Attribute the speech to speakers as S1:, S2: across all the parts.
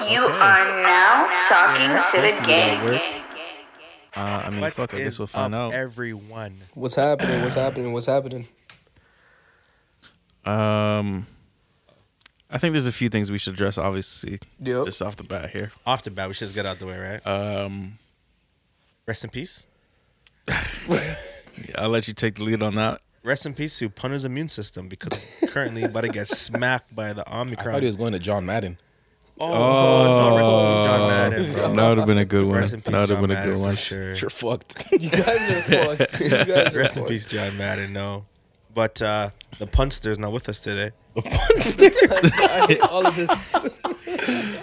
S1: You
S2: Okay.
S1: are now talking
S2: Yeah,
S1: to the
S2: hopefully that
S1: gang.
S2: worked. Uh, I mean,
S3: What
S2: fuck. I
S3: is
S2: guess we'll find out.
S3: up, Everyone.
S4: What's happening? What's happening? What's happening?
S2: um, I think there's a few things we should address, obviously,
S4: Yep.
S2: just off the bat here.
S3: Off the bat, we should just get out the way, right?
S2: Um,
S3: Rest in peace.
S2: I'll let you take the lead on that.
S3: Rest in peace to Punter's immune system because it's currently about to get smacked by the
S5: I thought
S3: Omicron.
S5: he was going to John Madden.
S3: oh, no, rest in peace, John Madden, bro.
S2: Oh, That would have been a good one.
S3: Rest in
S2: That would
S3: peace,
S2: have
S3: John
S2: been a
S3: Madden.
S2: good
S3: for
S2: one.
S3: Sure.
S5: You're fucked.
S4: You guys are fucked. You guys are
S3: Rest in
S4: fucked.
S3: peace, John Madden. No, but uh, the punster's not with us today.
S5: The monster.
S4: I hate all of this.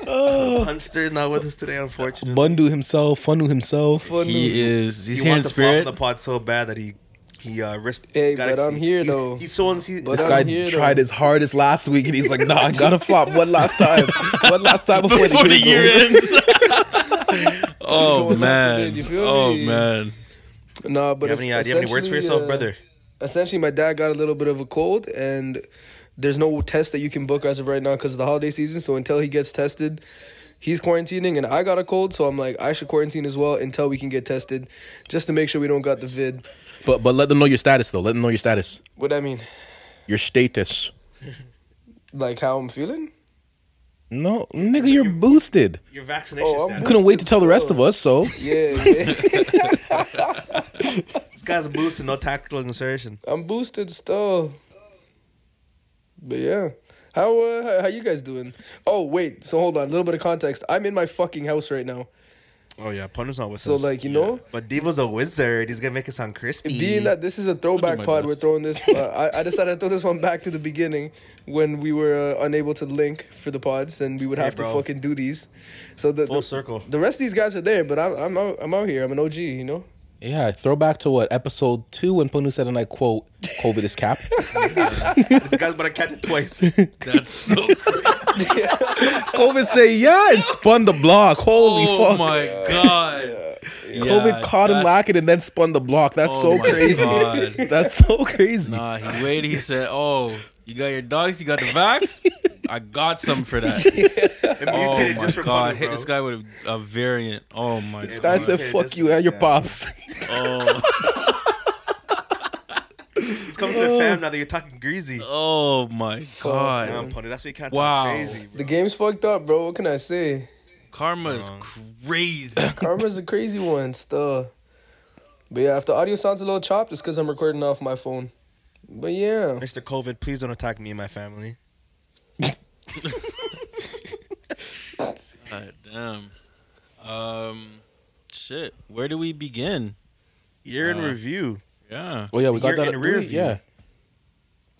S3: Punster's not with us today, unfortunately.
S5: Bundu himself, Fundu himself.
S2: He is. He's
S3: he
S2: here in
S3: wants to flop
S2: spirit.
S3: the pod so bad that he he uh, risked.
S4: Hey,
S3: gotta-
S4: but I'm here,
S3: he-
S4: though.
S3: He's so unse-
S4: But
S5: This
S4: I'm
S5: guy
S4: here,
S5: tried
S4: though.
S5: his hardest last week, and he's like, "Nah, I gotta flop one last time, one last time before,
S2: Before
S5: the
S2: the year
S5: year's over."
S2: ends.
S4: Before
S2: oh
S4: the
S2: man.
S4: last day, you feel
S2: Oh
S4: me?
S2: man.
S4: Nah,
S3: Do
S4: but
S3: you have any, uh, do you have any words for
S4: essentially,
S3: yourself,
S4: uh,
S3: brother?
S4: Essentially, my dad got a little bit of a cold, and there's no test that you can book as of right now because of the holiday season. So until he gets tested, he's quarantining, and I got a cold, so I'm like, I should quarantine as well until we can get tested, just to make sure we don't got the vid.
S5: But but let them know your status though. Let them know your status.
S4: What I mean,
S5: Your status.
S4: like how I'm feeling.
S5: No, nigga, you're boosted.
S3: Your vaccination
S4: Oh, I'm
S3: status.
S4: good.
S5: Couldn't wait to tell the rest of us. So
S4: Yeah, yeah.
S3: This guy's a boost and no tactical insertion.
S4: I'm boosted still. But yeah. How uh, how- how you guys doing? Oh wait, so hold on, a little bit of context. I'm in my fucking house right now.
S3: Oh yeah, punter's not with
S4: So
S3: us.
S4: like, you know,
S3: but Devo's a wizard. He's gonna make it sound crispy.
S4: being that this is a throwback
S2: my
S4: pod,
S2: best.
S4: we're throwing this. Uh, I, I decided to throw this one back to the beginning when we were uh, unable to link for the pods, and we would
S3: Hey,
S4: have
S3: bro.
S4: to fucking do these. So the,
S3: full
S4: the
S3: circle.
S4: the rest of these guys are there, but I'm I'm out, I'm out here. I'm an OG, you know.
S5: yeah, throwback to what episode two when Punu said, and I quote, "COVID is cap."
S3: this guy's about to catch it twice.
S2: That's so.
S5: COVID say yeah and spun the block. Holy
S2: oh
S5: fuck!
S2: my god.
S5: COVID
S2: Yeah,
S5: caught him
S2: that's-
S5: lacking and then spun the block. That's
S2: Oh
S5: so
S2: my
S5: crazy.
S2: God.
S5: That's so crazy.
S2: Nah, he waited. He said, "Oh, you got your dogs. You got the vax. I got something for that."
S3: And
S2: oh
S3: mutated
S2: my
S3: just for
S2: god,
S3: Punter,
S2: hit
S3: bro.
S2: this guy with a, a variant. Oh my
S5: This guy
S2: god.
S5: said,
S3: Okay,
S5: "Fuck
S3: this-
S5: you and your
S3: yeah.
S5: pops."
S2: oh,
S3: It's coming to the fam now that you're talking greasy.
S2: oh my
S3: Damn,
S2: god.
S3: punter, that's what you can't
S2: Wow.
S3: talk crazy.
S4: The game's fucked up, bro. What can I say?
S2: Karma is crazy.
S4: Karma's a crazy one, still. But yeah, if the audio sounds a little chopped, it's because I'm recording off my phone. But yeah,
S3: Mr. COVID, please don't attack me and my family.
S2: God damn. Um, shit. Where do we begin?
S3: Year
S2: Uh.
S3: in review.
S2: Yeah,
S5: Oh yeah, we got
S3: You're
S5: that
S3: in rear
S5: we-
S3: view.
S5: Yeah,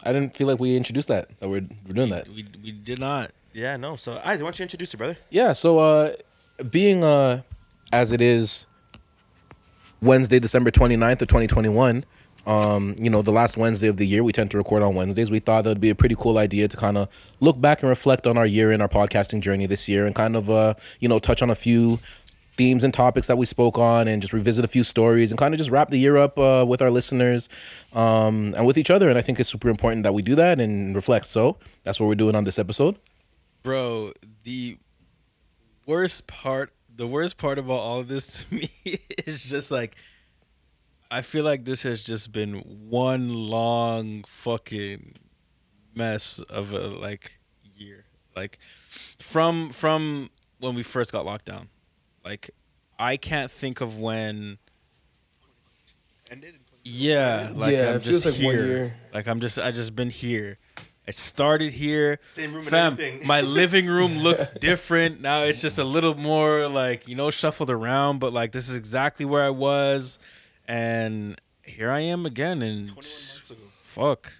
S5: I didn't feel like we introduced that. That we're, we're doing that.
S2: we we did not.
S3: Yeah, no. So, I why don't you introduce it, brother?
S5: Yeah. So uh, being uh, as it is, Wednesday, December 29th of twenty twenty one. Um, you know, the last Wednesday of the year, we tend to record on Wednesdays. We thought that would be a pretty cool idea to kind of look back and reflect on our year and our podcasting journey this year, and kind of uh, you know, touch on a few themes and topics that we spoke on and just revisit a few stories and kind of just wrap the year up uh, with our listeners um, and with each other. And I think it's super important that we do that and reflect. So that's what we're doing on this episode.
S2: Bro, the worst part, the worst part about all of this to me is just like, I feel like this has just been one long fucking mess of a like year. Like from from when we first got locked down. Like I can't think of when yeah, like
S4: Yeah,
S2: I'm
S4: it
S2: just
S4: feels like one
S2: here.
S4: year.
S2: Like I'm just I just been here. I started here.
S3: Same room and everything.
S2: my living room looks different. Now it's just a little more like, you know, shuffled around, but like this is exactly where I was and here I am again and
S3: ago.
S2: fuck.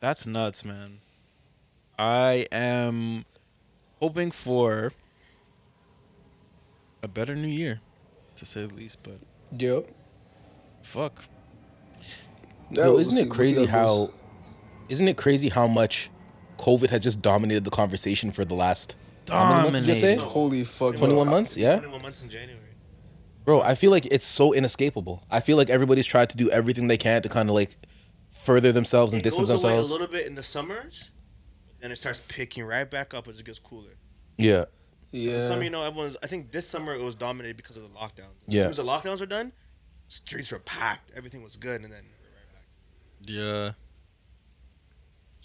S2: That's nuts, man. I am hoping for a better new year, to say the least, but
S4: yep.
S2: fuck.
S4: Yeah,
S5: Yo,
S4: we'll
S5: isn't
S4: see-
S5: it
S4: we'll see
S5: crazy
S4: that goes.
S5: how isn't it crazy how much COVID has just dominated the conversation for the last how many months did you
S2: Dominated.
S5: say?
S4: Holy fuck! bro.
S5: 21 months, yeah.
S3: 21 months in January.
S5: Bro, I feel like it's so inescapable. I feel like everybody's tried to do everything they can to kind of like further themselves and
S3: It goes
S5: distance
S3: away a
S5: themselves.
S3: little bit in the summers, then it starts picking right back up as it gets cooler.
S5: yeah.
S4: Yeah.
S3: The summer, you know, everyone's. I think this summer it was dominated because of the lockdowns.
S5: Yeah.
S3: As soon as the lockdowns were done, streets were packed. Everything was good, and then. we're
S2: Yeah.
S3: right back.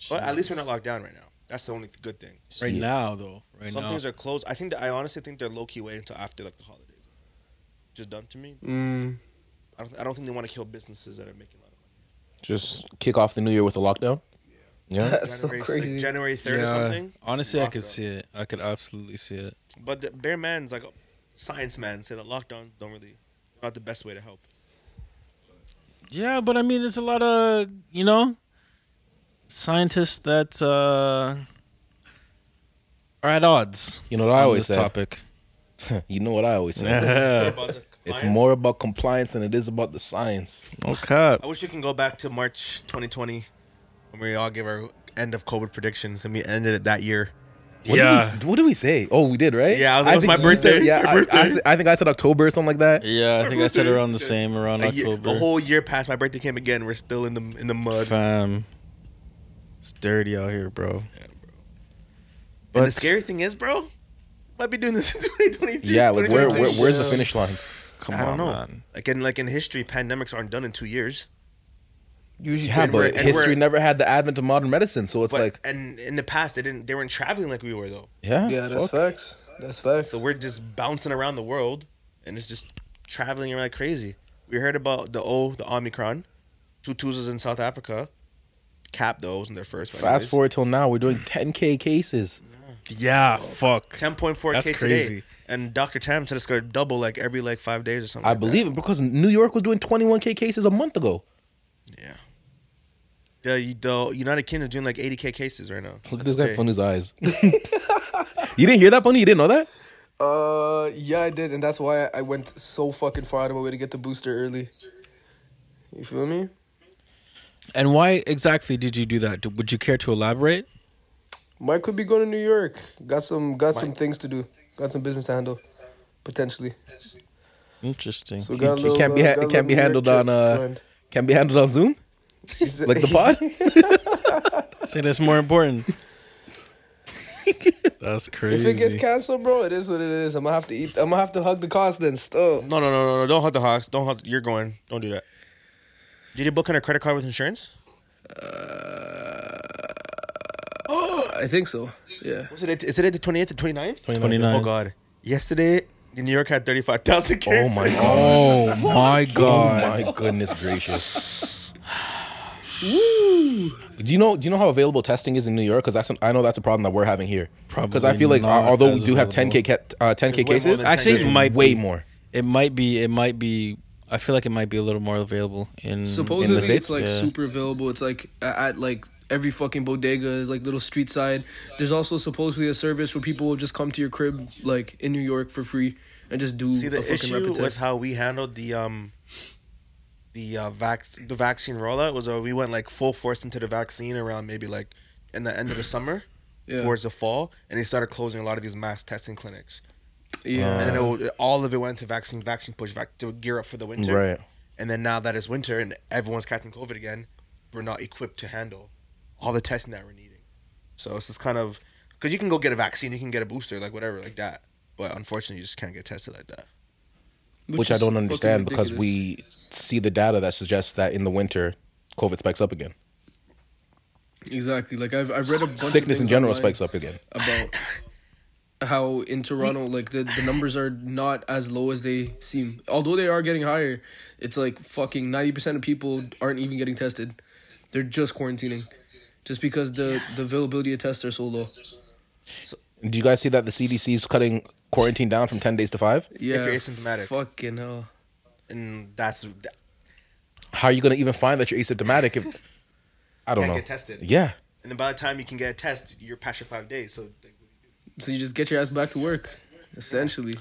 S3: But at least we're not locked down right now. That's the only th- good thing.
S2: right now though. Right
S3: Some
S2: now.
S3: things are closed. I think that I honestly think they're low key waiting until after like the holidays. Just dumb to me.
S4: Mm,
S3: I don't. I don't think they want to kill businesses that are making a lot of money.
S5: Just kick off the new year with a lockdown. Yeah.
S4: that's so
S3: January-
S4: crazy.
S3: Like January third or
S2: yeah.
S3: something. just
S2: Honestly, I
S3: locked
S2: could
S3: down.
S2: see it. I could absolutely see it.
S3: But the bare man's like science man said that lockdowns don't really not the best way to help.
S2: Yeah, but I mean, there's a lot of you know scientists that uh, are at odds.
S5: You know what I
S2: on
S5: always
S2: this
S5: said.
S2: topic.
S5: You know what I always say.
S3: About the
S5: Uh, It's
S3: compliance.
S5: more about compliance than it is about the science.
S2: okay.
S3: I wish we can go back to March 2020 when we all give our end of COVID predictions and we ended it that year.
S5: What
S2: Yeah.
S5: Did we, what did we say? Oh, we did, right?
S3: Yeah, I was-
S5: I
S3: it was
S5: think
S3: my
S5: you
S3: birthday.
S5: Said, yeah,
S3: Your
S5: I- I
S3: birthday.
S5: said- I think I said October or something like that.
S2: Yeah, I think I said around the same around
S3: A year,
S2: October.
S3: the whole year passed. My birthday came again. We're still in the in the mud.
S2: fam. It's dirty out here, bro.
S3: and
S2: but-
S3: the scary thing is, bro, might be doing this in 2023.
S5: Yeah, like where,
S3: 2022.
S5: where where's the finish line?
S2: Come
S3: I don't
S2: on,
S3: know.
S2: man.
S3: Like in like in history, pandemics aren't done in two years.
S4: usually
S5: Yeah,
S4: takes-
S3: we're-
S5: but
S3: and
S5: history
S3: we're-
S5: never had the advent of modern medicine, so it's
S3: But
S5: like
S3: and in the past, they didn't they weren't traveling like we were though.
S5: yeah,
S4: yeah, that's
S5: fuck.
S4: facts. That's facts.
S3: So we're just bouncing around the world, and it's just traveling around like crazy. We heard about the O, the Omicron, two twos in South Africa. Cap those in their first. but
S5: Fast
S3: anyways.
S5: forward till now, we're doing 10k cases.
S4: Mm,
S2: Yeah, fuck.
S3: 10.4
S2: That's
S3: k
S2: crazy.
S3: today, and Dr. Tam said it's gonna double like every like five days or something.
S5: I
S3: like that.
S5: believe it because New York was doing 21k cases a month ago.
S3: Yeah. The, the United Kingdom doing like 80k cases right now.
S5: Look at this guy
S3: Hey.
S5: on his eyes. you didn't hear that, Pony? You didn't know that?
S4: Uh, yeah, I did, and that's why I went so fucking far out of my way to get the booster early. You feel me?
S2: And why exactly did you do that? Do- Would you care to elaborate?
S4: Mike could be going to New York. Got some, got some things to do. Got some business to handle, potentially.
S2: Interesting.
S4: So we
S5: It
S4: got a little.
S5: can't be
S4: uh,
S5: ha-
S4: got a
S5: it can't be
S4: little New York
S5: handled
S4: trip
S5: on uh
S4: planned.
S5: can be handled on Zoom
S4: He said-
S5: like the pod.
S2: Say that's more important. that's
S4: If
S2: crazy.
S4: it gets canceled, bro, it is what it is. I'm gonna have to eat. I'm gonna have to hug the cost then. Still,
S3: No, no, no, no, no! Don't hug the Hawks. Don't hug. You're going. Don't do that. Did you book on a credit card with insurance?
S4: I think so. Yeah.
S3: Was it? Is it the 28th to 29th?
S2: 29th.
S3: Oh God! Yesterday, New York had 35,000
S5: oh
S3: cases.
S5: my god!
S2: oh my
S5: Oh
S2: god.
S5: my goodness gracious! Do you know? Do you know how available testing is in New York? Because that's an, I know that's a problem that we're having here. because I
S2: Probably
S5: feel like uh,
S2: not
S5: although we
S2: as
S5: do have
S2: available.
S5: 10k ca- uh, 10k
S3: There's way more
S5: cases,
S3: than Actually, 10K.
S5: there's
S2: it might
S5: way
S2: be.
S5: more.
S2: It might be. It might be. I feel like it might be a little more available in
S4: Supposedly,
S2: in the
S4: it's
S2: states.
S4: like
S2: Yeah.
S4: super available. It's like at, at like every fucking bodega is like little street side. There's also supposedly a service where people will just come to your crib, like in New York, for free and just do
S3: See
S4: a
S3: the
S4: fucking
S3: issue
S4: rapid
S3: with
S4: test.
S3: how we handled the um the uh, vac- the vaccine rollout was uh, we went like full force into the vaccine around maybe like in the end of the summer
S4: Yeah.
S3: towards the fall, and they started closing a lot of these mass testing clinics,
S5: Uh,
S4: yeah,
S3: and then it, would- all of it went to vaccine, vaccine push, vac- to gear up for the winter.
S5: Right.
S3: And then now that it's winter and everyone's catching COVID again, we're not equipped to handle all the testing that we're needing. So it's just kind of because you can go get a vaccine, you can get a booster, like whatever, like that. But unfortunately, you just can't get tested like that.
S5: Which, I
S4: is
S5: don't
S4: fucking
S5: understand because
S4: ridiculous.
S5: we see the data that suggests that in the winter, COVID spikes up again.
S4: exactly like I've I've read a bunch
S5: Sickness in
S4: of things
S5: general
S4: online
S5: spikes up again.
S4: about how in Toronto like the, the numbers are not as low as they seem. Although they are getting higher, it's like fucking ninety percent of people aren't even getting tested. They're just quarantining. Just because the, the availability of tests are so low.
S5: Do you guys see that the CDC is cutting quarantine down from 10 days to five?
S4: Yeah.
S3: you're asymptomatic.
S4: Fucking hell.
S3: And that's
S5: How are you going to even find that you're asymptomatic if I don't
S3: Can't
S5: know?
S3: get tested.
S5: Yeah.
S3: and then by the time you can get a test, you're past your five days. So
S4: So you just get your ass back to work, essentially.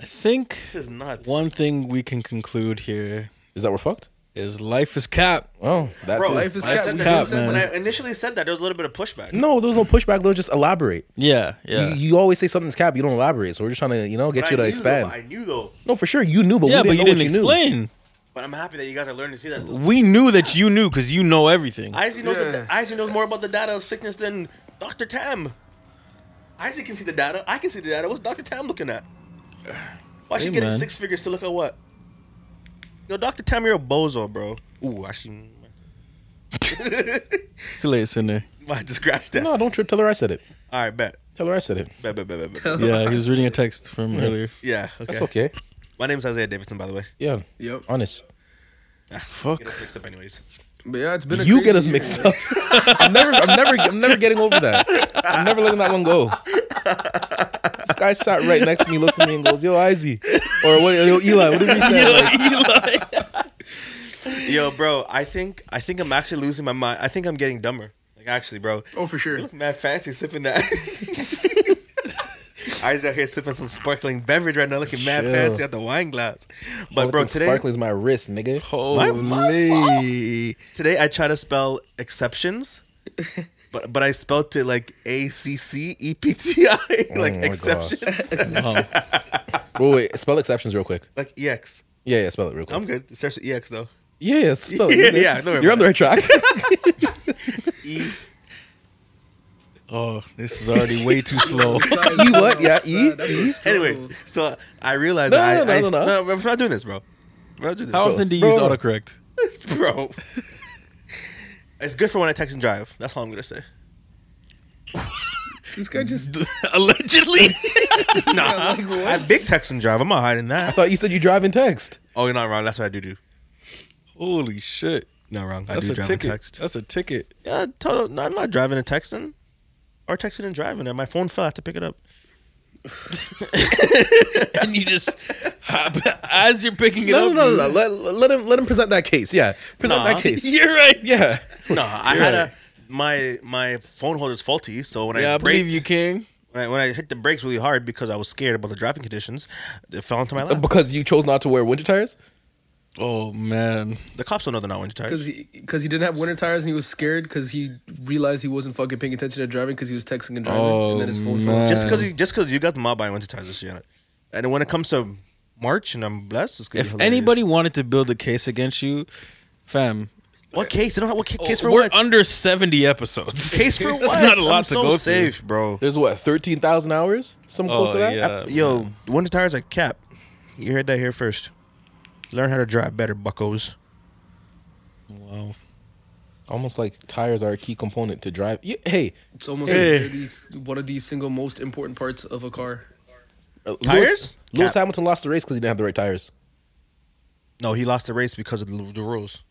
S2: I think
S3: this is nuts.
S2: one thing we can conclude here
S5: Is that we're fucked?
S2: is life is cap.
S5: Oh, that's
S3: Bro,
S4: life is
S3: when I
S4: cap.
S3: said
S4: Life
S3: that-
S2: is cap,
S3: When
S2: man.
S3: I initially said that, there was a little bit of pushback.
S5: No, there was no pushback. There was just elaborate.
S2: Yeah, yeah.
S5: You, you always say something's cap. You don't elaborate. So we're just trying to, you know,
S3: But
S5: get
S3: I
S5: you to
S3: knew,
S5: expand.
S3: Though, I knew though,
S5: no, for sure. You knew, but
S2: yeah,
S5: we
S2: but
S5: didn't
S2: you
S5: know
S2: didn't
S5: what you
S2: explain.
S3: but I'm happy that you got to learn to see that. Though.
S2: We knew that you knew because you know everything.
S3: Izzy knows.
S4: Yeah.
S3: The, Izzy knows more about the data of sickness than Doctor Tam. Isaac can see the data. I can see the data. What's Dr. Tam looking at? Why she
S2: Hey,
S3: getting
S2: man.
S3: six figures to look at what? Yo, Dr. Tam, you're a bozo, bro. Ooh, I should.
S2: It's late, sinner.
S3: Might just scratch that.
S5: No, don't trip. Tell her I said it.
S3: All right, bet.
S5: Tell her I said it.
S3: Bet, bet, bet, bet, bet.
S2: Yeah, he was reading a text from earlier.
S3: Yeah, okay.
S5: That's okay.
S3: My name's Isaiah Davidson, by the way.
S5: Yeah.
S4: Yep.
S5: Honest.
S3: Get us
S2: Fuck.
S3: mixed up, anyways.
S4: But yeah, it's been a
S5: You get
S4: crazy
S5: us
S4: year.
S5: mixed up. I'm never, I'm never, I'm never getting over that. I'm never letting that one go. This guy sat right next to me, looks at me, and goes, "Yo, Izzy," or what? Yo, Eli, what did we say? Like,
S3: Yo, bro, I think I think I'm actually losing my mind. I think I'm getting dumber. Like actually, bro.
S4: Oh, for sure.
S3: You look mad fancy sipping that. I's out here sipping some sparkling beverage right now, looking mad
S5: Chill. Oh,
S3: fancy at the wine glass. But bro, today
S5: sparkling's my wrist, nigga.
S2: Holy.
S3: today I try to spell exceptions, but but I spelled it like A C C E P T I, like
S5: Oh my gosh.
S3: exceptions,
S2: Oh.
S5: Wait, wait, spell exceptions real quick.
S3: like E X.
S5: Yeah, yeah, spell it real quick.
S3: I'm good. It starts with E X though.
S5: yeah, yeah, spell it.
S3: Yeah,
S5: You're,
S3: yeah, don't worry
S5: you're on
S3: about
S5: the right track.
S3: E
S2: Oh, this is already way too slow.
S5: you what? Yeah, E.
S4: That's a
S5: E?
S4: struggle.
S3: Anyways, so I realized
S5: No,
S3: that
S5: no,
S3: I,
S5: no, no,
S3: I,
S5: no.
S3: we're not doing this, bro. We're not doing this.
S2: How
S3: bro.
S2: often do you
S5: Bro.
S2: use autocorrect?
S3: bro. it's good for when I text and drive. That's all I'm gonna say.
S4: This guy just
S2: Allegedly.
S3: nah,
S4: like, what?
S3: I big text and drive. I'm not hiding
S5: I
S3: that.
S5: thought you said you drive and text.
S3: Oh, you're not wrong. That's what I do do.
S2: Holy shit.
S3: You're not wrong. I
S2: That's
S3: do
S2: a
S3: drive
S2: ticket.
S3: and text.
S2: That's a ticket.
S3: Yeah, tell, no, I'm not driving and texting, or texting and driving. And my phone fell. I have to pick it up.
S2: And you just hop as you're picking it
S5: No,
S2: up.
S5: no, no, no. Let, let him let him present that case. Yeah, present
S3: Nah.
S5: that case.
S2: You're right.
S5: Yeah.
S3: No, I had a my my phone holder's faulty. So when
S2: Yeah,
S3: I
S2: I
S3: brake,
S2: believe you, King.
S3: when I, when I hit the brakes really hard because I was scared about the driving conditions, it fell into my lap.
S5: Uh, Because you chose not to wear winter tires.
S2: Oh man.
S3: The cops don't know they're not winter tires.
S4: because he because he didn't have winter tires and he was scared because he realized he wasn't fucking paying attention to driving because he was texting and driving
S2: Oh,
S4: and then his phone
S2: man.
S4: fell.
S3: just because you just because you got mobbed by winter tires this year, and when it comes to March and I'm blessed, it's gonna be
S2: If
S3: hilarious.
S2: anybody wanted to build a case against you, fam,
S3: what case? They don't have what ca- case for
S2: Oh, we're
S3: what?
S2: under 70 episodes.
S3: case for what?
S2: That's not a lot
S3: I'm
S2: to
S3: so
S2: go
S3: safe, bro.
S5: There's what thirteen thousand hours, something
S2: through.
S5: close to
S2: Oh,
S5: that.
S2: yeah.
S3: Yo, winter tires are cap. You heard that here first. Learn how to drive better, buckos.
S2: Wow.
S5: Almost like tires are a key component to drive. You, hey,
S4: It's almost
S2: Hey.
S4: like they're these, one of these single most important parts of a car.
S5: uh,
S3: Tires?
S5: Lewis, Lewis
S3: Cap.
S5: Hamilton lost the race because he didn't have the right tires.
S3: No, he lost the race because of the, the rules.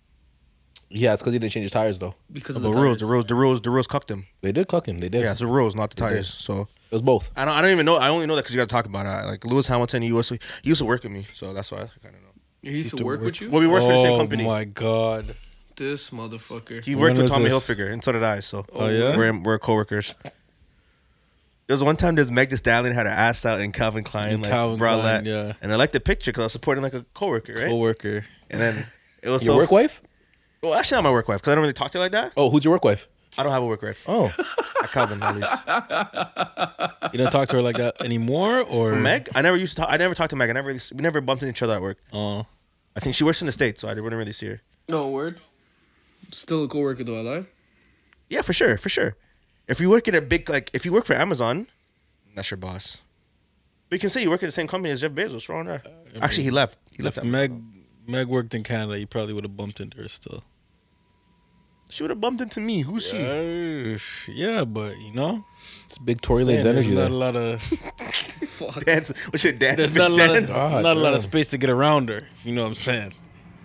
S5: Yeah, it's because he didn't change his tires though.
S4: Because
S3: The,
S4: of
S2: Oh,
S4: the,
S3: rules, the
S4: tires.
S3: rules, the rules, the rules cucked him.
S5: They did cuck him. They did.
S3: Yeah, it's the rules, not the tires.
S5: did.
S3: So
S5: It was both.
S3: I don't, I don't even know. I only know that because you got to talk about it. Like Lewis Hamilton, he used to, he used to work with me, so that's why I kind of know.
S4: He used to work with you.
S3: Well, we worked for the same company.
S2: Oh my god.
S4: This motherfucker.
S3: He
S2: When
S3: worked with
S2: was
S3: Tommy
S2: this?
S3: Hilfiger, and so did I. So
S2: Oh, yeah?
S3: we're we're coworkers. There was one time this Meg Thee Stallion had her ass out in Calvin Klein,
S2: In
S3: like
S2: Calvin
S3: bralette,
S2: Klein, yeah.
S3: and I liked the picture because I was supporting like a coworker, right?
S2: Coworker.
S3: and then it was
S5: Your
S3: so
S5: work wife?
S3: well, actually not my work wife because I don't really talk to her like that.
S5: Oh, who's your work wife?
S3: I don't have a work wife.
S5: Oh,
S3: At Calvin at least.
S2: You don't talk to her like that anymore or
S3: Mm. Meg, I never used to talk. I never talked to Meg. I never really, we never bumped into each other at work.
S2: Oh.
S3: I think she works in the states, so I wouldn't really see her.
S4: No word. Still a coworker though, I lie.
S3: Yeah, for sure, for sure. If you work at a big like, if you work for Amazon, that's your boss. But you can say you work at the same company as Jeff Bezos. What's wrong there? Actually, he left. He left.
S2: If
S3: Amazon.
S2: Meg Meg worked in Canada, you probably would have bumped into her still.
S3: She would have bumped into me. Who's she?
S2: Uh, yeah, but you know,
S5: it's big Tory
S2: saying there's
S5: Lane's energy.
S2: not a
S5: There.
S2: lot of
S4: Fuck.
S3: Dance. What's your dance?
S2: there's
S3: bitch,
S2: not a lot of
S3: dance?
S5: God
S2: not a lot
S5: damn.
S2: of space to get around her. You know what I'm saying?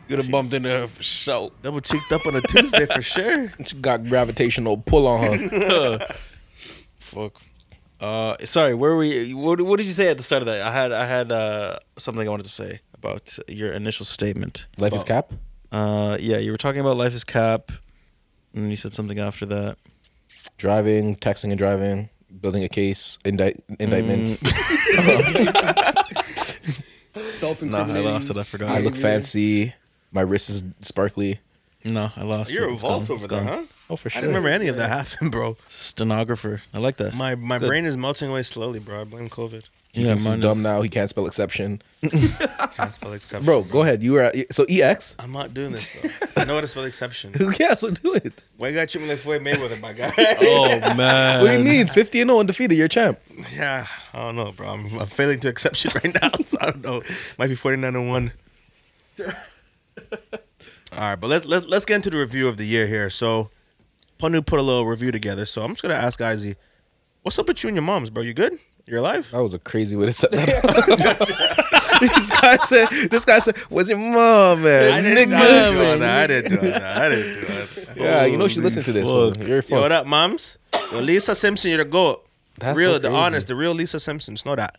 S2: You'd have bumped into her for sure.
S3: Double cheeked up on a Tuesday for sure.
S5: She got gravitational pull on her.
S2: Fuck. Uh, sorry. Where were we? What, what did you say at the start of that? I had I had uh something I wanted to say about your initial statement.
S5: Life is cap.
S2: Uh, yeah, you were talking about life is cap, and you said something after that.
S5: Driving, texting, and driving. Building a case, indict, indictment.
S4: Self
S2: Nah, I
S4: incriminating.
S2: lost it. I forgot.
S5: I look fancy. My wrist is sparkly.
S2: No, I lost
S3: You're
S2: it. It's
S3: evolved
S2: gone.
S3: over
S2: It's
S3: there,
S2: gone.
S3: huh?
S5: Oh, for
S3: I
S5: sure.
S3: didn't remember any of that happened, bro.
S2: Stenographer. I like that.
S3: My my
S2: Good.
S3: brain is melting away slowly, bro. I blame COVID.
S5: He
S2: Yeah,
S5: thinks he's
S2: mine
S5: dumb
S2: is-
S5: now. He can't spell exception.
S3: Can't spell exception.
S5: Bro, go ahead. You were at, so ex.
S3: I'm not doing this, bro. I know how to spell exception.
S5: yeah, so do it.
S3: Why you gotta treat me like Floyd Mayweather, my guy?
S2: Oh man.
S5: What do you mean? 50 and 0 undefeated. You're a champ.
S3: Yeah, I don't know, bro. I'm, I'm failing to exception right now, so I don't know. Might be oh 49 and 1. All right, but let's, let's let's get into the review of the year here. So, Panu put a little review together. So, I'm just going to ask Izzy, what's up with you and your moms, bro? You good? You're alive?
S5: That was a crazy way to set that up. this guy said, this guy said, what's your mom, man?
S3: didn't, I didn't do all
S5: Nigga, man.
S3: that. I didn't do all that. I didn't do all that.
S5: Yeah, you know she listened to this. So
S2: fuck.
S5: you're
S3: Yo, what
S5: fucked.
S3: up, moms? Yo, Lisa Simpson, you're the GOAT.
S5: That's
S3: real,
S5: so
S3: the
S5: crazy.
S3: honest, the real Lisa Simpson. Know that.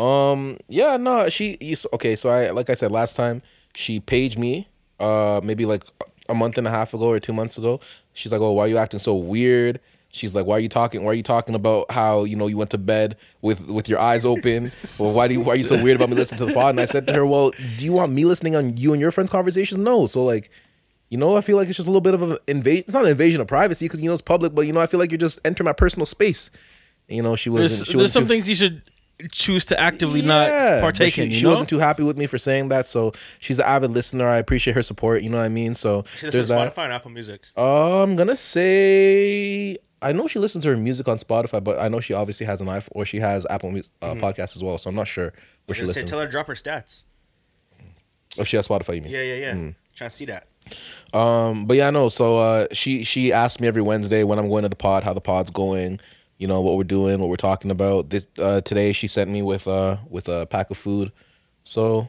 S5: Um, yeah, no, she. You, so- okay, so I like I said last time, she paged me, uh, maybe like a month and a half ago or two months ago. She's like, "Oh, why are you acting so weird?" She's like, "Why are you talking? Why are you talking about how you know you went to bed with with your eyes open? well, why do you, why are you so weird about me listening to the pod?" And I said to her, "Well, do you want me listening on you and your friends' conversations? No. So like." You know, I feel like it's just a little bit of an invasion. It's not an invasion of privacy because you know it's public, but you know, I feel like you're just entering my personal space. You know, she wasn't.
S2: There's,
S5: she
S2: there's
S5: wasn't
S2: some
S5: too-
S2: things you should choose to actively
S5: yeah,
S2: not
S5: but
S2: partake
S5: she,
S2: in. You
S5: she
S2: know?
S5: wasn't too happy with me for saying that, so she's an avid listener. I appreciate her support. You know what I mean? So
S3: She listens
S5: there's
S3: to
S5: that.
S3: Spotify and Apple Music.
S5: Uh, I'm gonna say I know she listens to her music on Spotify, but I know she obviously has an iPhone or she has Apple Music uh,
S3: Mm-hmm.
S5: podcast as well. So I'm not sure where she
S3: Just say,
S5: listens.
S3: tell her to drop her stats.
S5: if she has Spotify, you mean?
S3: Yeah, Mm. yeah, yeah. Trying to see that.
S5: Um, but yeah, no. So uh, she she asked me every Wednesday when I'm going to the pod, how the pod's going, you know what we're doing, what we're talking about. This uh, today she sent me with uh with a pack of food, so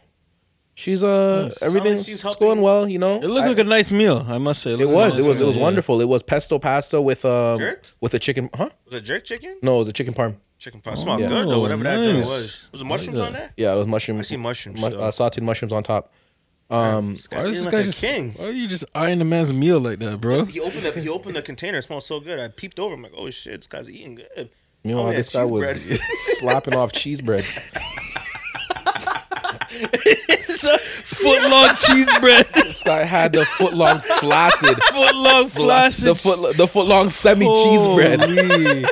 S5: she's uh
S3: Sounds
S5: everything
S3: like she's
S5: going
S3: helping.
S5: well, you know.
S2: It looked like a nice meal, I must say.
S5: It
S2: looked like
S5: was
S2: a
S5: it
S2: nice
S5: was it
S2: meal,
S5: was
S2: yeah.
S5: wonderful. It was pesto pasta with um
S3: Jerk?
S5: with a chicken huh
S3: Was it jerk chicken?
S5: no it was a chicken parm
S3: Chicken pot. Smell
S5: yeah.
S3: good
S2: Oh,
S3: though, whatever that joint
S2: nice.
S3: was. Was it
S2: I like
S3: mushrooms on
S2: that.
S3: there?
S5: yeah it was mushroom
S3: I see mushrooms,
S5: mu-
S3: though.
S5: uh, sautéed mushrooms on top.
S3: Mm. This guy
S2: Why is
S3: eating
S2: this
S3: like
S2: guy
S3: a
S2: just?
S3: king.
S2: Why are you just eyeing a man's meal like that, bro?
S3: He opened the he opened the container. It smelled so good. I peeped over. I'm like, oh shit, this guy's eating good.
S5: Meanwhile,
S3: Oh, yeah,
S5: this guy
S3: cheese
S5: was
S3: bread.
S5: slapping off cheese breads.
S2: Foot long cheese bread,
S5: This guy had the foot long flaccid
S2: foot long flaccid,
S5: the foot the foot long semi cheese bread.
S2: bread.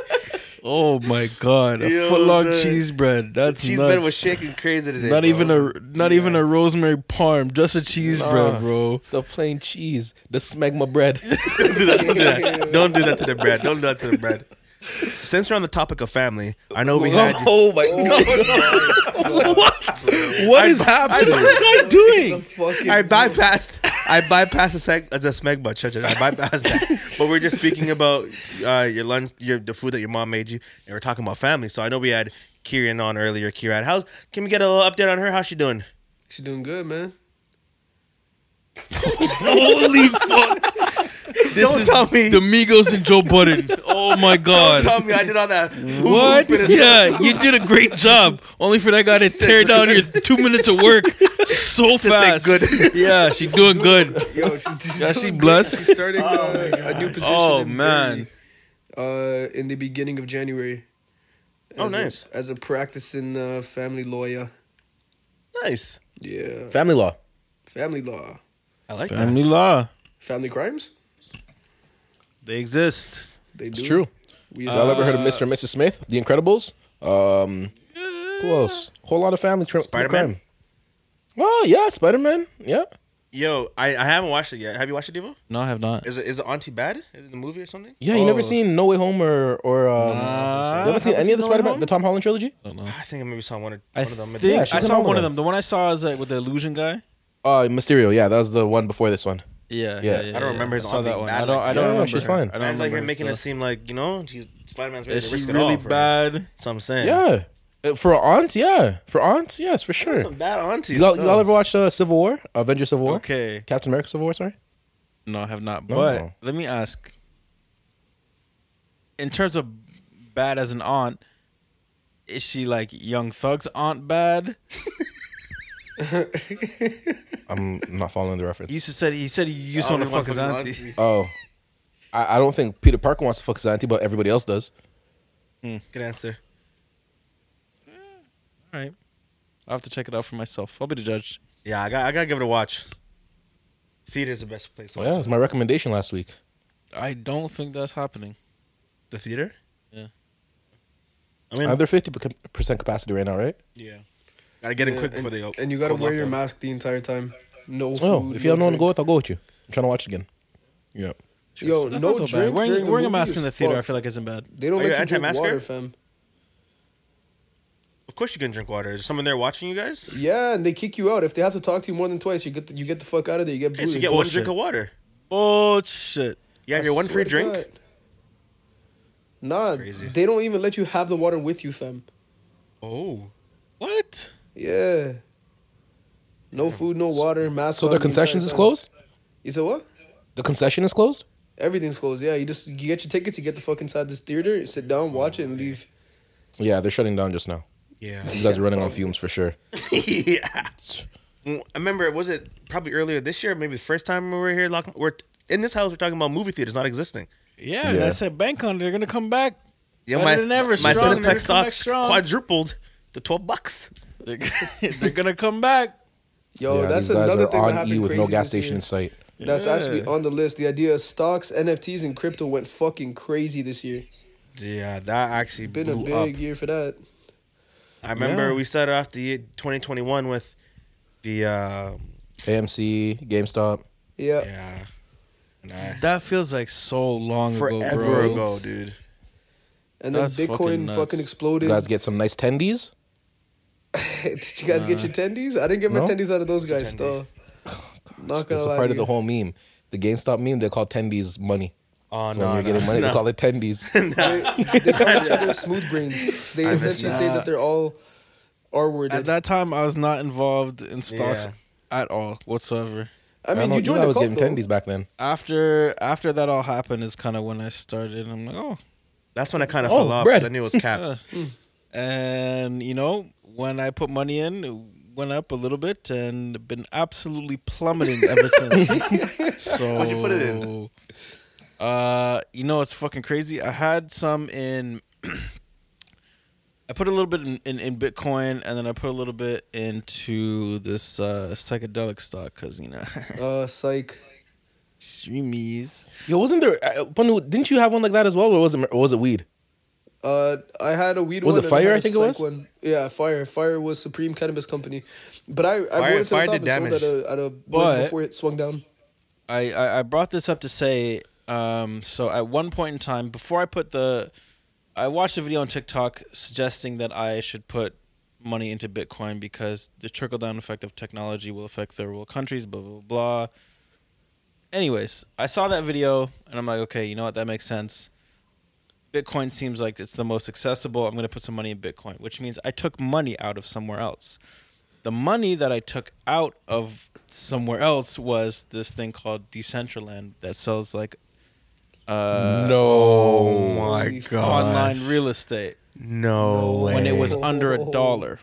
S2: Oh my god, a
S3: Yo,
S2: foot long
S3: the-
S2: cheese bread. That's
S3: Cheese
S2: nuts.
S3: bread was shaking crazy today.
S2: not
S3: bro.
S2: even a not even a rosemary parm, just a cheese bread, bro.
S5: The plain cheese, the smegma bread.
S3: don't do that. Don't do that. Don't do that to the bread. Don't do that to the bread. Since we're on the topic of family, I know we had.
S5: oh my god! what? What is happening? What is this guy doing?
S4: Fucking
S3: I bypassed. I bypassed the seg the smegma. Shut up. I bypassed that. But we're just speaking about uh, your lunch, your the food that your mom made you, and we're talking about family. So I know we had Kieran on earlier. Kieran, how can we get a little update on her? How's she doing?
S4: She doing good, man.
S2: Holy fuck! This
S3: Don't
S2: is
S3: tell me.
S2: the Migos and Joe Budden. Oh my god.
S3: Tell me, I did all that.
S2: What? Yeah, you did a great job. Only for that guy to tear down your two minutes of work so fast.
S3: good.
S2: Yeah, she's doing good.
S4: Yo, she, she's
S2: Yeah,
S4: doing
S2: she
S4: good.
S2: blessed.
S4: She's starting uh, a new position.
S2: Oh
S4: in
S2: man.
S4: Germany, uh, in the beginning of January.
S3: Oh,
S4: As a-
S3: nice.
S4: as a practicing uh, family lawyer.
S3: Nice.
S4: Yeah,
S5: Family law.
S4: family law,
S3: I like that.
S2: Family law.
S4: family crimes.
S2: They exist.
S4: They do.
S5: It's true.
S4: We
S5: Y'all
S3: Uh,
S5: ever heard of Mr. and Mrs. Smith? The Incredibles. Um, who else? Whole lot of family. Tri-
S3: Spider-Man?
S5: crime. Oh yeah, Spider Man. Yeah.
S3: Yo, I, I haven't watched it yet. Have you watched it, Devo?
S2: No, I have not.
S3: Is it is it Auntie Bad? Is it the movie or something?
S5: Yeah, you never
S2: Oh.
S5: seen No Way Home or or um, you
S2: haven't
S5: ever seen
S2: seen
S5: any of the
S2: No Way
S5: Spider Man,
S2: Home?
S5: the Tom Holland trilogy?
S3: I think I maybe saw one, or,
S2: I
S3: one of them.
S2: think
S3: Maybe.
S5: Yeah,
S2: I
S5: she's
S2: saw
S5: in all
S2: one of
S5: of
S2: them. The one I saw is like with the illusion guy.
S5: Uh, Mysterio. Yeah, that was the one before this one.
S2: Yeah,
S5: Yeah.
S2: yeah.
S5: I
S2: yeah,
S3: don't
S2: yeah.
S3: remember his
S2: I saw
S3: aunt
S2: that
S3: being
S2: one.
S3: bad
S2: I don't.
S3: like
S2: I don't
S5: that. Yeah,
S2: remember.
S5: she's
S2: her.
S5: fine.
S2: I don't
S3: Man's like you're
S2: remember
S3: making
S2: her,
S3: it
S2: so.
S3: seem like you know she's Spider Man's ready
S2: Is
S3: to
S2: she
S3: risk it
S2: really
S3: all. for-
S2: bad?
S3: That's what I'm saying.
S5: Yeah. Uh, For aunts, yeah. For aunts, yes, for
S3: There's
S5: sure.
S3: some bad aunties.
S5: Y'all,
S3: though.
S5: y'all ever watched uh, Civil War? Avengers Civil War?
S2: Okay.
S5: Captain America Civil War, sorry?
S2: No, I have not.
S5: No.
S2: But let me ask. In terms of bad as an aunt, is she like Young Thug's aunt bad?
S5: I'm not following the reference.
S2: He used to said he said he used to
S3: Only
S2: want to
S3: one
S2: fuck his
S3: fucking
S2: auntie.
S5: Oh. I, I don't think Peter Parker wants to fuck his auntie, but everybody else does.
S3: Good answer.
S2: All right, I'll have to check it out for myself. I'll be the judge.
S3: Yeah, I got I gotta give it a watch. Theater's the best place. to
S5: Well, Oh, yeah, it
S3: watch
S5: was
S3: it.
S5: my recommendation last week.
S2: I don't think that's happening.
S3: the theater.
S2: Yeah. I mean,
S5: Uh, they're fifty percent capacity right now, right?
S3: Yeah. Gotta get in quick before
S4: and,
S3: they go.
S4: and you gotta
S3: go
S4: wear
S3: lockdown.
S4: your mask the entire time. No food.
S5: Oh, if you have no one to go
S4: drink.
S5: with, I'll go with you. I'm trying to watch it again. Yeah.
S4: yo,
S2: that's
S4: no
S2: not so
S4: drink.
S2: bad. Wearing,
S4: during
S2: wearing a
S4: movie
S2: mask
S4: is
S2: in the theater, I
S4: fucked.
S2: feel like isn't bad.
S4: they don't
S3: Are
S4: let
S3: you
S4: you drink
S3: anti-masker?
S4: water, fam.
S3: Of course you can drink water. Is someone there watching you guys?
S4: Yeah, and they kick you out if they have to talk to you more than twice. You get the, you get the fuck out of there. You get
S3: Okay, so
S4: booted.
S3: you get one drink of water.
S2: Oh shit!
S3: You have
S4: I
S3: your one free
S4: swear to
S3: drink.
S4: God. Nah,
S3: That's crazy.
S4: they don't even let you have the water with you, fam.
S3: Oh.
S2: What?
S4: Yeah. No food, no water, mask.
S5: So
S4: on
S5: the
S4: entire
S5: concessions is
S4: time.
S5: closed.
S4: You said what?
S5: The concession is closed.
S4: Everything's closed. Yeah, you just you get your tickets, you get the fuck inside this theater, sit down, watch it, and leave.
S5: Yeah, they're shutting down just now.
S3: Yeah.
S5: These guys are running on fumes for sure.
S3: yeah. I remember was it probably earlier this year, maybe the first time we were here. Lock, we're in this house. We're talking about movie theaters not existing.
S2: Yeah, and
S5: Yeah.
S2: I said bank on. it, They're gonna come back.
S3: Yeah,
S2: Better
S3: my
S2: than ever,
S3: my
S2: strong, they're gonna
S3: Cineplex
S2: come back
S3: stocks
S2: strong.
S3: quadrupled to twelve bucks.
S2: They're, they're gonna come back.
S4: Yo,
S5: yeah,
S4: Oh, that's
S5: these guys
S4: another
S5: are
S4: thing that
S5: on
S4: happened
S5: E with no
S4: crazy
S5: gas
S4: this year.
S5: station in sight.
S4: That's actually
S2: Yeah.
S4: on the list. The idea of stocks, NFTs, and crypto went fucking crazy this year.
S3: Yeah, that actually
S4: Been a
S3: blew
S4: big
S3: up.
S4: year for that.
S3: I remember
S2: Yeah.
S3: we started off the year 2021 with the uh,
S5: AMC, GameStop.
S4: Yeah.
S3: yeah, nah,
S2: That feels like so long ago,
S3: forever
S2: bro.
S3: ago, dude.
S4: And then
S2: That's
S4: Bitcoin
S2: fucking nuts.
S4: fucking, exploded.
S5: You guys get some nice tendies.
S4: Did you guys get your tendies? I didn't get my
S5: No? Oh,
S4: tendies out of those guys though. Not gonna
S5: It's a
S4: lie.
S5: part
S4: to
S5: of the
S4: you.
S5: whole meme. The GameStop meme, they call tendies money.
S3: Oh
S5: so
S3: no,
S5: when you're
S3: no,
S5: getting money,
S3: no.
S5: they call it tendies.
S4: they call each other smooth brains. They
S3: miss
S4: essentially
S2: that.
S4: say that they're all R worded.
S2: At that time, I was not involved in stocks
S3: Yeah.
S2: at all whatsoever.
S4: I mean,
S5: know,
S4: you
S5: guys
S4: joined the
S5: was
S4: cult
S5: getting
S4: though.
S5: tendies back then.
S2: After after that all happened is kind of when I started. I'm like, oh,
S3: That's when I kind of
S5: Oh,
S3: fell off.
S5: bread.
S3: 'cause I knew it was cap.
S2: and you know when I put money in, it went up a little bit and been absolutely plummeting ever since. so
S3: What'd you put it in?
S2: Uh, you know it's fucking crazy. I had some in. I put a little bit in, in, in Bitcoin and then I put a little bit into this uh, psychedelic stock because you know
S4: Uh, psych.
S2: streamies.
S5: Yo, wasn't there? uh, Banu, Didn't you have one like that as well, or was it? Or was it weed?
S4: Uh, I had a weed
S5: Was
S4: one.
S5: it
S4: and had
S5: Fire,
S4: a
S5: I think it
S4: psych
S5: was?
S4: One. Yeah, fire. Fire was Supreme Cannabis Company. But I, I
S3: Fire-
S4: bought it to
S3: Fire
S4: the
S3: did
S4: top and sold
S3: damage.
S4: at a, at a
S2: But-
S4: before it swung down.
S2: I, I, I brought this up to say um, so at one point in time before I put the I watched a video on TikTok suggesting that I should put money into Bitcoin because the trickle down effect of technology will affect third world countries blah blah blah. Anyways, I saw that video and I'm like okay, you know what that makes sense. Bitcoin seems like it's the most accessible. I'm going to put some money in Bitcoin, which means I took money out of somewhere else the money that I took out of somewhere else was this thing called Decentraland that sells like
S5: no.
S3: Oh, my
S4: Holy
S3: god!
S2: online real estate
S3: No way.
S2: when it was
S4: Whoa.
S2: under a dollar.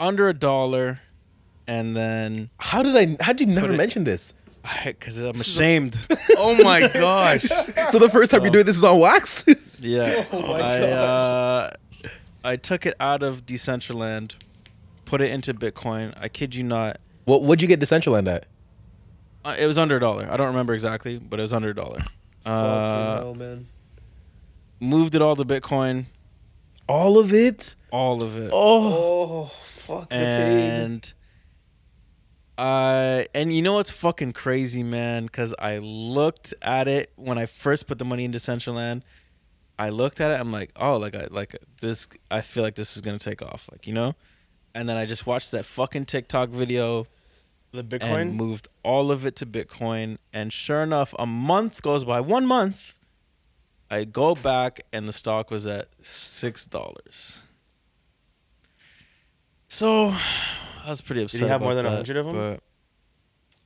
S2: Under a dollar, and then
S5: How did I? How did you never mention this?
S2: because I'm ashamed.
S3: oh my gosh!
S5: So the first time you're doing this is on wax.
S2: Yeah. I, uh, I took it out of Decentraland, put it into Bitcoin. I kid you not.
S5: what? What'd you get Decentraland at?
S2: Uh, It was under a dollar. I don't remember exactly, but it was under a dollar. Uh,
S4: Fucking hell, man.
S2: moved it all to Bitcoin,
S5: All of it.
S2: all of it.
S5: Oh,
S4: Oh, fuck the pain.
S2: and uh and you know what's fucking crazy man because i looked at it when i first put the money into central land i looked at it i'm like oh like i like this i feel like this is gonna take off like you know and then i just watched that fucking tiktok video
S3: The
S2: and moved all of it to bitcoin and sure enough a month goes by one month i go back and the stock was at six dollars so i was pretty upset
S3: you have more
S2: about
S3: than a
S2: that,
S3: hundred of 'em?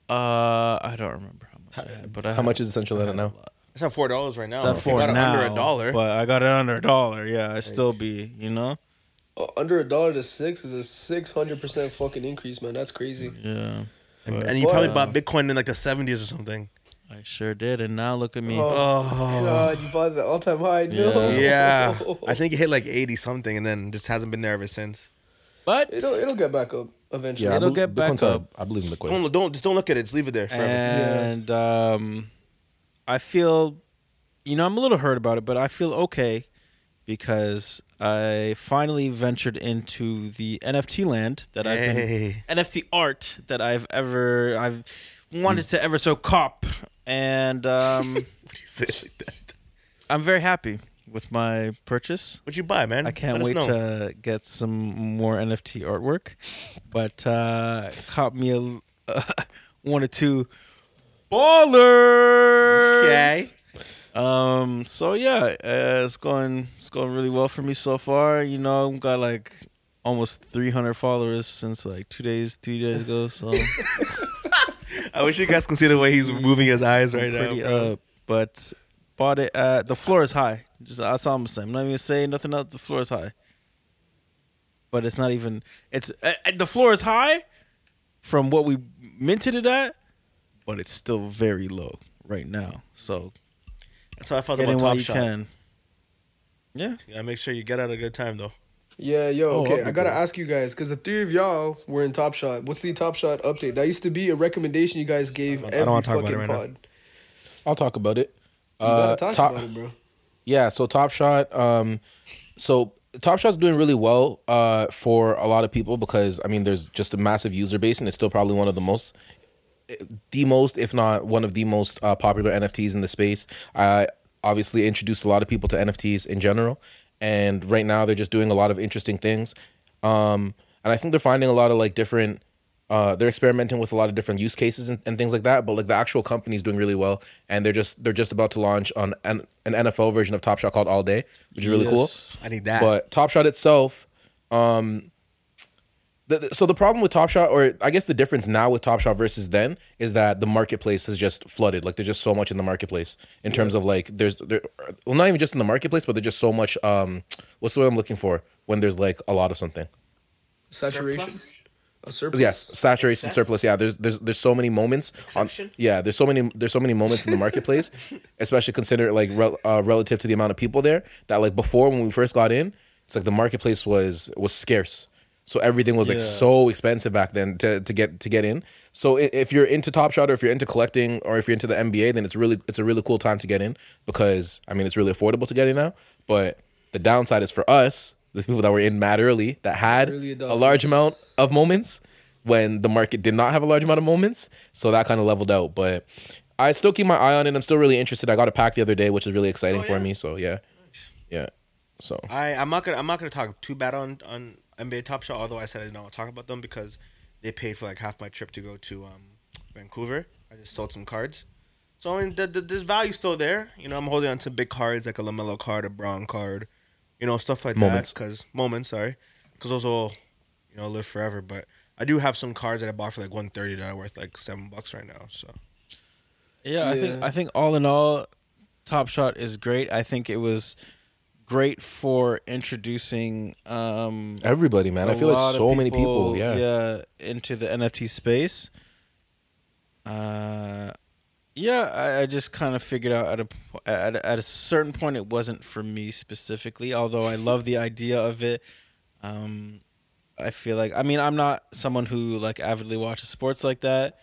S2: but, uh i don't remember how much i had but I
S5: how
S2: had-
S5: much is Decentraland at now?
S3: It's at four dollars right now.
S2: it's at
S3: If you
S2: four
S3: Oh, got it
S2: now,
S3: under a dollar.
S2: but i got it under a dollar yeah i still be you know
S4: Oh, under a dollar to six is a six hundred percent fucking increase, man. That's crazy.
S2: yeah
S3: And,
S2: but-
S3: and you probably
S4: Wow.
S3: bought Bitcoin in like the seventies or something.
S2: i sure did and now look at me
S4: Oh,
S3: Oh.
S4: God, you bought the all time high. No.
S2: Yeah.
S3: Yeah, I think it hit like eighty something, and then just hasn't been there ever since.
S2: but
S4: it'll it'll get back up eventually.
S5: I
S2: It'll
S5: believe-
S2: get back
S5: Bitcoin's hard.
S2: up.
S5: I believe in Bitcoin.
S3: Don't don't just don't look at it. Just leave it there forever.
S2: Eh. And um, I feel, you know, I'm a little hurt about it, but I feel okay because I finally ventured into the NFT land that
S3: Hey.
S2: I've been NFT art that I've ever I've wanted to ever so cop, and um,
S3: What do you say like that?
S2: I'm very happy with my purchase.
S3: What'd you buy, man?
S2: I can't
S3: Let us
S2: wait
S3: know.
S2: to get some more NFT artwork, but uh, caught me a one or two ballers.
S3: Okay.
S2: Um. So yeah, uh, it's going it's going really well for me so far. You know, I've got like almost 300 followers since like two days, three days ago. So
S3: I wish you guys can see the way he's moving his eyes right
S2: pretty
S3: now. bro.
S2: up. But bought it. At, the floor is high. Just that's all I'm saying. I'm not even gonna say nothing else. The floor is high. But it's not even. It's uh, uh, the floor is high from what we minted it at, but it's still very low right now. So
S3: That's how I felt
S2: get
S3: about
S2: in while
S3: Top
S2: you
S3: Shot.
S2: can. Yeah.
S3: Yeah, make sure you get out at a good time though.
S4: Yeah, yo,
S2: Oh,
S4: okay.
S2: I'll be
S4: I gotta
S2: good.
S4: ask you guys because the three of y'all were in Top Shot. What's the Top Shot update? That used to be a recommendation you guys gave
S3: I
S4: every
S3: don't wanna talk
S4: fucking
S3: about it right now.
S4: pod.
S5: I'll talk about it.
S4: You
S5: Uh,
S4: gotta talk
S5: top-
S4: about it, bro.
S5: Yeah, so Top Shot, um, so Top Shot's doing really well uh, for a lot of people because I mean, there's just a massive user base, and it's still probably one of the most, the most, if not one of the most uh, popular NFTs in the space. I obviously introduced a lot of people to NFTs in general, and right now they're just doing a lot of interesting things, um, and I think they're finding a lot of like different. Uh, they're experimenting with a lot of different use cases and, and things like that, but like the actual company's doing really well, and they're just they're just about to launch on an, an NFL version of Top Shot called All Day, which is really
S2: Yes.
S5: cool.
S3: I need that.
S5: But Top Shot itself, um, the, the- so the problem with Top Shot, or I guess the difference now with Top Shot versus then, is that the marketplace is just flooded. Like there's just so much in the marketplace in terms of like there's there, well not even just in the marketplace, but there's just so much. Um, what's the word I'm looking for when there's like a lot of something?
S4: Saturation. A surplus.
S5: Yes, saturation surplus. Yeah, there's there's there's so many moments. On,
S3: Exception?
S5: yeah, there's so many there's so many moments in the marketplace, especially consider like rel uh, relative to the amount of people there. That like before when we first got in, it's like the marketplace was was scarce, so everything was like
S2: Yeah.
S5: so expensive back then to, to get to get in. So i- if you're into Top Shot or if you're into collecting or if you're into the NBA, then it's really it's a really cool time to get in because I mean it's really affordable to get in now. But the downside is for us, the people that were in mad early that had
S4: Early
S5: a large
S4: adopters.
S5: amount of moments when the market did not have a large amount of moments. So that kind of leveled out. But I still keep my eye on it. I'm still really interested. I got a pack the other day, which is really exciting for me. So yeah, yeah. So
S3: I I'm not gonna I'm not gonna talk too bad on on NBA Top Shot. Although I said I didn't want to talk about them because they paid for like half my trip to go to um Vancouver. I just sold some cards, so I mean the, the, there's value still there. You know I'm holding on to big cards like a Lamelo card, a Brown card, you know stuff like
S5: Moments.
S3: that. Because moments, sorry, because those will you know live forever. But I do have some cards that I bought for like 130 that are worth like seven bucks right now. So
S2: Yeah, I think
S4: Yeah.
S2: I think all in all, Top Shot is great. I think it was great for introducing um
S5: everybody, man, I
S2: a
S5: feel like
S2: lot of
S5: so many people. Yeah.
S2: into the NFT space. Uh, yeah, I, I just kind of figured out at a po- at, a- at a certain point it wasn't for me specifically. Although I love the idea of it, um, I feel like I mean I'm not someone who like avidly watches sports like that,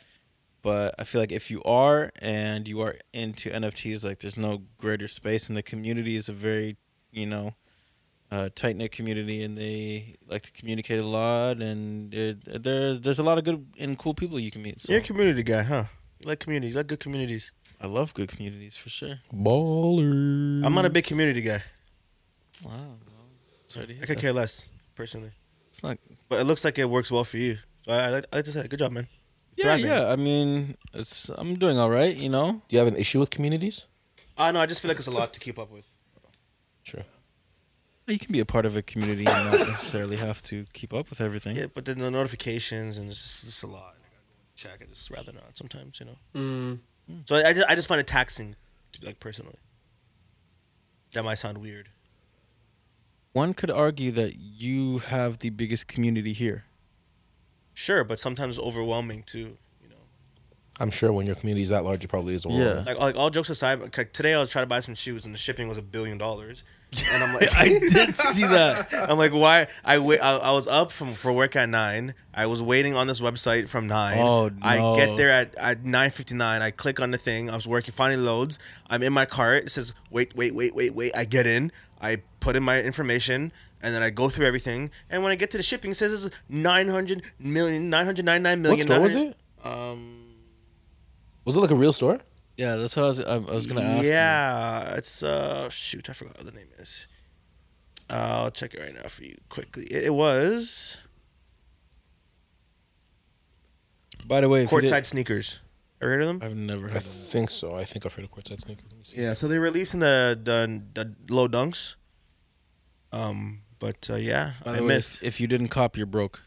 S2: but I feel like if you are and you are into NFTs, like there's no greater space, and the community is a very you know uh, tight knit community, and they like to communicate a lot. And there- there's there's a lot of good and cool people you can meet. So
S3: you're a community guy, huh? You like communities, you like good communities.
S2: I love good communities for sure.
S5: Baller.
S3: I'm not a big community guy.
S2: Wow, sorry to hear
S3: I could
S2: that.
S3: care less personally.
S2: It's not.
S3: But it looks like it works well for you. So I, I, like, I like to say, good job, man.
S2: Yeah,
S3: Thriving.
S2: yeah. I mean, it's I'm doing all right. You know,
S5: Do you have an issue with communities?
S3: I know. Uh, I just feel like it's a lot to keep up with.
S5: Sure.
S2: you can be a part of a community and not necessarily have to keep up with everything.
S3: Yeah, but then the notifications and it's just, it's a lot. I gotta go check. I just rather not sometimes, you know.
S4: Mm.
S3: So I, I just I just find it taxing, like personally. That might sound weird.
S2: One could argue that you have the biggest community here.
S3: Sure, but sometimes overwhelming too. You know,
S5: I'm sure when your community is that large, it probably is.
S2: Yeah.
S3: like like all jokes aside, like today I was trying to buy some shoes and the shipping was a billion dollars, and I'm like,
S2: I did see that.
S3: I'm like, why? I wait. I, I was up from for work at nine. I was waiting on this website from nine.
S2: Oh, no.
S3: I get there at at nine fifty nine. I click on the thing. I was working. Finally loads. I'm in my cart. It says wait, wait, wait, wait, wait. I get in. I put in my information, and then I go through everything. And when I get to the shipping, it says it's 900 million, 999
S5: What
S3: million. Um,
S5: store was
S3: 900
S5: it? Was it like a real store?
S2: Yeah, that's what I was. I, I was gonna ask. you.
S3: Yeah, it's uh shoot, I forgot what the name is. I'll check it right now for you quickly. It, it was
S2: By the way, if you did-
S3: Courtside Sneakers. Ever heard of them?
S2: I've never
S5: I
S2: heard of
S5: think so. I think I've heard of Quartet Sneaker. Let me see.
S3: Yeah, so they're releasing the the, the low dunks. Um, but uh, yeah,
S2: By
S3: I
S2: the way,
S3: missed.
S2: if, if you didn't cop, you're broke.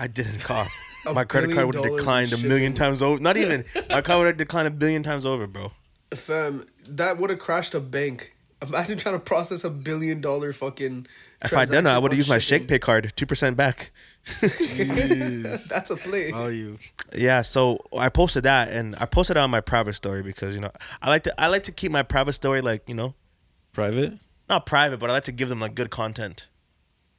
S3: I didn't cop.
S4: A
S3: my credit
S4: billion
S3: card would have
S4: dollars
S3: declined a
S4: in
S3: million times over. Not even my card would have declined a billion times over, bro.
S4: Fam, that would have crashed a bank. Imagine trying to process a billion dollar fucking.
S3: If I done that, I
S4: transaction
S3: would have
S4: on
S3: used my
S4: shipping.
S3: Shake Pay card, two percent back.
S4: That's a play.
S2: Value.
S3: Oh, Yeah, so I posted that and I posted it on my private story because you know I like to I like to keep my private story like you know
S2: Private?
S3: not private, but I like to give them like good content.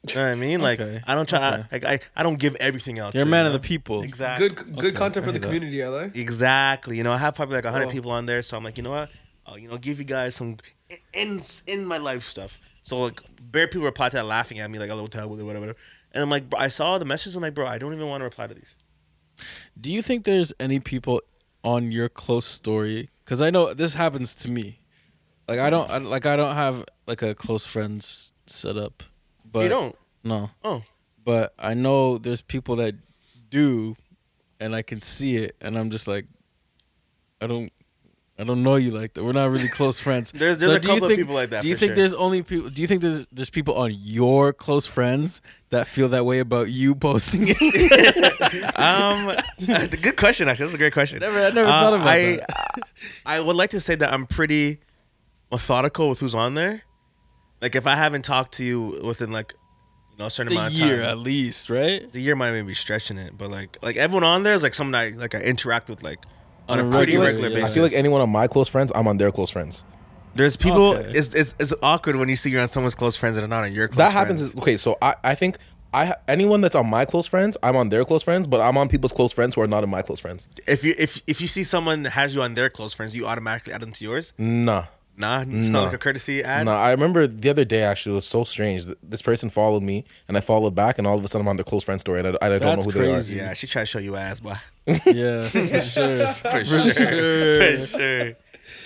S3: You know what I mean? Like
S2: Okay,
S3: I don't try like I, I don't give everything out.
S2: You're a
S3: to,
S2: man
S3: you
S2: of the
S3: know?
S2: people.
S3: Exactly.
S4: Good, good content for the community, I like.
S3: Exactly. You know I have probably like hundred
S4: Cool.
S3: people on there, so I'm like you know what? I'll, you know give you guys some in in my life stuff. So like bare people reply to that laughing at me like a little taboo whatever. whatever. And I'm like bro, I saw the messages. I'm like bro, I don't even want to reply to these.
S2: Do you think there's any people on your close story? Because I know this happens to me. Like I don't I, like I don't have like a close friends set up. But
S3: You don't.
S2: No,
S3: Oh.
S2: but I know there's people that do, and I can see it, and I'm just like, I don't. I don't know you like that. We're not really close friends.
S3: There's- there's a
S2: do you
S3: couple of
S2: think-
S3: people like that
S2: Do you
S3: for
S2: think
S3: sure.
S2: there's only people? Do you think there's there's people on your close friends that feel that way about you posting it?
S3: Um, good question. Actually, that's a great question. Uh,
S2: Never- I never thought about
S3: I,
S2: that.
S3: I would like to say that I'm pretty methodical with who's on there. Like, if I haven't talked to you within like, you know, a certain
S2: the
S3: amount
S2: year
S3: of
S2: at
S3: time,
S2: least, right?
S3: the year might even be stretching it. But like, like everyone on there is like someone I like I interact with like on,
S2: On
S3: a
S2: a
S3: pretty
S2: regular-
S3: regular,
S2: yeah.
S3: basis.
S5: I feel like anyone of my close friends, I'm on their close friends.
S3: there's people.
S2: Okay.
S3: It's, it's it's awkward when you see you're on someone's close friends and not on your. close
S5: that happens.
S3: friends.
S5: Is, okay, so I, I think I ha- anyone that's on my close friends, I'm on their close friends, but I'm on people's close friends who are not in my close friends.
S3: If you if if you see someone has you on their close friends, you automatically add them to yours.
S5: Nah.
S3: Nah, it's not like a courtesy ad.
S5: No, I remember the other day. Actually, it was so strange. Th- This person followed me, and I followed back, and all of a sudden, I'm on their close friend story, and I, I don't
S2: That's
S5: know who
S2: crazy.
S3: Yeah, she tried to show you ass, boy.
S2: Yeah, for sure.
S3: For sure. For sure. The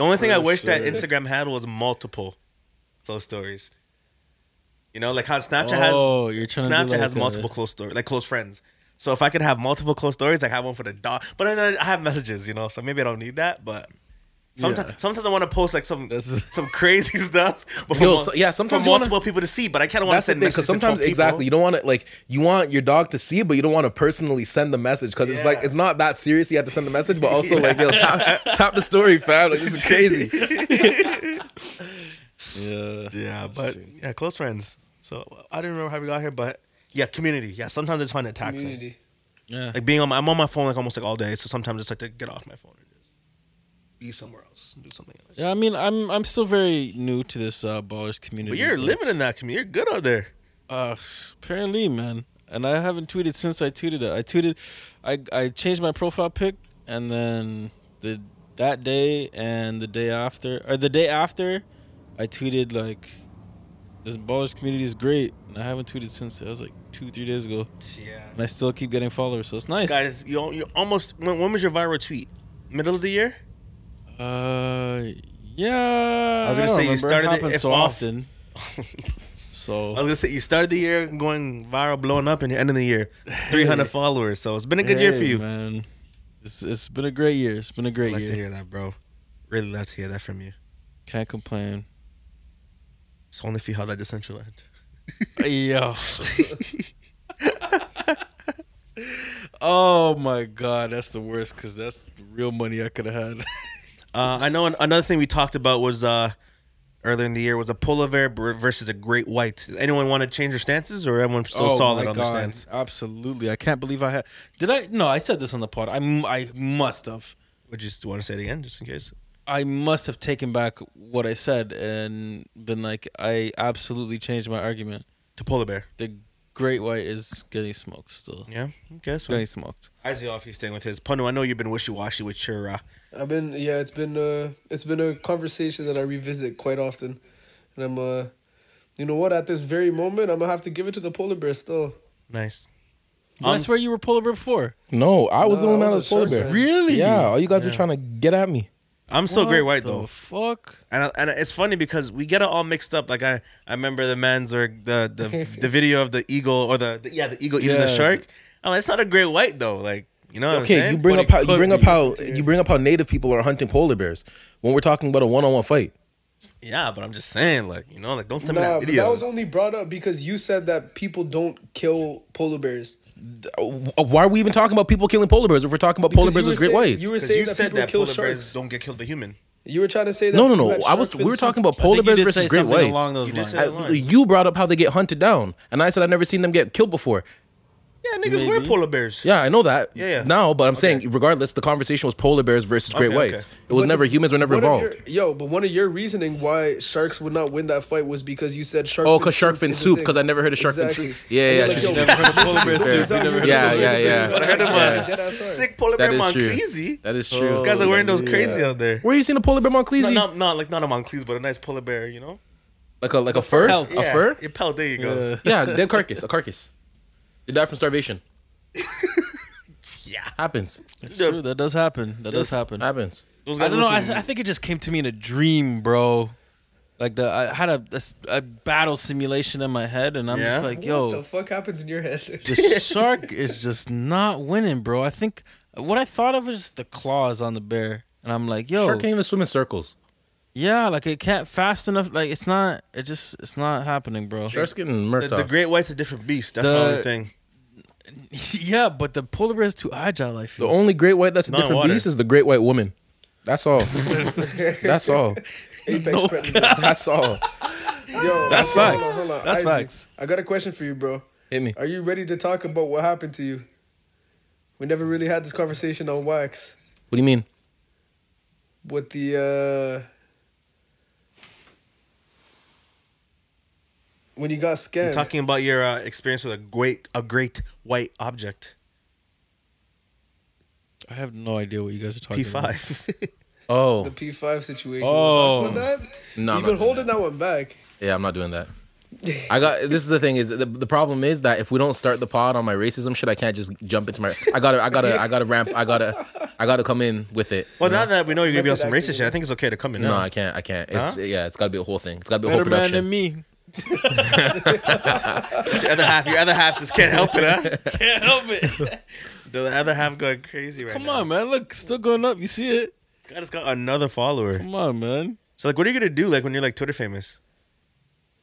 S3: only thing I wish that Instagram had was multiple close stories. You know, like how Snapchat
S2: Oh,
S3: has
S2: you're trying to do
S3: Snapchat
S2: like
S3: has
S2: a-
S3: multiple close stories, like close friends. So if I could have multiple close stories, like have one for the dog, but then I have messages, you know, so maybe I don't need that. But sometimes,
S2: Yeah.
S3: sometimes I want to post like some
S2: That's-
S3: some crazy stuff, but for
S5: Yo,
S3: mul-
S5: so- yeah, sometimes
S3: for
S5: you wanna-
S3: multiple people to see. But I kind of
S5: they are.
S3: want to
S5: That's the
S3: send
S5: thing,
S3: messages to 12
S5: because sometimes
S3: people.
S5: exactly you don't want to like you want your dog to see, it, but you don't want to personally send the message because it's like
S3: Yeah.
S5: it's not that serious. You have to send the message, but also like yo, tap, tap the story, fam. Like, this is crazy.
S2: Yeah.
S3: Yeah, but yeah, close friends. So I didn't remember how we got here, but yeah, community. Yeah, sometimes it's find it taxing.
S4: Community.
S2: Yeah.
S3: Like being on, my, I'm on my phone like almost like all day. So sometimes it's like to get off my phone and just be somewhere else, and do something else.
S2: Yeah, I mean, I'm I'm still very new to this uh, ballers community.
S3: But you're living in that community. You're good out there.
S2: Uh, apparently, man. And I haven't tweeted since I tweeted it. I tweeted, I I changed my profile pic, and then the that day and the day after, or the day after, I tweeted like, "This ballers community is great." And I haven't tweeted since. That was like two, three days ago,
S3: Yeah,
S2: and I still keep getting followers. So it's nice.
S3: guys, you al- you almost. When, when was your viral tweet? Middle of the year.
S2: Uh, yeah.
S3: I was gonna
S2: don't
S3: say you
S2: remember.
S3: started it
S2: happens
S3: if
S2: so
S3: off-
S2: often. So
S3: I was gonna say you started the year going viral, blowing up, and you end of the year, 300 followers. So it's been a good year for
S2: Hey,
S3: you.
S2: man. It's it's been a great year. It's been a great
S3: I'd like to
S2: year.
S3: hear that, bro. Really love to hear that from you.
S2: Can't complain.
S3: It's only if you held that decentralized.
S2: Yo. oh my god, that's the worst because that's the real money I could have had.
S3: Uh, I know an- another thing we talked about was uh, earlier in the year was a polar bear br- versus a great white. Does Anyone want to change their stances, or everyone still
S5: Oh
S3: solid on their stance?
S2: Oh Absolutely, I can't believe I had. Did I? No, I said this on the pod. I m- I must have.
S3: Would you just want to say it again, just in case?
S2: I must have taken back what I said and been like, I absolutely changed my argument.
S3: To polar bear.
S2: The great white is getting smoked still.
S3: Yeah. Okay. So
S2: Getting smoked.
S3: Izzy he's staying with his. Punu, I know you've been wishy washy with your. Uh,
S4: I've been yeah, it's been uh, it's been a conversation that I revisit quite often, and I'm uh, You know what? At this very moment, I'm gonna have to give it to the polar bear still.
S3: Nice.
S2: I swear you were polar bear before.
S5: No, I was the
S4: No,
S5: one
S4: I
S5: that
S4: was
S5: was
S4: a
S5: polar
S4: shark
S5: bear.
S4: fan.
S2: Really?
S5: Yeah, all you guys were trying to get at me.
S3: I'm so great white
S2: the
S3: though.
S2: fuck?
S3: And, I, and it's funny because we get it all mixed up. Like I, I remember the man's or the the, the video of the eagle or the, the- yeah the eagle eating
S2: Yeah.
S3: the shark. I'm like, it's not a great white though. Like you know. What I'm
S5: Okay,
S3: saying?
S5: you bring
S3: But
S5: up
S3: it
S5: how you
S3: could
S5: bring up
S3: be.
S5: how you bring up how native people are hunting polar bears when we're talking about a one-on-one fight.
S3: Yeah, but I'm just saying like you know like don't send
S4: Nah,
S3: me that
S4: but
S3: video.
S4: that was only brought up because you said that people don't kill polar bears.
S5: Uh, Why are we even talking about people killing polar bears if we're talking about polar
S4: Because
S5: bears
S4: you
S5: with
S4: were
S5: great
S4: saying-
S5: whites?
S4: You were
S3: 'Cause
S4: saying
S3: you
S4: that
S3: said
S4: people
S3: that
S4: kill
S3: polar
S4: sharks.
S3: bears don't get killed by human.
S4: You were trying to say that.
S5: no, no,
S4: people
S5: no.
S4: had
S5: I was
S4: shark
S5: we were
S4: fins
S5: talking
S4: since-
S5: about polar bears versus great
S2: something
S5: whites.
S2: along those
S3: You did
S2: lines.
S3: say
S5: I-
S3: that line.
S5: you brought up how they get hunted down, and I said I've never seen them get killed before.
S3: Yeah, niggas wear
S2: Maybe.
S3: polar bears.
S5: Yeah, I know that.
S3: Yeah, yeah.
S5: Now, but I'm saying regardless, the conversation was polar bears versus great
S3: Okay, okay.
S5: whites. It was
S4: But
S5: never
S4: the-
S5: humans were never
S4: one of
S5: involved.
S4: Your, yo, but one of your reasoning why sharks would not win that fight was because you said shark.
S5: Oh, 'cause shark fin
S4: is a
S5: soup,
S4: thing.
S5: 'cause I never heard of shark fin
S4: Exactly.
S5: soup. Yeah,
S4: And
S5: yeah,
S4: you're
S5: just
S4: yo,
S5: never
S2: heard of polar bear
S4: exactly.
S2: soup. You never heard of
S4: Yeah,
S5: polar
S4: yeah,
S5: bear
S4: yeah.
S5: soup.
S3: But I heard of uh,
S4: Yeah,
S3: a
S4: yeah, that's right.
S3: sick polar bear Monclese.
S5: That is true.
S3: Those Oh. guys are wearing those crazy out there.
S5: Where you seen a polar bear Monclese?
S3: No, not, not like not a Monclese, but a nice polar bear. You know,
S5: Like a like a fur?
S2: Pelt.
S5: A fur?
S3: Your pelt. There you go.
S5: Yeah, dead carcass. A carcass. They died from starvation.
S3: Yeah.
S5: Happens.
S2: It's true. That does happen. That does happen.
S5: Happens.
S3: Those guys
S2: I don't know.
S3: looking-
S2: I, I think it just came to me in a dream, bro. Like the I had a, a s- a battle simulation in my head, and I'm
S3: Yeah?
S2: just like,
S4: What the
S2: yo,
S4: fuck happens in your head?
S2: the, shark is just not winning, bro. I think what I thought of was the claws on the bear, and I'm like, yo,
S5: Shark can't even swim in circles.
S2: yeah, like it can't fast enough. Like it's not. It just it's not happening, bro.
S5: Shark's getting murked
S3: the, the
S5: off.
S3: great white's a different beast. That's
S2: The-
S3: the only thing.
S2: yeah, but the polar bear is too agile. I
S5: The
S2: feel.
S5: only great white that's a
S3: Not in
S5: different
S3: water.
S5: beast is the great white woman. That's all. that's all.
S4: Apex predator.
S5: That's all.
S4: Yo,
S2: That's
S4: hold on,
S2: facts.
S4: hold on, hold on.
S2: That's
S4: Isaac,
S2: facts.
S4: I got a question for you, bro.
S5: Hit me.
S4: Are you ready to talk about what happened to you? We never really had this conversation on wax
S5: What do you mean?
S4: with the uh when you got
S3: You're
S4: scammed.
S3: talking about your uh, experience with a great a great white object.
S2: I have no idea what you guys are talking
S3: P
S2: about.
S3: five.
S5: Oh
S4: the P five situation.
S2: Oh.
S4: We're not doing that?
S5: no!
S4: You've been
S5: I'm not doing
S4: holding that. one back.
S5: Yeah, I'm not doing that. I got this is the thing is the, the problem is that if we don't start the pod on my racism shit, I can't just jump into my. I gotta, I gotta, I gotta ramp. I gotta, I gotta come in with it.
S3: Well, now that we know you're gonna be on some
S4: Method acting.
S3: racist shit, I think it's okay to come in.
S5: No,
S3: now.
S5: I can't. I can't. It's yeah. It's got to be a whole thing. It's got to be a whole
S2: Better man than me.
S5: production.
S3: It's your other half, your other half just can't help it. Huh? can't help it. the other half going crazy right
S2: Come
S3: now.
S2: on, man. Look, still going up. You see it?
S3: This guy just got another follower.
S2: Come on, man. What
S3: So like, what are you gonna do like when you're like Twitter famous?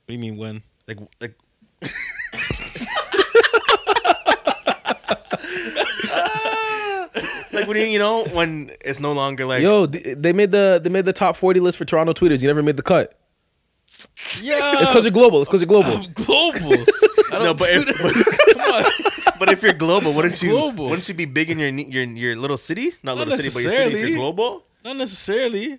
S2: do you mean when?
S3: Like like. like when you you know when it's no longer like
S5: Yo, d- they made the they made the top forty list for Toronto tweeters. You never made the cut.
S2: Yeah.
S5: It's because you're global. It's because you're global.
S2: global. I don't
S3: no, but
S2: do
S3: if,
S2: that.
S3: but, but if you're global, wouldn't you
S2: Global.
S3: wouldn't you be big in your ne- your your little city? Not,
S2: Not
S3: little city, but your city. If
S2: necessarily.
S3: you're global,
S2: Not necessarily.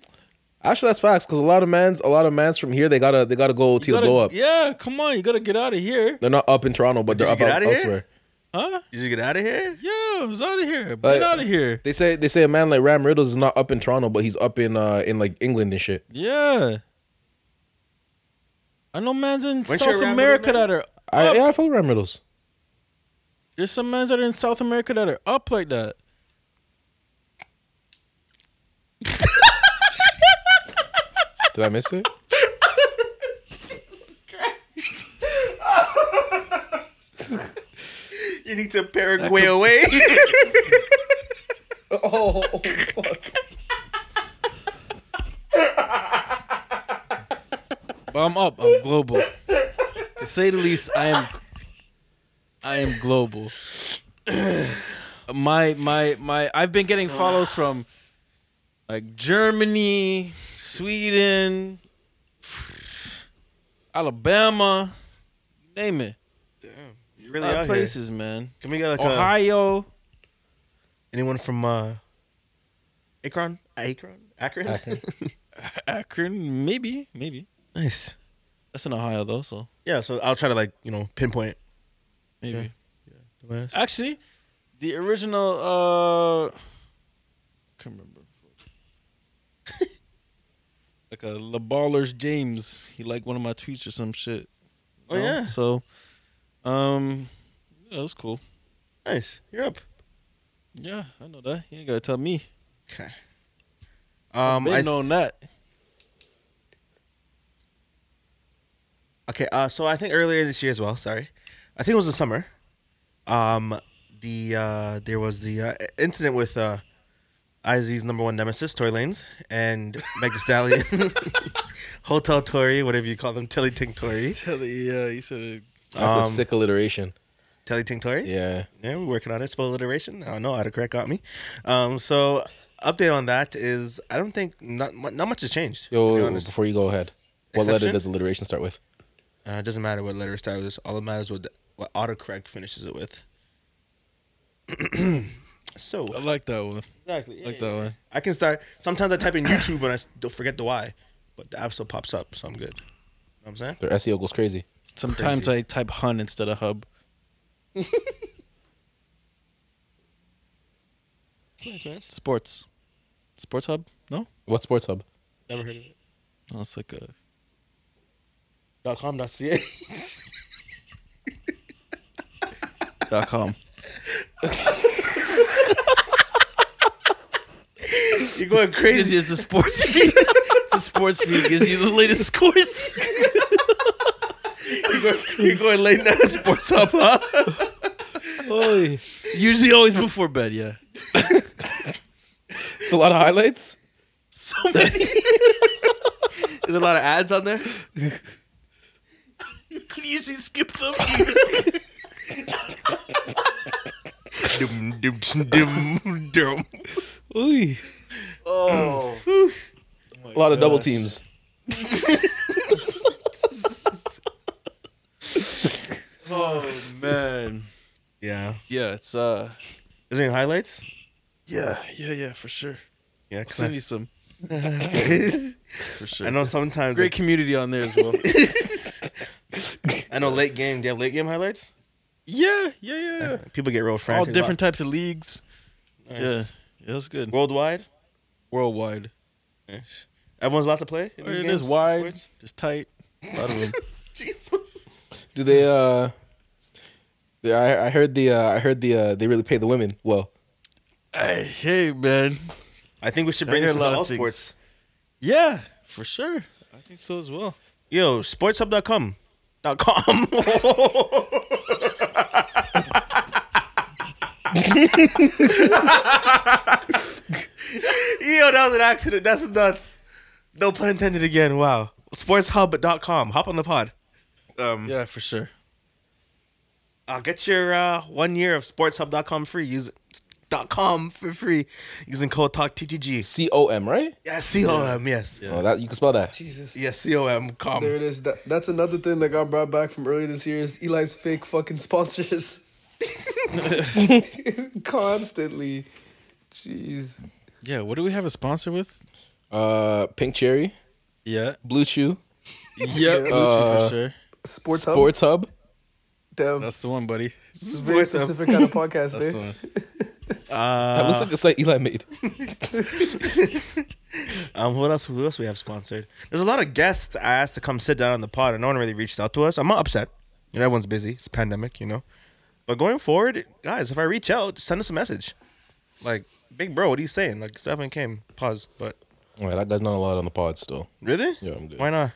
S5: Actually, that's facts. Because a lot of mans, a lot of mans from here, they gotta they gotta go to
S2: You gotta-
S5: blow up.
S2: Yeah, come on. You gotta get out of here.
S5: They're not up in Toronto, but they're
S3: you
S5: up
S3: get
S5: out
S3: outta here?
S5: elsewhere.
S2: Huh?
S3: you just get out of here.
S2: Yeah, I was out of here. Get
S5: Like-
S2: out of here.
S5: They say they say a man like Ram Riddles is not up in Toronto, but he's up in uh in like England and shit.
S2: Yeah. I know man's in
S3: Weren't you
S2: South
S3: around
S2: America
S3: everybody?
S2: that are
S5: I, yeah, I fuck with Ram Riddles.
S2: there's some mans that are in South America that are up like that.
S5: Did I miss it?
S3: You need to Paraguay away.
S4: Oh, fuck.
S2: But I'm up. I'm global. to say the least, I am. I am global. my my my. I've been getting follows from like Germany, Sweden, Alabama, you name it.
S3: you
S2: A
S3: really
S2: lot
S3: out
S2: of
S3: places.
S2: places, man.
S3: Can we get
S2: Oh,
S3: like a,
S2: Ohio.
S3: anyone from uh, Akron? Akron? Akron?
S2: Akron, maybe, maybe.
S3: nice.
S2: That's in Ohio though, so
S3: Yeah, so I'll try to like you know pinpoint.
S2: maybe.
S3: Yeah.
S2: Actually, the original uh can't remember. like a LeBallers James. He liked one of my tweets or some shit.
S3: Oh,
S2: you know?
S3: yeah.
S2: So, um, yeah, it was cool.
S3: Nice. You're up.
S2: Yeah, I know that. You ain't gotta tell me.
S3: Okay. Um,
S2: Been
S3: I
S2: on that.
S3: Okay, uh, so I think earlier this year as well. Sorry, I think it was the summer. Um, the uh, there was the uh, incident with uh, IZ's number one nemesis, Tory Lanez, and Meg Thee Stallion, Hotel Tory, whatever you call them, Tilly Tink Tory,
S2: Telly, yeah, he said it.
S5: That's a
S3: Um,
S5: sick alliteration.
S3: Tilly Tink Tory.
S5: Yeah.
S3: Yeah, we're working on it. Spell alliteration. I don't know how to correct got me. Um, so update on that is I don't think not mu- not much has changed. to be
S5: Yo,
S3: honest.
S5: before you go ahead, what letter
S3: Exception?
S5: does alliteration start with?
S3: Uh, it doesn't matter what letter it starts with. All that matters what what autocorrect finishes it with. so
S2: I like that one.
S3: exactly,
S2: like that one.
S3: I can start. Sometimes I type in YouTube and I s- don't forget the Y, but the app still pops up, so I'm good. You know what I'm saying.
S5: Their SEO goes crazy.
S2: Sometimes I type hun instead of hub.
S3: It's nice, man.
S2: Sports. Sports hub? No?
S5: What sports hub?
S3: Never heard of it.
S2: No, it's like a.
S3: Dot com. Dot ca.
S2: Dot com.
S3: You're going
S2: Gives
S3: crazy.
S2: you the sports feed. it's a sports feed. Gives you the latest scores.
S3: You're going, you're going late night at sports hub. Huh?
S5: it's
S2: Usually always before bed, yeah.
S5: a lot of highlights.
S2: So many.
S3: There's a lot of ads on there.
S2: you can usually skip them.
S3: Dum, dum, dum, dum.
S5: Ooh.
S3: Oh,
S5: A lot of double teams.
S2: Oh, man.
S3: yeah.
S2: Yeah, it's. uh.
S3: Is there any highlights?
S2: Yeah, yeah, yeah, for sure.
S3: Yeah,
S2: I'll send you some. For sure.
S3: I know sometimes
S2: Great community on there as well.
S3: I know late game. Do you have late game highlights?
S2: yeah, yeah, yeah.
S3: People get real
S2: All
S3: frantic.
S2: different types of leagues.
S3: Nice.
S2: Yeah. Yeah, it's good.
S3: Worldwide.
S2: Worldwide.
S3: Nice. Everyone's allowed to play. in these
S2: It
S3: games?
S2: is wide.
S3: Sports?
S2: It's tight. A lot of them.
S3: Jesus.
S5: Do they? uh they, I, I heard the. Uh, I heard the. Uh, they really pay the women well.
S2: hey, hey, man.
S3: I think we should
S2: I
S3: bring
S2: hear
S3: this
S2: a
S3: into
S2: lot of
S3: all
S2: things.
S3: sports.
S2: Yeah, for sure. I think so as well.
S3: Yo, sportshub.com. Dot com. Yo, that was an accident. That's nuts. No pun intended again. Wow. Sportshub.com. Hop on the pod. Um,
S2: Mm. Yeah, for sure.
S3: uh, get your uh, one year of sportshub.com free. Use dot com for free using code talk TTG.
S5: C O M, right?
S3: Yeah, C O M. Yes.
S5: Oh, that you can spell that.
S4: Jesus.
S3: Yeah, C O M. Com.
S4: There it is. That, that's another thing that got brought back from earlier this year is Eli's fake fucking sponsors. Constantly. Jeez.
S2: Yeah, what do we have a sponsor with?
S5: Uh, Pink Cherry,
S2: Yeah.
S5: Blue Chew,
S2: Yep.
S4: Yeah.
S3: Uh,
S2: for sure.
S4: Sports, Sports.
S5: Sports Hub.
S4: Damn.
S2: That's the one, buddy.
S4: This is a very
S3: Sports Hub.
S4: specific kind of podcast,
S2: That's the
S4: eh?
S2: one.
S5: that
S3: Uh,
S5: looks like a site Eli made.
S3: Um, what else? Who else we have sponsored? There's a lot of guests I asked to come sit down on the pod, and no one really reached out to us. I'm not upset. You know, everyone's busy. It's a pandemic, you know. But going forward, guys, if I reach out, just send us a message. Like, big bro, what are you saying? Like, Stefan came. Pause. But
S5: All right, that guy's not allowed on the pod still,
S3: really?
S5: Yeah, I'm good.
S3: Why not?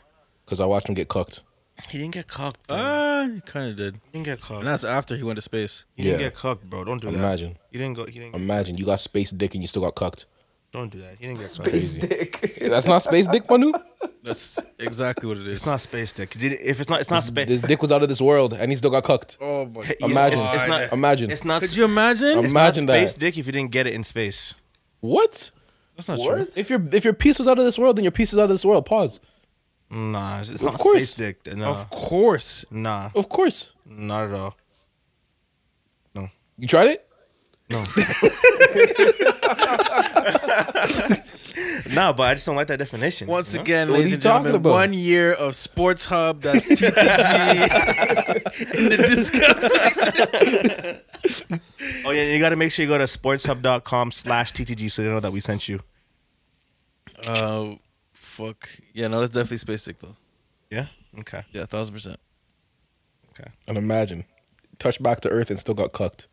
S5: cause I watched him get cooked.
S3: He didn't get cocked. Bro.
S2: Ah, you kind of did.
S3: he didn't get cocked.
S2: And that's after he went to space.
S3: he didn't
S5: Yeah.
S3: get cocked, bro. Don't do that.
S5: Imagine.
S3: You didn't go. You didn't.
S5: Imagine you got space dick and you still got cucked.
S3: don't do that. You didn't get cocked.
S4: Space dick.
S5: That's not space dick, Manu.
S2: That's exactly what it is.
S3: It's not space dick. Did it- If it's not, it's not space.
S5: This dick was out of this world and he still got cucked.
S2: oh my
S3: It's-
S5: Imagine.
S3: It's, it's not.
S5: Imagine.
S3: It's not.
S2: Could you imagine?
S5: Um,
S3: it's not
S5: imagine that.
S3: space dick if you didn't get it in space.
S5: What?
S2: that's not true.
S5: If your if your piece was out of this world, then your piece is out of this world. Pause.
S3: Nah, it's, it's
S5: Of
S3: not
S5: course.
S3: space dick. No.
S2: Of course.
S3: Nah,
S5: Of course.
S3: not at all.
S5: You tried it?
S3: No. nah, but I just don't like that definition.
S2: Once
S3: you know?
S2: again,
S5: What are
S2: ladies
S5: you
S2: and gentlemen,
S5: talking about?
S2: one year of Sports Hub. That's TTG in the discount section.
S3: Oh yeah, you gotta make sure you go to sportshub.com slash TTG so they know that we sent you.
S2: Uh, fuck. Yeah, no, that's definitely space dick though.
S3: Yeah? Okay.
S2: Yeah, thousand percent.
S3: Okay.
S5: And imagine, touched back to Earth and still got cucked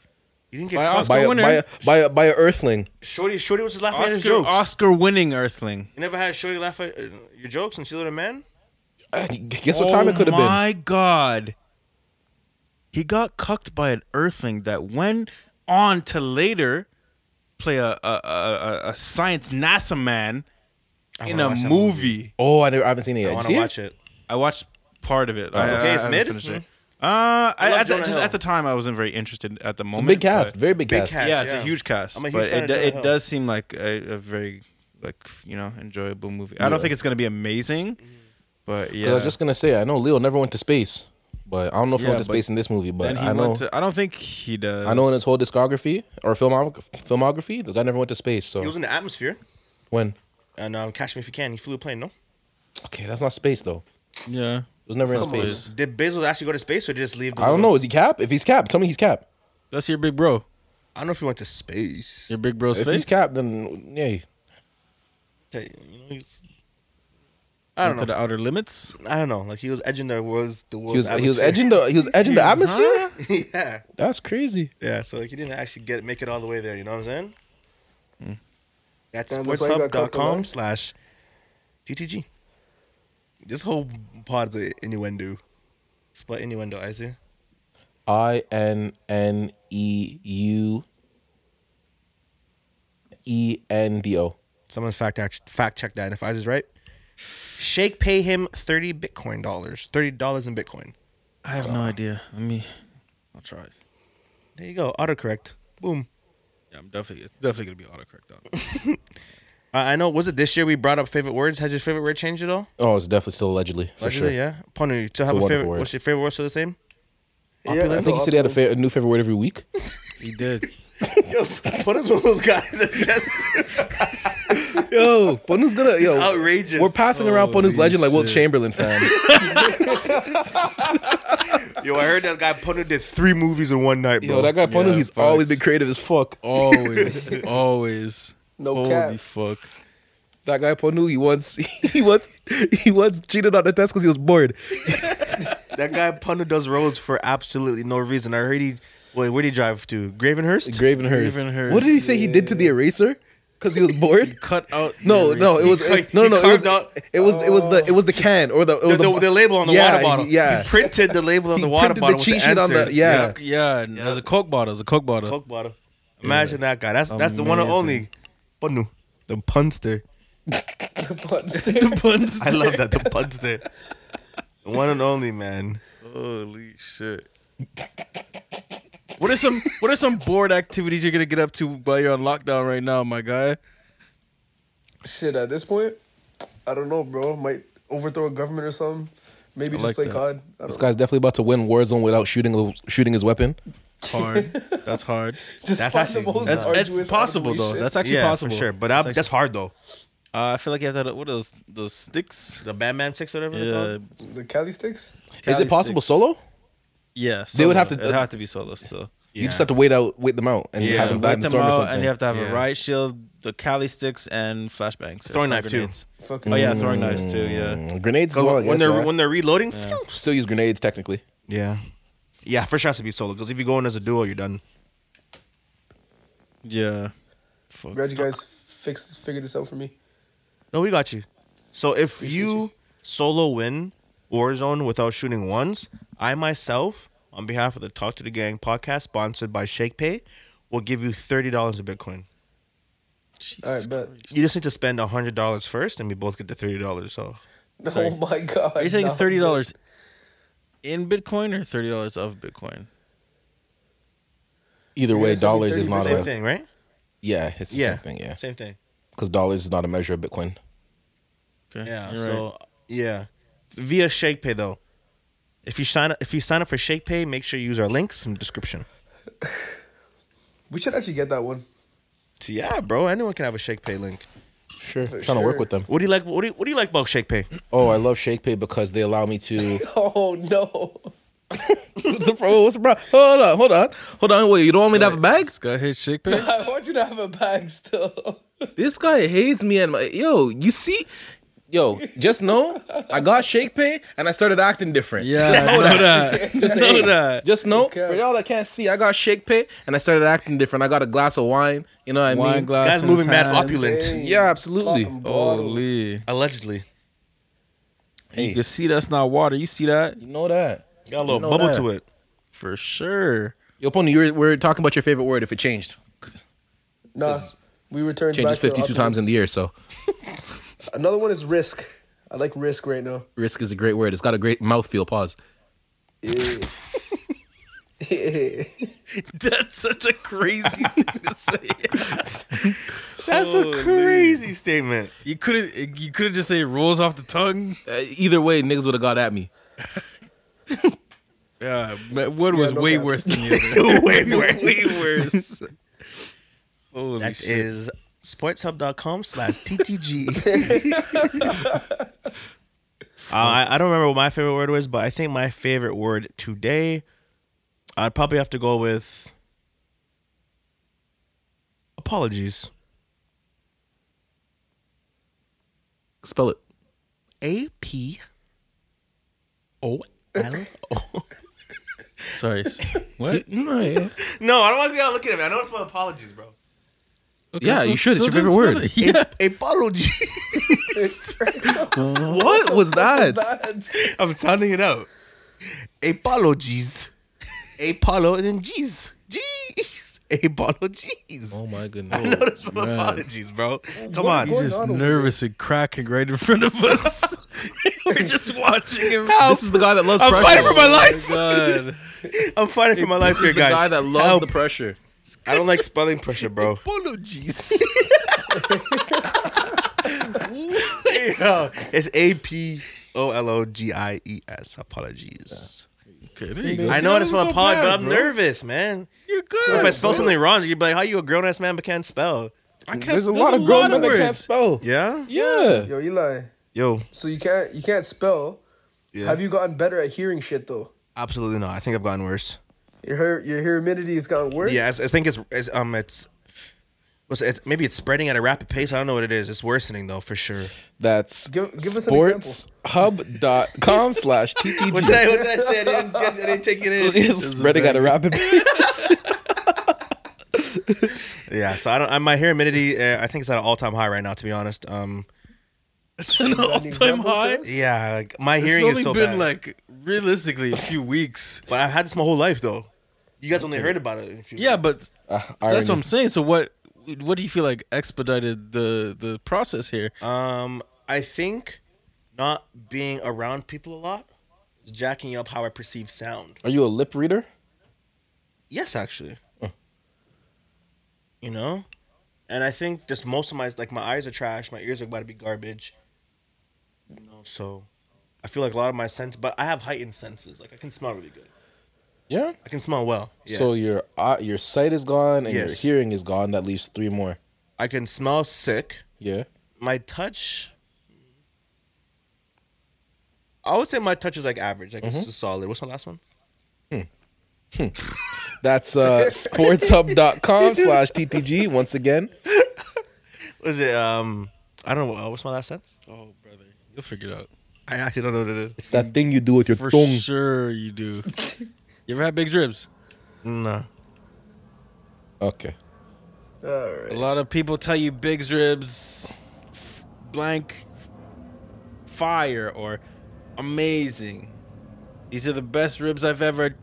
S3: You didn't get
S2: By
S3: caught.
S2: Oscar
S5: by a,
S2: winner.
S5: by a by a by a Earthling.
S3: Shorty, Shorty was just laughing at his
S2: Oscar,
S3: jokes.
S2: Oscar winning Earthling.
S3: You never had Shorty laugh at uh, your jokes and she's a man?
S5: Uh, Guess what time it could have
S2: oh
S5: been?
S2: my god. He got cucked by an Earthling that went on to later play a a, a, a- a science NASA man
S3: I
S2: in
S3: wanna
S2: a
S3: watch
S2: movie.
S3: that
S5: Oh, I, never, I haven't seen it yet.
S3: I
S5: You
S3: want
S5: see
S3: to
S5: it?
S3: watch it.
S2: I watched part of it. I,
S3: okay,
S2: I- I
S3: it's
S2: haven't
S3: mid?
S2: finished it.
S3: Mhm.
S2: Uh, I,
S3: love
S2: at the-
S3: Jonah
S2: just
S3: Hill.
S2: at the time I wasn't very interested at the
S5: It's a
S2: moment.
S5: big cast,
S2: but-
S5: very big,
S3: Big
S5: cast.
S3: cast.
S2: yeah, it's
S3: yeah.
S2: a huge cast.
S3: I'm a huge
S2: but
S3: fan
S2: it,
S3: of
S2: do-
S3: Jonah
S2: it
S3: Hill.
S2: does seem like a, a very like you know enjoyable movie. I don't
S5: Yeah.
S2: think it's gonna be amazing,
S3: Mm-hmm.
S2: but yeah.
S5: I was just gonna say, I know Leo never went to space, but I don't know if he
S2: Yeah,
S5: went to
S2: but
S5: space in this movie. But
S2: Then he
S5: I know,
S2: went to, I don't think he does.
S5: I know in his whole discography or filmog- filmography, the guy never went to space. So
S3: He was in the atmosphere.
S5: when?
S3: And um, Catch Me If You Can. He flew a plane, no?
S5: Okay, that's not space though.
S2: yeah.
S5: It was never in
S2: Come on.
S5: space.
S3: Did Bezos actually go to space or just leave? The
S5: I don't
S3: little-
S5: know. Is he Cap? If he's Cap, tell me he's Cap.
S2: That's your big bro.
S3: I don't know if he went to space.
S2: Your big bro's
S5: If
S2: face.
S5: he's Cap, then yay.
S3: Okay, you know, he's- I don't
S2: Into
S3: know.
S2: the outer limits.
S3: I don't know. Like he was edging the world's the world's
S5: He was he was
S3: atmosphere.
S5: edging the he was edging the atmosphere.
S3: yeah,
S5: That's crazy.
S3: yeah. So like he didn't actually get make it all the way there. You know what I'm saying?
S5: Hmm.
S3: That's
S4: Damn, that's why you got caught
S3: sportshub.com
S4: alone.
S3: slash DTG. This whole pod's an innuendo. Spot innuendo, I see.
S5: I N N E U E N D O.
S3: Someone fact act, fact check that. And if I was right, Shake pay him thirty Bitcoin dollars, thirty dollars in Bitcoin.
S2: I have no idea. Let me. I'll try. it.
S3: There you go. Autocorrect. Boom.
S2: Yeah, I'm definitely. It's definitely gonna be autocorrect on.
S3: I I know. Was it this year we brought up favorite words? Has your favorite word changed at all?
S5: Oh, it's definitely still allegedly for
S3: Allegedly,
S5: sure.
S3: Yeah. Ponu, you still have
S5: It's a
S3: a, favorite.
S5: wonderful word.
S3: What's your favorite word? Still the same?
S4: Yeah,
S5: I think he said he had a, fa- a new favorite word every week.
S2: he did.
S3: Yo, what is one of those guys that just
S5: Yo, Bonu's gonna yo.
S3: outrageous?
S5: We're passing around Bonu's
S2: Holy
S5: legend like Will
S2: shit.
S5: Chamberlain fan.
S3: Yo, I heard that guy Ponu did three movies in one night, bro. Oh.
S5: yo, that guy Bonu,
S2: Yeah,
S5: he's
S2: facts.
S5: always been creative as fuck.
S2: Always, always.
S4: No
S2: Holy
S4: cap.
S2: fuck.
S5: That guy Ponu, he once he once he once cheated on the test because he was bored.
S3: That guy Ponu does roads for absolutely no reason. I heard he. Wait, where did he drive to? Gravenhurst.
S5: Gravenhurst.
S2: Gravenhurst.
S5: What did he say he did to the eraser? Because he was bored.
S2: Cut out.
S5: No,
S2: your
S5: no,
S2: racism.
S5: it was
S3: He-
S5: no,
S3: he
S5: no, it was,
S3: carved out- Oh.
S5: it was it was the it was the can or the it
S3: the,
S5: was
S3: the, the label on the
S5: Yeah,
S3: water bottle.
S5: he- yeah.
S3: He printed the label on
S5: He
S3: the water
S5: printed the
S3: bottle. with
S5: cheat sheet on the-
S3: answers.
S5: yeah.
S2: Yeah, yeah. yeah. As a Coke bottle, as a Coke bottle.
S3: Coke bottle. Imagine that guy. That's that's the one and only
S2: Amazing.
S3: Ponu, the punster.
S4: the
S3: I love that the punster. The one and only man.
S2: Holy shit. What are some What are some bored activities you're gonna get up to while you're on lockdown right now, my guy?
S4: Shit, at this point, I don't know, bro. Might overthrow a government or something. Maybe just
S2: like
S4: play
S2: that.
S4: COD. I
S5: This
S4: don't know.
S5: guy's definitely about to win Warzone without shooting shooting his weapon.
S2: Hard. That's hard.
S4: Just
S3: That's
S4: find the
S3: actually-
S4: most
S2: That's,
S4: arduous,
S2: that's possible
S4: unbelievable
S2: though.
S4: shit.
S2: That's actually
S3: yeah,
S2: possible.
S3: for sure. But
S2: That's
S3: that, that's hard though.
S2: actually- uh, I feel like you have to. What are those? Those sticks.
S3: The Batman six, whatever. they're
S2: Yeah.
S3: called.
S4: the Cali sticks.
S5: Is
S2: Cali
S5: it possible
S2: sticks.
S5: solo?
S2: Yeah.
S5: They would have to-
S2: It would have to be solo still.
S5: You just have to wait out, wait them out, and
S3: Yeah.
S5: have them die in
S2: Wipe
S5: the
S2: them
S5: storm or
S2: out,
S5: something.
S2: and you have to have
S3: Yeah.
S2: a riot shield, the Cali sticks, and flashbangs. or stun
S3: Throwing knife, too.
S2: grenades.
S4: Fucking
S2: Oh yeah, throwing knives too. Yeah.
S5: Mm, grenades. As
S3: Cause
S5: well, I
S3: when
S5: guess,
S3: they're
S5: right?
S3: when they're reloading, yeah.
S5: still use grenades technically.
S3: yeah, for sure has to be solo. Because if you go in as a duo, you're done.
S2: Yeah. Fuck.
S4: Glad you guys fixed figured this out for me.
S3: No, we got you. So if you solo win Warzone without shooting once, I myself, on behalf of the Talk to the Gang podcast, sponsored by ShakePay, will give you thirty dollars in Bitcoin.
S4: All right, bet.
S3: You just need to spend hundred dollars first, and we both get the thirty dollars. So
S4: Oh my god.
S2: Are you saying
S4: nah,
S2: thirty dollars in Bitcoin or thirty dollars of Bitcoin?
S5: Either
S4: Yeah,
S5: way,
S4: it's gonna be
S5: dollars is
S4: 30
S5: not
S3: same
S5: a
S3: thing, right?
S5: yeah. It's the
S3: yeah,
S5: same thing, yeah.
S3: same thing.
S5: Because dollars is not a measure of Bitcoin.
S2: Okay.
S3: Yeah.
S2: you're
S3: so yeah, via ShakePay though. If you sign up, if you sign up for ShakePay, make sure you use our links in the description.
S4: We should actually get that one.
S3: So yeah, bro, anyone can have a ShakePay link.
S5: Sure, trying to work
S4: sure.
S5: with them.
S3: What do you like? What do you, what do you like about ShakePay?
S5: Oh, I love ShakePay because they allow me to.
S4: Oh no.
S5: what's the problem? What's the problem? Hold on, hold on, hold on. Wait, you don't want me to have a bag?
S2: Sky hit shake pay.
S4: I want you to have a bag still.
S5: This guy hates me and my yo. You see, yo, just know I got shake pay and I started acting different.
S2: Yeah, know that.
S5: Just
S2: Know
S5: hey,
S2: that.
S5: Just know
S4: Okay.
S5: for y'all that can't see, I got shake pay and I started acting different. I got a glass of wine. You know what I mean?
S2: Wine glass.
S3: Guy's
S2: in
S3: moving
S2: his
S3: mad
S2: hand.
S3: opulent.
S5: Yeah, absolutely.
S4: Fucking bottles.
S2: Holy.
S3: Allegedly.
S2: You can see that's not water. You see that?
S5: You know that.
S3: Got a little
S5: know
S3: bubble
S5: that.
S3: to it.
S2: For sure.
S5: Yo, Pony, you were, we were talking about your favorite word. If it changed,
S4: Nah, we returned
S5: changes
S4: back to
S5: fifty-two times in the year. So
S4: opulence. Another one is risk. I like risk right now.
S5: risk is a great word. It's got a great mouthfeel. Pause.
S4: Yeah.
S2: That's such a crazy thing to say.
S3: That's a crazy statement.
S2: You couldn't. You couldn't just say it rolls off the tongue.
S5: Uh, either way, niggas would have got at me.
S2: Yeah, Uh, but one was
S4: no
S2: way
S4: doubt.
S2: worse than the other. way, way, way worse. Holy
S3: That
S2: shit!
S3: is sportshub.com slash TTG. uh, I, I don't remember what my favorite word was, but I think my favorite word today, I'd probably have to go with apologies.
S5: Spell it.
S3: A P O L O.
S2: Sorry. s- What?
S5: No, yeah.
S3: No, I don't want to be out looking at me. I know it's about apologies, bro.
S5: Yeah, you should. It's your favorite word.
S2: Yeah.
S3: Apologies.
S5: What was that?
S3: I'm sounding it out. Apologies. Apollo and then G's. G's. Apologies.
S5: Oh my Oh
S3: I
S5: goodness.
S3: know that's from apologies, bro. Come on.
S2: He's just
S4: on over
S2: nervous and cracking right in front of us. We're just watching him.
S5: This is the guy that loves
S3: I'm
S5: pressure.
S3: fighting for my life.
S2: God.
S3: I'm fighting for my life
S5: This
S3: here,
S5: is the guy
S3: guys.
S5: that loves
S3: Help.
S5: the pressure.
S3: I don't like spelling pressure, bro.
S2: Apologies.
S3: yeah. It's A P O L O G I E S. Apologies.
S2: okay, there you go.
S3: I
S2: See,
S3: know
S2: that
S3: it's
S2: wasn't so
S3: spelled apology,
S2: bad,
S3: but I'm
S2: bro.
S3: nervous, man.
S2: You're
S3: If I
S2: good.
S3: spell something wrong, you'd be like, "How you a grown ass man but can't spell?"
S2: I can't,
S5: There's a lot of grown men that can't
S2: words.
S5: spell.
S3: Yeah.
S5: Yeah.
S4: Yo, Eli.
S3: Yo.
S4: So you can't you can't spell.
S3: Yeah.
S4: Have you gotten better at hearing shit though?
S3: Absolutely not. I think I've gotten worse.
S4: Your her, your humidity has gotten worse.
S3: Yeah, I, I think it's, it's um it's. What's it, it's- maybe it's spreading at a rapid pace. I don't know what it is. It's worsening though, for sure.
S5: That's
S4: Give- give us an
S5: sportshub.com slash
S3: What did
S5: TTG.
S3: I, what did I say? I didn't, get- I didn't take it in.
S5: It's spreading at a rapid pace.
S3: Yeah, so I don't. I, my hair humidity, uh, I think it's at an all-time high right now. To be honest, um,
S2: It's an all-time
S4: example for
S2: high.
S4: us?
S3: yeah, like, my
S2: It's
S3: hearing
S2: only
S3: is so
S2: been
S3: bad.
S2: like realistically a few weeks.
S3: but I've had this my whole life though. You guys only heard about it. in a few-
S2: Yeah, but
S5: irony.
S2: that's what I'm saying. So what? What do you feel like expedited the the process here?
S3: Um, I think not being around people a lot is jacking up how I perceive sound.
S5: Are you a lip reader?
S3: Yes, actually. You know, and I think just most of my like my eyes are trash, my ears are about to be garbage. You know, so I feel like a lot of my sense, but I have heightened senses. Like I can smell really good.
S5: Yeah.
S3: I can smell well. Yeah.
S5: So your eye, your sight is gone and your
S3: Yes.
S5: hearing is gone. That leaves three more.
S3: I can smell sick.
S5: Yeah.
S3: My touch. I would say my touch is like average. Like it's just solid. What's my last one?
S5: That's uh, sportshub.com slash TTG. Once again,
S3: What is it? Um, I don't know. What's my last sense?
S2: Oh, brother, you'll figure it out.
S3: I actually don't know what it is.
S5: it's that thing you do with your
S2: For
S5: tongue.
S2: sure you do. You ever had big drips?
S3: No.
S5: Okay.
S4: All right.
S2: A lot of people tell you big drips, f- blank, fire, or amazing. These are the best ribs I've ever.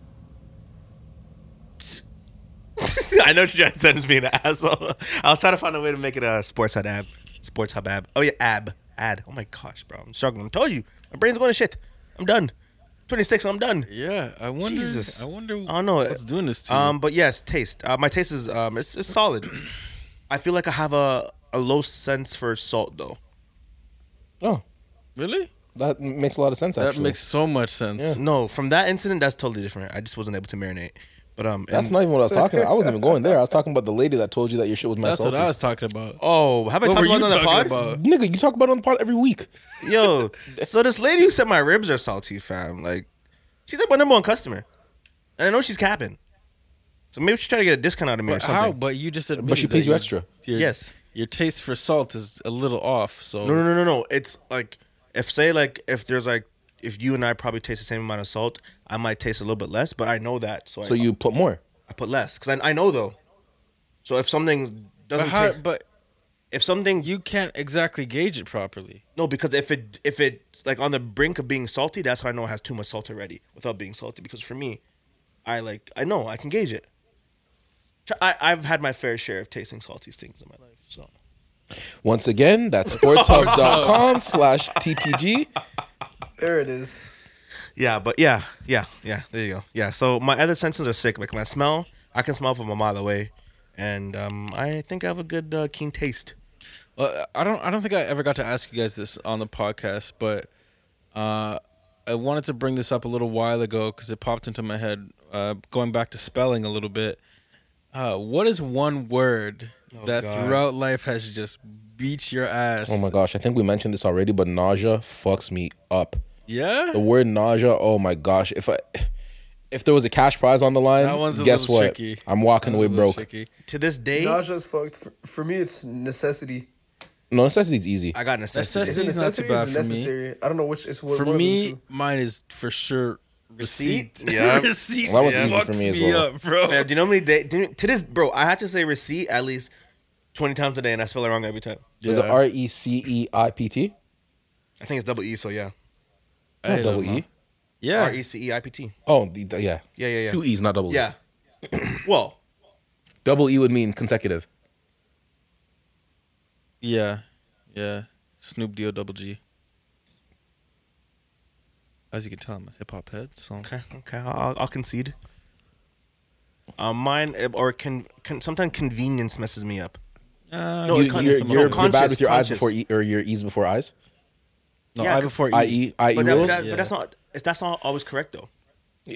S3: I know she tried to sentence me an asshole. I was trying to find a way to make it a sports hub ab. Sports hub ab. Oh yeah, ab. Ad. Oh my gosh, bro. I'm struggling. I told you. My brain's going to shit. I'm done. 26, I'm done.
S2: Yeah, I wonder.
S3: Jesus.
S2: I wonder.
S3: I don't know.
S2: what's doing this to
S3: Um, but yes, taste. Uh, my taste is um it's, it's solid. I feel like I have a, a low sense for salt though.
S5: Oh,
S2: you. Really?
S5: that m- makes a lot of sense.
S2: That
S5: Actually,
S2: makes so much sense.
S3: No, from that incident, that's totally different. I just wasn't able to marinate. But um
S5: that's
S3: and-
S5: not even what I was talking about. I wasn't even going there. I was talking about the lady that told you that your shit was my
S2: That's
S5: salty.
S2: what I was talking about.
S3: Oh, have I
S2: What
S3: talked
S2: were
S3: about
S2: you
S3: it on the pod?
S2: talking about?
S5: Nigga, you talk about it on the pod every week.
S3: Yo, so this lady who said my ribs are salty, fam, like, she's like my number one customer. And I know she's capping. So maybe she's trying to get a discount out of me or
S2: How?
S3: something.
S2: But you just admitted
S5: But she pays
S2: that
S5: you extra.
S2: you're-
S3: Yes.
S2: Your taste for salt is a little off, so
S3: No, no, no, no, no. It's like if say like if there's like if you and I probably taste the same amount of salt, I might taste a little bit less, but I know that, so,
S5: So
S3: I,
S5: you put more.
S3: I put less because I, I know though. So if something
S2: But,
S3: doesn't
S2: how,
S3: taste,
S2: but
S3: if something
S2: you can't exactly gauge it properly.
S3: no, because if it if it's like on the brink of being salty, that's how I know it has too much salt already without being salty. Because for me, I like I know I can gauge it. Tr- I I've had my fair share of tasting salty things in my life, so.
S5: Once again, that's sportshub.com slash TTG.
S4: There it is.
S3: Yeah, but yeah, yeah, yeah. There you go. Yeah. So my other senses are sick. Like my smell, I can smell from a mile away, and um, I think I have a good uh, keen taste.
S2: Well, I don't. I don't think I ever got to ask you guys this on the podcast, but uh, I wanted to bring this up a little while ago because it popped into my head. Uh, going back to spelling a little bit, uh, what is one word that
S3: Oh, God.
S2: throughout life has just beat your ass?
S5: Oh my gosh, I think we mentioned this already, but nausea fucks me up.
S2: Yeah,
S5: The word nausea, oh my gosh. If I if there was a cash prize on the line,
S2: That one's a
S5: guess
S2: little
S5: what?
S2: tricky.
S5: I'm walking away
S2: That's a little
S5: broke.
S2: tricky.
S3: To this day,
S4: Nausea's fucked. For, for me, it's necessity.
S5: No, necessity's easy.
S3: I got necessity.
S2: Necessity. It's not too
S4: or
S2: bad
S4: is it
S2: for me.
S4: necessary? I don't know which. It's what,
S2: For
S4: one of them
S2: me,
S4: two.
S2: mine is for sure
S3: Receipt?
S2: receipt.
S3: Yeah.
S2: receipt.
S5: Well, that was
S2: yeah.
S5: easy for
S2: fucks
S5: me as
S2: me
S5: well.
S2: up, bro.
S3: Fam, do you know how many day, do you- to this bro? I had to say receipt at least twenty times a day, and I spell it wrong every time.
S5: There's
S2: Yeah.
S5: a R E C E I P T.
S3: I think it's double E. So yeah,
S2: I
S5: Not
S2: don't
S5: double
S2: know.
S5: E.
S2: Yeah,
S3: R E C E I P T.
S5: Oh, the, the- yeah.
S3: Yeah, yeah, yeah.
S5: Two E's, not double E.
S3: Yeah. well,
S5: Double E would mean consecutive.
S2: Yeah, yeah. Snoop D O double G. As you can tell, I'm a hip hop head. So
S3: okay, okay, I'll, I'll concede. Um, mine eh, or can, can sometimes convenience messes me up.
S2: Uh,
S3: No,
S5: You,
S3: it con-
S5: you're,
S3: no,
S5: you're, you're
S3: conscious,
S5: bad with your
S3: conscious.
S5: eyes before E or your E's before eyes.
S2: no,
S3: yeah,
S2: I before E.
S5: I.E. I.E.
S3: But, that,
S5: rules.
S3: that- but
S2: Yeah.
S3: that's not it's- that's not always correct though.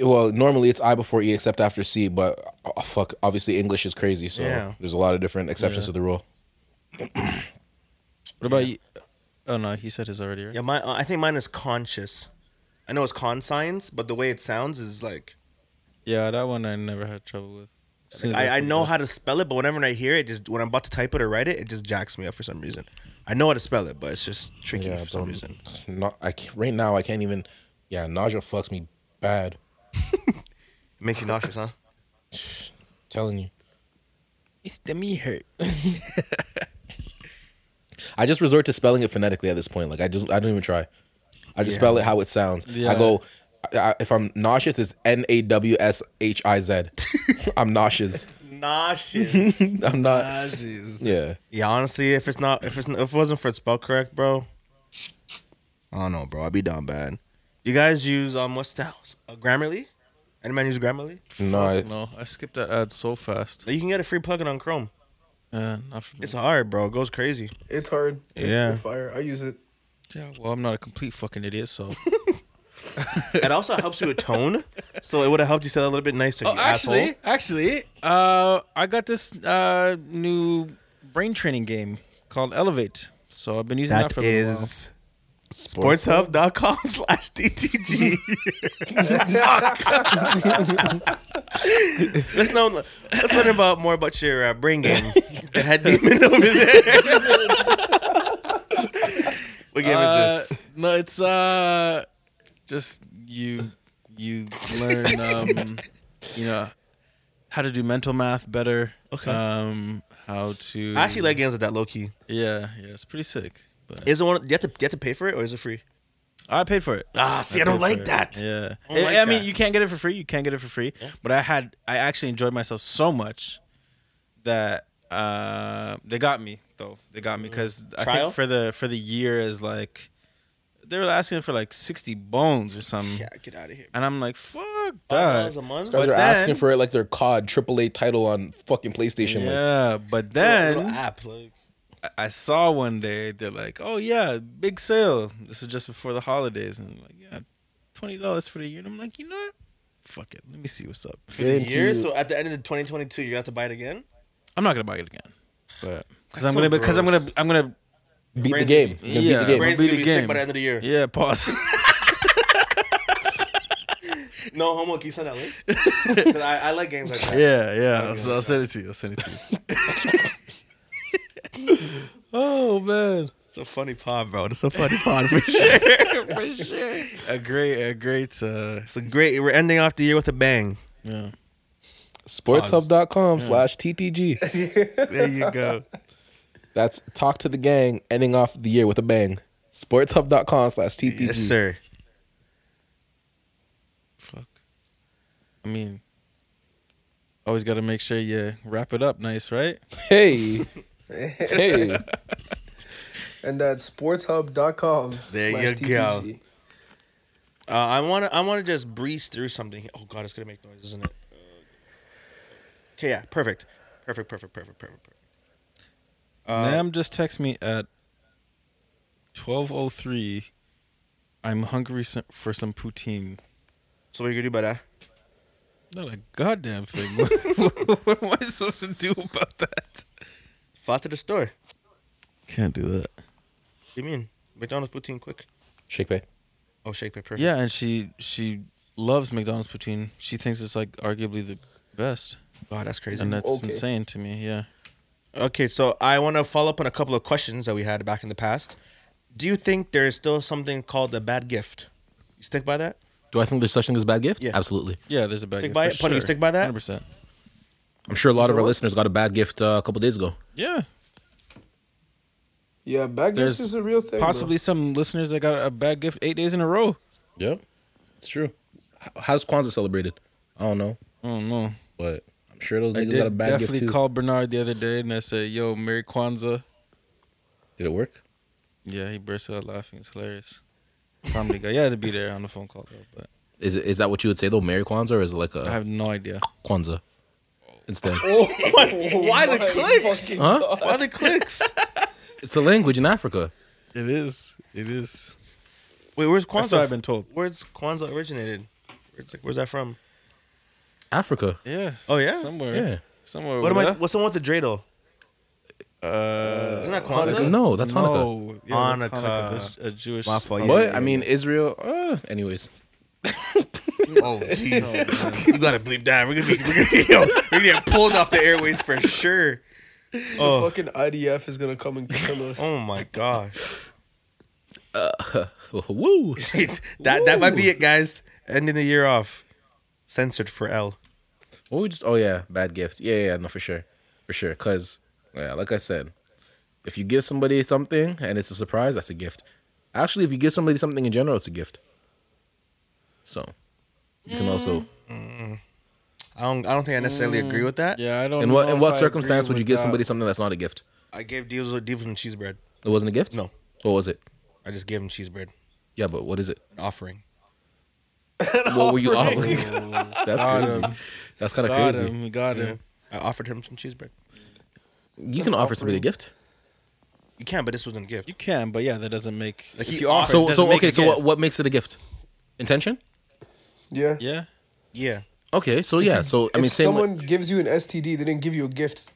S5: Well, normally it's I before E except after C, but oh, fuck, obviously English is crazy, so
S3: Yeah.
S5: there's a lot of different exceptions
S2: Yeah.
S5: to the rule.
S2: What about you? Oh no, he said his already. Right?
S3: Yeah, my uh, I think mine is conscious. I know it's conscience, but the way it sounds is like
S2: Yeah, that one I never had trouble with. As soon as
S3: I, I
S2: figured
S3: know
S2: out-
S3: how to spell it, but whenever I hear it, just when I'm about to type it or write it, it just jacks me up for some reason. I know how to spell it, but it's just tricky for some
S5: don't-
S3: reason.
S5: Not, I can't, right now I can't even. Yeah, nausea fucks me bad.
S3: It makes you nauseous, huh?
S5: telling you,
S2: It's the me hurt.
S5: I just resort to spelling it phonetically at this point. Like I just I don't even try. I just
S3: Yeah.
S5: spell it how it sounds.
S2: Yeah.
S5: I go. I, I- if I'm nauseous, it's N A W S H I Z. I'm nauseous.
S3: Nauseous.
S5: I'm not.
S2: yeah.
S5: Yeah.
S3: yeah, honestly, if it's not if it's if it wasn't for spell correct, bro, I don't know, bro. I'd be down bad. You guys use um what's that? Uh, Grammarly? Any man use Grammarly?
S5: No. I,
S2: No, I skipped that ad so fast.
S3: You can get a free plugin on Chrome.
S2: Uh, not for me.
S3: It's hard, bro. It goes crazy.
S4: It's hard. It's,
S2: Yeah.
S4: It's fire. I use it.
S2: Yeah, well, I'm not a complete fucking idiot, so.
S3: It also helps you with tone, so it would have helped you sound a little bit nicer.
S2: oh,
S3: you
S2: actually,
S3: asshole.
S2: actually, uh, I got this uh new brain training game called Elevate. So I've been using that,
S3: that
S2: for a little while.
S3: is sportshub.com slash DTG. let's know. Let's learn about more about your uh, brain game. The head demon over there. what game is
S2: Uh,
S3: this?
S2: No, it's uh, just you you learn um, you know how to do mental math better.
S3: Okay.
S2: Um, how to
S3: I actually like games like that low key.
S2: yeah yeah it's pretty sick. But
S3: Is it one? You have to you have to pay for it or is it free?
S2: I paid for it.
S3: Ah, see, I,
S2: paid
S3: don't
S2: for
S3: like
S2: it.
S3: that.
S2: Yeah,
S3: I don't
S2: I,
S3: like
S2: I mean
S3: that.
S2: you can't get it for free. You can't get it for free. But I had I actually enjoyed myself so much that uh, they got me though. They got me because I
S3: Mm-hmm. Trial?
S2: think for the for the year is like they were asking for like sixty bones or something.
S3: Yeah, get out of here.
S2: And I'm like, fuck
S3: $5
S2: that.
S3: a month.
S5: Guys
S2: But
S5: are asking
S2: then-
S5: for it like their COD AAA title on fucking PlayStation. Like,
S2: Yeah, but
S3: Little- little
S2: then
S3: app, like.
S2: I- I saw one day they're like, oh yeah, big sale. This is just before the holidays, and I'm like, yeah, twenty dollars for the year. And I'm like, you know what? Fuck it. Let me see what's up.
S5: get
S3: the
S5: into
S3: year.
S5: you.
S3: So at the end of the 2022, you have to buy it again.
S2: I'm not gonna buy it again, but because I'm
S3: That's so
S2: gonna because I'm gonna
S3: gross.
S2: I'm gonna
S5: beat the
S3: Brains
S5: game.
S3: would
S5: You're gonna Beat the
S2: Yeah.
S5: game.
S3: Brain's gonna
S2: beat the
S3: be sick
S2: game.
S3: by the end of the year.
S2: yeah pause.
S3: No homo. Can you send that link? 'Cause I, I like games like that.
S2: yeah yeah. So I'll send it to you. I'll send it to you.
S3: Oh,
S2: bad.
S3: It's a funny pod, bro. It's a funny pod for sure. for sure.
S2: A great, a great. Uh,
S3: It's a great. We're ending off the year with a bang.
S2: yeah.
S5: Sportshub.com slash TTG.
S3: There you go.
S5: That's Talk to the Gang, ending off the year with a bang. Sportshub.com slash TTG.
S3: yes, sir.
S2: Fuck. I mean, always got to make sure you wrap it up nice, right?
S5: Hey. hey.
S4: And that's sportshub.com.
S3: There
S4: slash
S3: you go.
S4: TTG.
S3: Uh, I want to. I want to just breeze through something. Oh God, it's gonna make noise, isn't it? Okay, yeah, perfect, perfect, perfect, perfect, perfect, perfect.
S2: Nam just text me at 12:03. I'm hungry s- for some poutine.
S3: So what you gonna do about that?
S2: Not a goddamn thing. what, what am I supposed to do about that?
S3: Fly to the store.
S2: Can't do that.
S3: What do you mean McDonald's poutine quick?
S5: Shake pay.
S3: Oh, shake it, perfect.
S2: Yeah, and she she loves McDonald's poutine. She thinks it's like arguably the best,
S3: God, Oh, that's crazy.
S2: and that's
S4: Okay.
S2: insane to me. Yeah.
S3: Okay, so I want to follow up on a couple of questions that we had back in the past. Do you think there is still something called the bad gift? You stick by that?
S5: Do I think there's such thing as a bad gift?
S3: Yeah.
S5: Absolutely.
S2: Yeah, there's a bad
S3: Stick
S2: gift
S3: by
S2: for
S3: it? Putty, you
S2: sure.
S3: stick by that?
S2: 100%.
S5: I'm sure a lot of our listeners got a bad gift uh, a couple days ago.
S2: Yeah.
S4: Yeah, bad
S2: There's
S4: gifts is a real thing. bro.
S2: Possibly some listeners that got a bad gift 8 days in a row.
S5: Yep. It's true. How's Kwanzaa celebrated? I don't know,
S2: I don't know.
S5: but I'm sure those
S2: I
S5: niggas
S2: did
S5: got a bad gift
S2: definitely
S5: too.
S2: called Bernard the other day and I said, "Yo, Merry Kwanzaa."
S5: Did it work?
S2: Yeah, he bursted out laughing. It's hilarious. Comedy guy. Yeah, to be there on the phone call though, but
S5: Is it, is that what you would say though? Merry Kwanzaa or is it like
S2: I
S5: a
S2: have no idea.
S5: Kwanzaa instead?
S3: Why the
S4: my
S3: clicks?
S4: fucking
S5: Huh?
S3: Why the clicks?
S5: It's a language in Africa.
S2: It is. It is.
S3: Wait, where's
S2: That's what
S3: Kwanzaa?
S2: I've been told.
S3: Where's Kwanzaa originated? Where's, like, where's that from?
S5: Africa.
S2: Yeah.
S3: Oh, yeah?
S2: Somewhere.
S5: Yeah.
S2: Somewhere.
S3: What am
S2: over
S3: I?
S2: there.
S3: What's the one with the dreidel?
S2: Uh,
S3: Isn't that Kwanzaa?
S5: No, that's Hanukkah.
S2: No. Yeah, that's
S3: Hanukkah.
S2: That's a Jewish.
S3: My fault.
S5: But
S3: Yeah, yeah,
S5: I mean, Israel. Uh, anyways,
S3: Oh jeez, you gotta bleep that. We're gonna be we're gonna, yo, we're gonna get pulled off the airways for sure. Oh,
S4: Fucking IDF is gonna come and kill us.
S3: oh my gosh,
S5: woo.
S3: that that might be it, guys. Ending the year off, censored for L.
S5: What we just? Oh yeah, bad gifts. Yeah, yeah, yeah, no, for sure, for sure. Cause yeah, like I said, if you give somebody something and it's a surprise, that's a gift. Actually, if you give somebody something in general, it's a gift. So you can also.
S3: I don't I don't think I necessarily agree with that.
S2: Mm, Yeah, I don't.
S5: In what
S2: know
S5: in
S2: if
S5: what
S2: I
S5: circumstance
S2: agree
S5: would you
S2: with
S5: give
S2: that.
S5: somebody something that's not a gift?
S3: I gave Diesel Diesel some cheese bread.
S5: It wasn't a gift.
S3: No.
S5: What was it?
S3: I just gave him cheese bread,
S5: Yeah, but what is it?
S3: an offering.
S5: What were you offering? that's crazy. That's kind of
S2: Got
S5: crazy.
S2: him. Got him.
S3: I offered him some cheese bread.
S5: You can offer somebody a gift.
S3: You can, but this wasn't a gift.
S2: You can, but yeah, that doesn't make.
S3: Like,
S2: if
S3: he
S2: you offer,
S5: So
S2: it doesn't
S5: so
S2: make
S5: okay.
S2: a
S5: So what,
S2: gift.
S5: what makes it a gift? Intention.
S4: Yeah.
S2: Yeah.
S3: Yeah.
S5: Okay. So yeah. So I
S4: If
S5: mean, same. way-
S4: someone gives you an STD, they didn't give you a gift.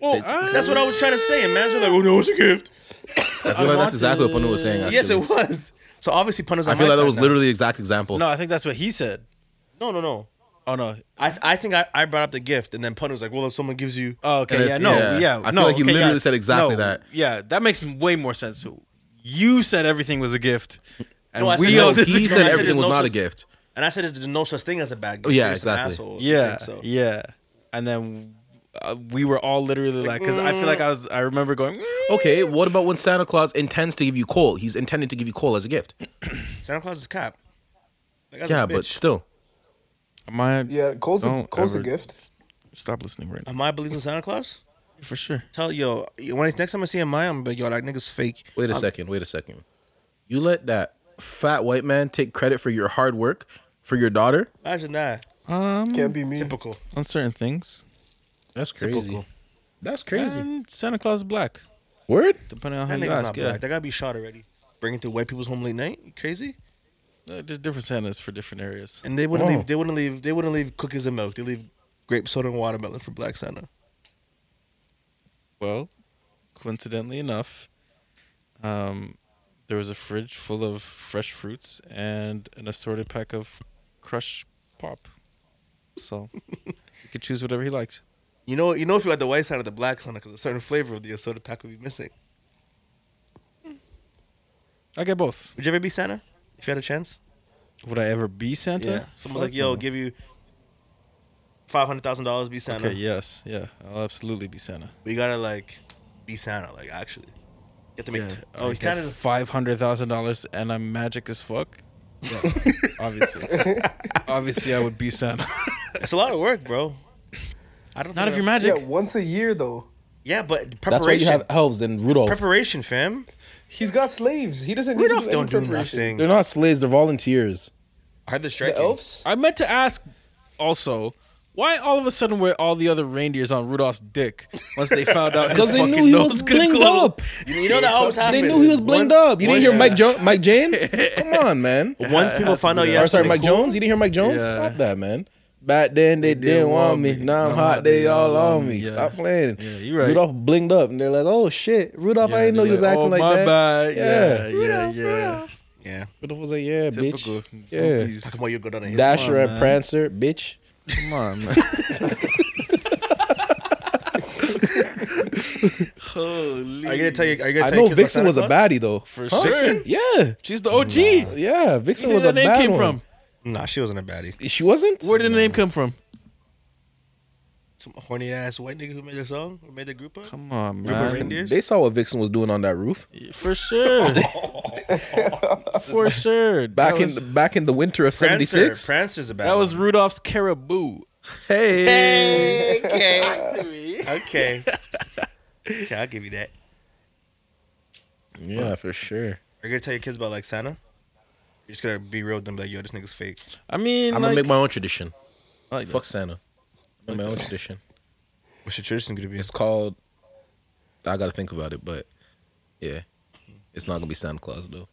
S3: Well, that's what I was trying to say. And man's were like, "Oh no, it's a gift."
S5: I feel like that's exactly what Panu was saying.
S3: Yes,
S5: actually.
S3: it was. So obviously, pun is.
S5: I
S3: on
S5: feel
S3: my
S5: like that
S3: side
S5: was
S3: now.
S5: literally the exact example.
S2: No, I think that's what he said.
S3: No, no, no.
S2: Oh no.
S3: I I think I, I brought up the gift, and then pun was like, "Well, if someone gives you."
S2: Oh,
S5: And
S2: okay. Yeah.
S5: it's-
S2: No.
S5: yeah.
S2: Yeah.
S5: I feel
S2: no,
S5: like he
S2: okay,
S5: literally
S2: yeah.
S5: said exactly
S2: No,
S5: that.
S2: Yeah, that makes way more sense. So you said everything was a gift, and
S3: No, I said
S2: we
S3: no,
S2: all
S5: he
S2: disagree.
S5: said
S3: I said
S5: everything
S3: there's
S5: was
S3: no
S5: not a
S3: such-
S5: gift.
S3: And I said, "There's no such thing as a bad gift."
S5: Oh, yeah,
S3: You're just an
S5: exactly.
S3: asshole if you
S2: Yeah.
S3: think so.
S2: Yeah. And then uh, we were all literally like, because
S3: mm.
S2: I feel like I was. I remember going. "Mm."
S5: Okay, what about when Santa Claus intends to give you coal? He's intending to give you coal as a gift.
S3: Santa Claus is cap. That guy's
S5: Yeah,
S3: a
S5: but
S3: bitch.
S5: still.
S2: My
S4: Yeah, Cole's a,
S2: Don't
S4: Cole's a
S2: ever-
S4: gift.
S2: Stop listening right now.
S3: Am I believing Santa Claus?
S2: For sure.
S3: Tell yo when it's next time I see him, I'm like, yo, that nigga's fake.
S5: Wait a second, wait a second. You let that fat white man take credit for your hard work for your daughter?
S3: Imagine that.
S2: Um,
S4: Can't be me.
S3: Typical.
S2: on certain things.
S5: That's crazy.
S3: Typical.
S5: That's crazy.
S2: And Santa Claus is black,
S5: Word?
S2: depending on how
S3: That
S2: you
S3: nigga's not
S2: ask. Yeah.
S3: black. That gotta be shot already. Bringing to white people's home late night. You crazy?
S2: Uh, There's different Santas for different areas.
S3: And they wouldn't
S5: Whoa.
S3: leave. They wouldn't leave. They wouldn't leave cookies and milk. They leave grape soda and watermelon for Black Santa.
S2: Well, coincidentally enough, um, there was a fridge full of fresh fruits and an assorted pack of crushed pop. So he could choose whatever he liked.
S3: You know, you know if you had the white Santa or the black Santa, because a certain flavor of the soda pack would be missing.
S2: I get both.
S3: Would you ever be Santa if you had a chance?
S2: Would I ever be Santa?
S3: Someone's like, yo, give you five hundred thousand dollars, be Santa.
S2: Okay, yes, yeah, I'll absolutely be Santa.
S3: We gotta like be Santa, like actually. You have to make.
S2: Yeah.
S3: oh,
S2: I
S3: he's Santa.
S2: get five hundred thousand dollars, and I'm magic as fuck. Yeah, obviously, obviously, I would be Santa.
S3: It's a lot of work, bro. I don't.
S2: Not
S3: think
S2: if you're
S3: I-
S2: magic.
S4: Yeah, once a year though.
S3: Yeah, but preparation.
S5: That's why you have elves and Rudolph.
S3: preparation, fam.
S4: He's got slaves. He doesn't need
S3: Rudolph
S4: to do
S3: don't do
S4: any preparation.
S3: nothing.
S5: They're not slaves. They're volunteers.
S3: I heard the
S4: The
S3: striking.
S4: elves?
S2: I meant to ask also why all of a sudden were all the other reindeers on Rudolph's dick once they found out his
S5: Because they
S2: fucking
S5: knew he
S2: nose
S5: was
S2: could
S5: blinged
S2: glow?
S5: up.
S3: You, you know that always happens.
S5: They knew he was blinged
S3: Once-
S5: up. You didn't
S3: once-
S5: hear Mike jo- Mike James? Come on, man.
S3: Once people find out, yes,
S5: Or sorry,
S3: they're
S5: Mike
S3: cool.
S5: Jones. You didn't hear Mike Jones?
S2: Yeah.
S5: Stop that, man. Back then they, didn't want me. Now I'm hot. They all on me.
S2: Yeah.
S5: Stop playing.
S2: Yeah, you right.
S5: Rudolph blinged up, and they're like, "Oh shit, Rudolph!
S2: Yeah,
S5: I didn't know
S2: they're
S5: you was acting
S2: oh,
S5: like
S2: my
S5: that."
S2: bad.
S5: Yeah.
S2: Yeah, yeah, yeah.
S3: Yeah.
S5: Rudolph was like, "Yeah,
S2: Typical.
S5: bitch. Yeah,
S2: goofies.
S3: Come on, you go down a hill.
S5: Dasher
S2: on,
S5: and
S2: man.
S5: Prancer, bitch."
S2: Come on, man. Holy.
S3: Are you gonna tell you? Are you gonna
S5: I
S3: tell your
S5: know
S3: kids about
S5: Vixen
S3: Santa
S5: was a
S3: Claus?
S5: baddie though.
S2: For
S5: Huh?
S2: sure.
S5: Yeah,
S2: She's the OG. Where
S5: yeah. Vixen
S2: did
S5: was
S2: that
S5: a
S2: name
S5: bad
S2: came
S5: one.
S2: from?
S3: Nah, she wasn't a baddie.
S5: She wasn't.
S2: Where did the name come from?
S3: Some horny ass white nigga who made their song or made their group up.
S2: Come on,
S3: Group of
S2: man.
S3: reindeers.
S5: They saw what Vixen was doing on that roof
S2: For sure. For sure.
S5: back
S2: That
S5: in
S2: was-
S5: back in the winter of
S3: Prancer.
S5: '76.
S3: Prancer's a baddie.
S2: that was Rudolph's caribou.
S5: Hey.
S3: okay. okay. Okay, I'll give you that.
S5: yeah, for sure.
S3: Are you gonna tell your kids about like Santa? You're just gonna be real with them, like, yo, this nigga's fake.
S2: I mean,
S5: I'm gonna make my own tradition.
S2: like
S5: Fuck Santa. I'm gonna make my own tradition.
S3: What's your tradition gonna be?
S5: It's called. I gotta think about it, but yeah, it's not gonna be Santa Claus though.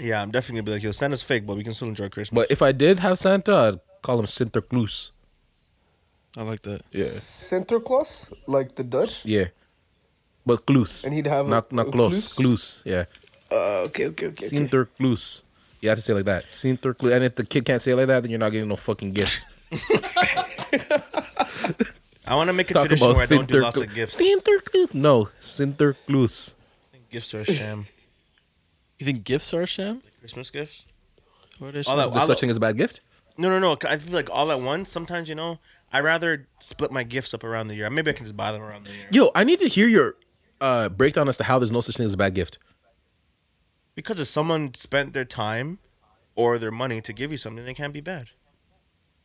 S3: Yeah, I'm definitely gonna be like, yo, Santa's fake, but we can still enjoy Christmas.
S5: But if I did have Santa, I'd call him Sinterklaas.
S2: I like that.
S5: Yeah,
S4: Sinterklaas, like the Dutch.
S5: yeah. But Kloos.
S4: And he'd have a-
S5: not not
S4: a
S5: Kloos. Kloos. Yeah.
S4: Uh, okay, okay, okay. okay.
S5: Sinterklaas. You have to say it like that. Sinterklaas. And if the kid can't say it like that, then you're not getting no fucking gifts.
S3: I want to make a
S5: Talk
S3: tradition
S5: about
S3: where I don't do lots of
S5: Sinterklaas.
S3: gifts.
S5: Sinterklaas. No, Sinterklaas.
S3: Gifts are a sham.
S2: You think gifts are a sham?
S3: Christmas gifts?
S2: What is
S3: All that-
S5: Is there
S3: I'll-
S5: such thing as a bad gift?
S3: No, no, no. I feel like all at once. Sometimes you know, I rather split my gifts up around the year. Maybe I can just buy them around the year.
S5: Yo, I need to hear your uh, breakdown as to how there's no such thing as a bad gift.
S3: Because if someone spent their time or their money to give you something, it can't be bad.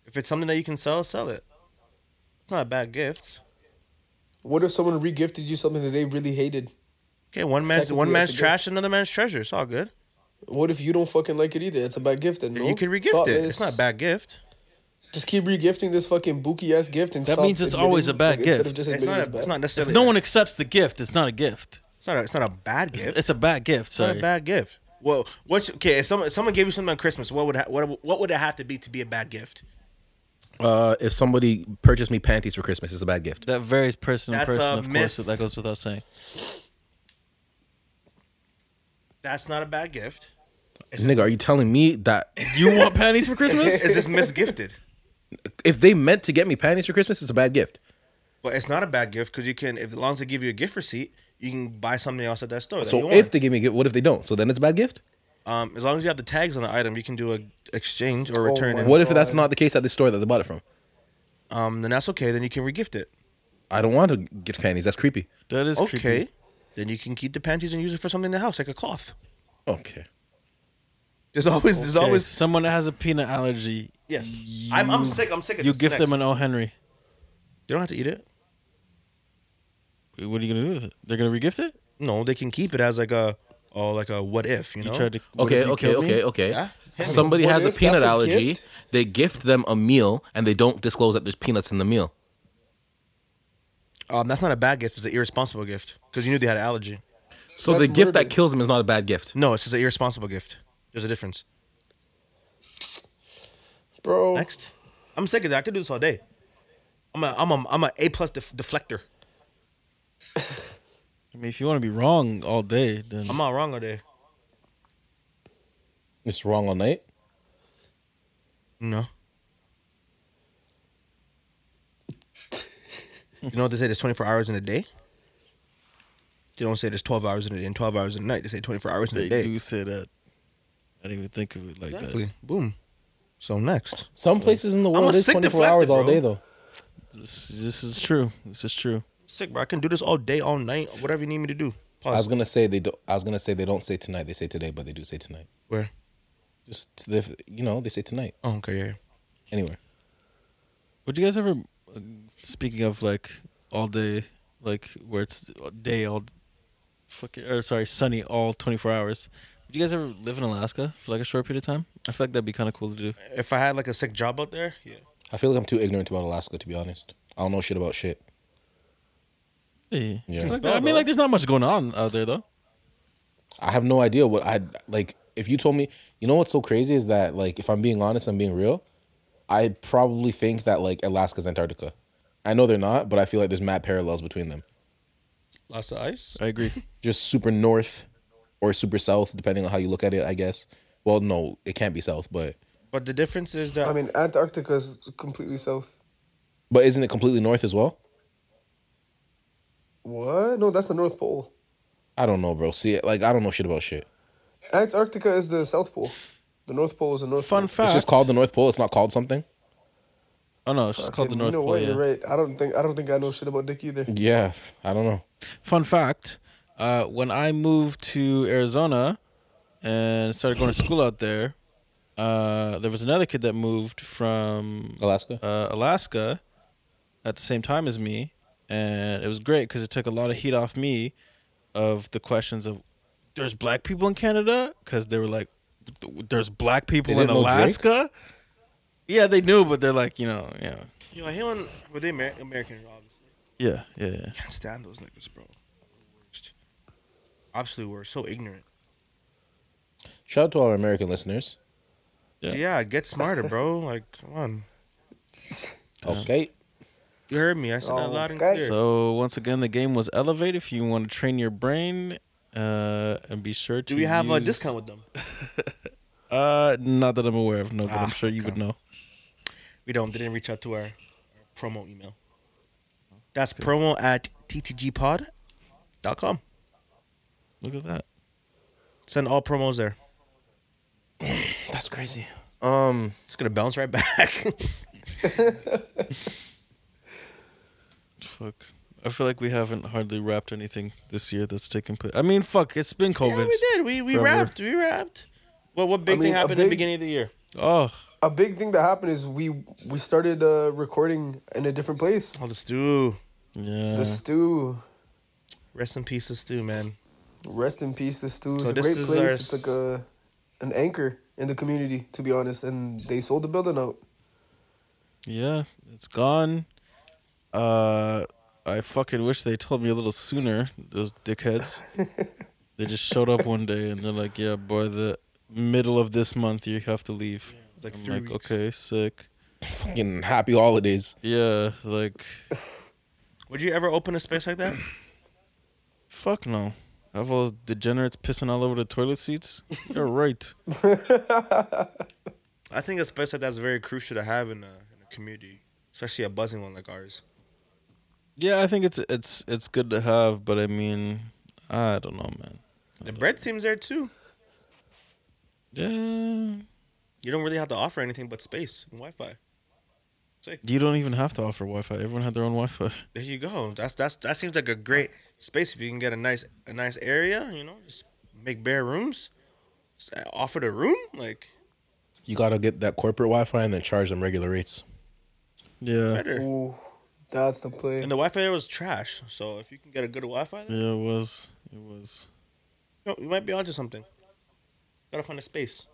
S3: If it's something that you can sell, sell it. It's not a bad gift.
S4: What if someone regifted you something that they really hated?
S3: Okay, one man's
S4: Technically,
S3: one
S4: that's
S3: man's
S4: a gift.
S3: trash, another man's treasure. It's all good.
S4: What if you don't fucking like it either? It's a bad gift, and no?
S3: You can regift it. It's
S4: Thoughtless.
S3: not a bad gift.
S4: Just keep regifting this fucking bookie ass gift, and
S2: That
S4: stop
S2: means it's
S4: admitting-
S2: always a bad
S4: instead
S2: gift.
S4: of just
S3: It's
S4: admitting
S3: not.
S4: it's
S3: A, it's
S4: bad.
S3: not necessarily.
S2: no one accepts the gift, it's not a gift.
S3: It's not. A, it's not a bad gift.
S2: It's a bad gift.
S3: It's not
S2: Sorry.
S3: a bad gift. Well, what's okay? If someone if someone gave you something on Christmas, what would ha- what what would it have to be to be a bad gift?
S5: Uh, if somebody purchased me panties for Christmas, it's a bad gift.
S2: that varies person to
S3: That's
S2: person,
S3: a
S2: of
S3: miss.
S2: course. That goes without saying.
S3: That's not a bad gift.
S5: Nigga, are you telling me that
S2: You want panties for Christmas?
S3: It's just misgifted.
S5: if they meant to get me panties for Christmas, it's a bad gift?
S3: But it's not a bad gift because you can, if as long as they give you a gift receipt, you can buy something else at that store. that you
S5: So
S3: want.
S5: if they give me a gift, what if they don't? So then it's a bad gift?
S3: um, as long as you have the tags on the item, you can do a exchange or return
S4: my
S3: it.
S5: What if that's not the case at the store that they bought it from?
S3: Um, then that's okay. Then you can regift it.
S5: I don't want to get panties. That's creepy.
S2: that is
S3: okay.
S2: creepy.
S3: Then you can keep the panties and use it for something in the house, like a cloth.
S5: Okay.
S3: There's always, there's
S2: Okay,
S3: always.
S2: someone that has a peanut allergy.
S3: Yes, I'm, I'm
S2: you-
S3: sick. I'm sick. Of
S2: You
S3: this.
S2: give them an
S3: Next.
S2: O Henry.
S3: You don't have to eat it.
S2: What are you gonna do with it? They're gonna regift it?
S3: No, they can keep it as like a, oh, like a what if you know.
S2: You tried to. what
S5: Okay,
S2: if you
S5: okay,
S2: killed me?
S5: okay, okay.
S3: Yeah.
S5: Somebody
S4: What
S5: has a
S4: if
S5: peanut
S4: that's a
S5: allergy.
S4: gift?
S5: They gift them a meal and they don't disclose that there's peanuts in the meal.
S3: um, that's not a bad gift. It's an irresponsible gift because you knew they had an allergy.
S5: So
S4: That's
S5: the gift that
S4: murder.
S5: kills them is not a bad gift.
S3: No, it's just an irresponsible gift. There's a difference.
S4: bro.
S3: Next. I'm sick of that. I could do this all day. I'm a I'm a I'm a A plus def- deflector.
S2: I mean, if you want to be wrong all day, then
S3: I'm not wrong all day.
S5: It's wrong all night.
S3: No. you know what they say? There's 24 hours in a day. They don't say there's 12 hours in a day and 12 hours in a night. They say 24 hours in
S2: they
S3: a day.
S2: do say that. I didn't even think of it like
S3: Exactly. Boom. So next,
S5: Some places in the
S3: I'm
S5: world
S3: a
S5: is
S3: sick
S5: 24
S3: deflector,
S5: hours all
S3: bro.
S5: day though.
S2: that. This, this is true. This is true.
S3: sick, bro. I can do this all day, all night, whatever you need me to do.
S5: I was
S3: Pause.
S5: gonna say they do. I was gonna say they don't say tonight. They say today, but they do say tonight.
S3: Where?
S5: Just to the, you know, they say tonight
S3: Oh, okay, yeah. yeah.
S5: anywhere.
S2: Would you guys ever, uh, speaking of like all day, like where it's day all, fucking or sorry, sunny all twenty four hours? Would you guys ever live in Alaska for like a short period of time? I feel like that'd be kind of cool to do.
S3: If I had like a sick job out there, yeah.
S5: I feel like I'm too ignorant about Alaska to be honest. I don't know shit about shit.
S2: Hey,
S5: Yeah.
S2: like
S5: Spell,
S2: that- I mean, like there's not much going on out there though.
S5: I have no idea what I like. If you told me, you know what's so crazy is that like, if I'm being honest, I'm being real. I probably think that like Alaska's Antarctica. I know they're not, but I feel like there's mad parallels between them.
S3: Lots of ice.
S2: I agree.
S5: Just super north or super south, depending on how you look at it. I guess. Well, no, it can't be south, but
S3: But the difference is that
S4: I mean, Antarctica is completely south.
S5: but isn't it completely north as well?
S4: What? No, that's the North Pole.
S5: I don't know, bro. See, like I don't know shit about shit.
S4: Antarctica is the South Pole. The North Pole is the North
S2: Fun
S4: Pole.
S2: fact.
S5: It's just called the North Pole. It's not called something.
S2: Oh no, it's just called the
S4: Fucking-
S2: North
S4: you know
S2: Pole.
S4: what?
S2: yeah.
S4: You're right. I don't think I don't think I know shit about Dick either.
S5: Yeah, I don't know.
S2: Fun fact: uh, When I moved to Arizona and started going to school out there, uh, there was another kid that moved from
S5: Alaska.
S2: uh, Alaska at the same time as me, and it was great because it took a lot of heat off me of the questions of there's black people in Canada because they were like there's black people
S5: They
S2: in
S5: didn't know Drake?
S2: Alaska. Yeah, they knew, but they're like you know yeah
S3: yo, I hate when were they Amer- American? Obviously.
S2: yeah yeah yeah.
S3: Can't stand those niggas, bro. Worst. Absolute worst. So ignorant.
S5: Shout out to our American listeners.
S2: Yeah.
S3: Yeah. get smarter, bro. Like, come on.
S5: Okay.
S3: You heard me. I said that
S4: Oh,
S3: loud and
S4: okay.
S3: clear.
S2: So once again, the game was Elevate. If you want to train your brain, uh, and be sure to
S3: Do we have
S2: use,
S3: a discount with them?
S2: Uh, not that I'm aware of, no, but
S3: Ah,
S2: I'm sure you would
S3: okay.
S2: know.
S3: We don't. They didn't reach out to our, our promo email. That's promo at ttgpod.com.
S2: Look at that.
S3: Send all promos there.
S5: That's crazy. Um,
S3: It's gonna bounce right back.
S2: Fuck. I feel like we haven't hardly wrapped anything this year that's taken place. I mean, fuck, it's been
S3: yeah,
S2: COVID.
S3: we did. We we
S2: Forever.
S3: wrapped. We wrapped. Well, what big
S4: mean,
S3: thing
S4: a
S3: happened at
S4: big-
S3: the beginning of the year?
S2: oh,
S4: A big thing that happened is we we started uh, recording in a different place.
S3: Oh, the stew.
S2: yeah.
S4: The stew.
S3: Rest in peace, the stew, man.
S4: Rest in peace. The stew is
S3: So
S4: a
S3: this
S4: great
S3: is
S4: place.
S3: our
S4: It's like a an anchor in the community, to be honest. And they sold the building out.
S2: yeah, it's gone. Uh, I fucking wish they told me a little sooner. Those dickheads. they just showed up one day and they're like, "Yeah, boy, the middle of this month you have to leave."
S3: It's like
S2: I'm
S3: three
S2: like,
S3: weeks.
S2: okay, sick.
S5: fucking happy holidays.
S2: Yeah, like,
S3: Would you ever open a space like that?
S2: fuck no. I have all those degenerates pissing all over the toilet seats. You're right.
S3: I think a space like that's very crucial to have in a, in a community, especially a buzzing one like ours.
S2: Yeah, I think it's it's it's good to have, but I mean, I don't know, man.
S3: The bread team's there too.
S2: Yeah,
S3: You don't really have to offer anything but space and Wi-Fi.
S2: you don't even have to offer Wi-Fi. Everyone had their own Wi-Fi.
S3: There you go. That's that's that seems like a great space if you can get a nice a nice area. You know, just make bare rooms. Just offer the room like
S5: You gotta get that corporate Wi-Fi and then charge them regular rates.
S2: Yeah,
S3: better.
S4: Ooh, that's the play.
S3: And the Wi-Fi there was trash. So if you can get a good Wi-Fi, there,
S2: yeah, it was, it was.
S3: you, know, you might be onto something. Gotta find a space.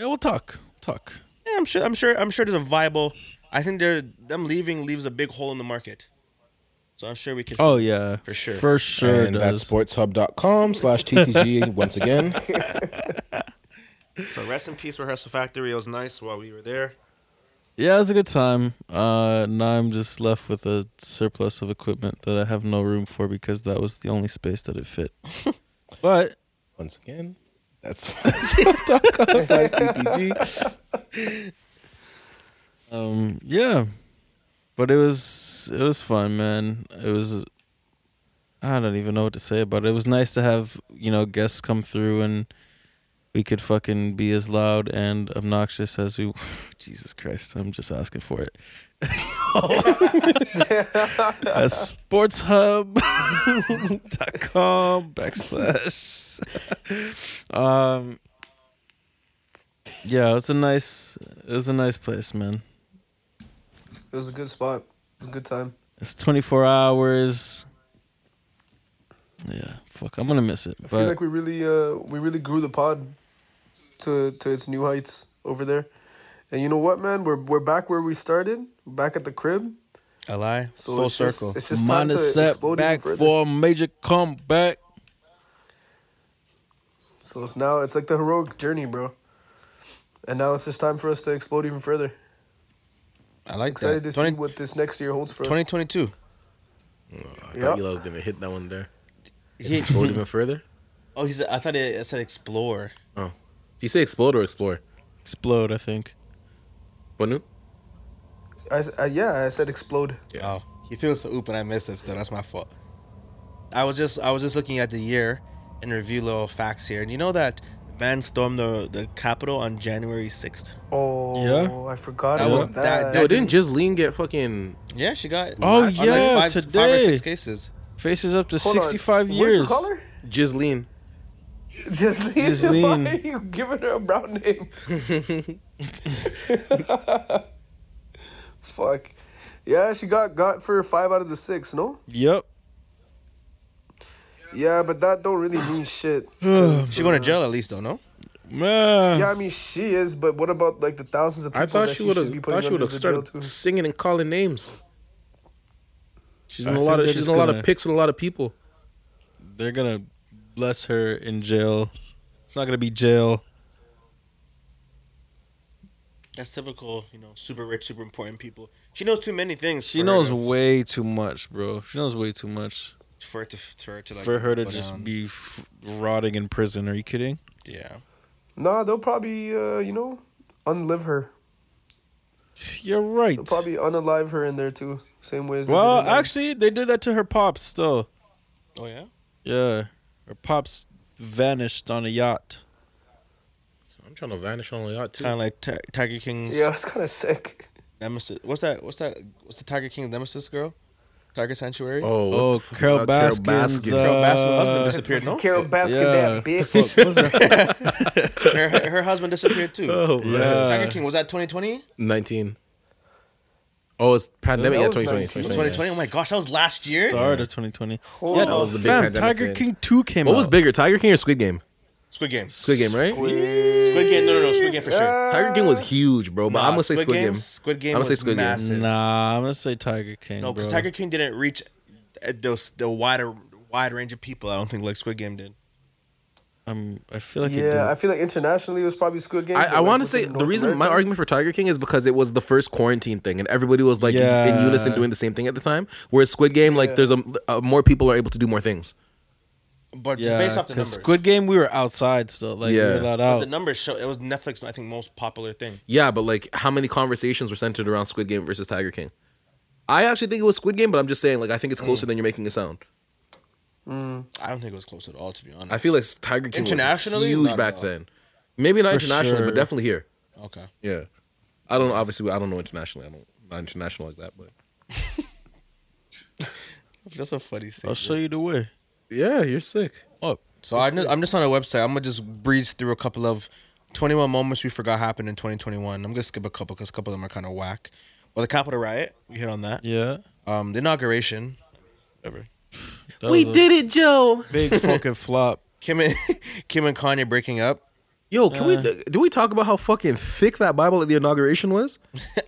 S2: Yeah, we'll talk, talk.
S3: Yeah, I'm sure. I'm sure. I'm sure there's a viable. I think they're them leaving leaves a big hole in the market. So I'm sure we can.
S2: Oh yeah,
S3: For sure.
S2: for sure.
S5: and
S2: does.
S5: that's sportshub.com slash TTG once again.
S3: So rest in peace, rehearsal factory. It was nice while we were there.
S2: Yeah, it was a good time. Uh, now I'm just left with a surplus of equipment that I have no room for because that was the only space that it fit. but
S5: Once again, that's sportshub.com slash TTG.
S2: um, yeah, but it was it was fun, man. It was I don't even know what to say about it. It was nice to have you know guests come through and we we could fucking be as loud and obnoxious as we. Jesus Christ, I'm just asking for it. At sportshub.com backslash. um, yeah, it was a nice, it was a nice place, man.
S4: It was a good spot. It was a good time.
S2: It's 24 hours. Yeah, fuck, I'm gonna miss it.
S4: I feel
S2: But
S4: like we really uh we really grew the pod to to its new heights over there. And you know what, man? We're we're back where we started, back at the crib.
S3: Li
S4: So
S3: full
S4: it's just-
S3: circle.
S4: it's just time to
S2: minus set
S4: explode even
S2: back
S4: further.
S2: for a major comeback.
S4: So it's now it's like the heroic journey, bro. And now it's just time for us to explode even further.
S3: I like
S4: Excited
S3: that.
S4: to
S3: 20,
S4: see what this next year holds for us.
S3: 2022.
S5: Oh, I
S4: Yeah.
S5: thought Eli was gonna hit that one there.
S3: Yeah.
S5: Explode even further.
S3: Oh, he said. I thought it, it said explore.
S5: Oh, do you say explode or explore?
S2: Explode, I think.
S5: What new?
S4: I, s- I- yeah, I said explode.
S5: Yeah.
S3: Oh, he feels so oop, and I missed it. Still, that's my fault. I was just I was just looking at the year and review little facts here, and you know that man stormed the the Capitol on January sixth.
S4: Oh,
S2: Yeah.
S4: I forgot
S3: That
S4: about
S3: was-
S4: that.
S3: that-
S5: Yo,
S3: that-
S5: didn't Jisleen get fucking?
S3: Yeah, she got
S2: Oh,
S3: on,
S2: yeah,
S3: five, five or
S2: today.
S3: six cases.
S2: Faces up to
S4: Hold on.
S2: 65
S4: What'd you
S2: years.
S4: call her?
S5: Jisleen.
S4: Jasleen. Why
S2: Jasleen.
S4: are you giving her a brown name? Fuck. Yeah, she got got for five out of the six, no?
S2: Yep.
S4: Yeah, but that don't really mean shit.
S3: She going to jail at least, though. No,
S2: Man.
S4: Yeah, I mean she is, but what about like the thousands of people
S5: I thought
S4: that
S5: she
S4: should
S5: would
S4: be
S5: have.
S4: putting
S5: Thought she would
S4: under
S5: have
S4: the jail
S5: started
S4: too?
S5: singing and calling names. She's in
S2: I
S5: a
S2: think
S5: lot of.
S2: they're
S5: She's
S2: just
S5: in a lot
S2: gonna-
S5: of pics with a lot of people.
S2: They're gonna bless her in jail. It's not gonna be jail.
S3: that's typical. You know, super rich, super important people. She knows too many things.
S2: She
S3: for her
S2: knows
S3: to-
S2: way too much, bro. She knows way too much
S3: for it to for her to like
S2: for her to
S3: go
S2: just
S3: down.
S2: be f- rotting in prison. Are you kidding?
S3: yeah.
S4: Nah, they'll probably uh, you know, unlive her.
S2: You're right.
S4: They'll probably unalive her in there too. Same way as they
S2: Well,
S4: did in, like,
S2: actually, they did that to her pops. Still,
S3: Oh yeah.
S2: yeah, her pops vanished on a yacht.
S5: I'm trying to vanish on a yacht too.
S3: Kind of like Ti- Tiger King's
S4: Yeah, that's kinda sick.
S3: nemesis. What's that? What's that? What's the Tiger King's nemesis girl? Tiger Sanctuary.
S5: Oh, what
S2: Oh,
S5: the fuck?
S2: Carol
S5: Uh,
S2: Baskin's,
S5: Baskin.
S2: uh,
S3: Carol Baskin's husband disappeared. No,
S4: Carol Baskin, that
S2: yeah.
S4: bitch.
S2: What was that?
S3: her, her her husband disappeared too.
S5: Oh,
S2: Yeah.
S3: Tiger King was that 2020?
S5: 19. Oh, it's pandemic.
S4: That
S5: Yeah,
S4: was
S5: 2020.
S4: 19.
S3: 2020.
S5: 2020.
S3: Oh my gosh, that was last year.
S2: Start of 2020.
S4: Hold
S2: yeah,
S4: on. That was
S5: the big
S2: fam,
S5: pandemic
S2: Tiger
S5: thing.
S2: King 2 came
S5: What
S2: out.
S5: was bigger, Tiger King or Squid Game?
S3: Squid Game. Squid
S5: Squid Game, right?
S3: Game. No, no, no. Squid Game for sure.
S5: Tiger Game was huge, bro. But
S3: Nah,
S5: I'm gonna say
S3: Squid
S5: Squid Game.
S3: Game- Squid Game
S5: I'm gonna say
S3: was
S5: Squid
S3: massive.
S5: Game.
S2: Nah, I'm gonna say Tiger King.
S3: No, because
S2: bro.
S3: Tiger King didn't reach uh, those the wider wide range of people. I don't think like Squid Game did.
S2: I'm, I feel like it did.
S4: Yeah, I feel like internationally it was probably Squid Game.
S5: I,
S4: but,
S5: I
S4: like,
S5: want to
S4: within
S5: say the
S4: North
S5: reason my
S4: America-
S5: argument for Tiger King is because it was the first quarantine thing, and everybody was like in unison
S2: Yeah.
S5: doing the same thing at the time. Whereas Squid Game, like,
S4: Yeah.
S5: there's a, a more people are able to do more things.
S3: But
S2: yeah,
S3: just based off the
S2: 'cause
S3: numbers,
S2: Squid Game, we were outside still. Like, we
S5: Yeah.
S2: were let
S3: the
S2: out.
S3: numbers show it was Netflix. I think most popular thing.
S5: Yeah, but like, how many conversations were centered around Squid Game versus Tiger King? I actually think it was Squid Game, but I'm just saying, like, I think it's closer than you're making it sound.
S3: I don't think it was close at all, to be honest.
S5: I feel like Tiger King
S3: Internationally?
S5: internationally was
S3: Not
S5: huge
S3: at
S5: back
S3: all.
S5: then. Maybe not
S2: For
S5: internationally,
S2: sure.
S5: but definitely here.
S3: okay.
S5: Yeah, I don't. Obviously, I don't know internationally. I don't not international like that, but
S3: That's a
S4: Oh,
S3: funny
S2: I'll
S3: thing.
S2: show you the way.
S5: yeah, you're sick.
S2: Up.
S3: So I kn- I'm just on a website. I'm gonna just breeze through a couple of 21 moments we forgot happened in 2021. I'm gonna skip a couple because a couple of them are kind of whack. Well, the Capitol riot, we hit on that.
S2: Yeah.
S3: Um, the inauguration, whatever.
S2: That was a
S5: it, Joe.
S2: Big fucking flop.
S3: Kim and Kim and Kanye breaking up.
S5: Yo, can we do we talk about how fucking thick that Bible at the inauguration was?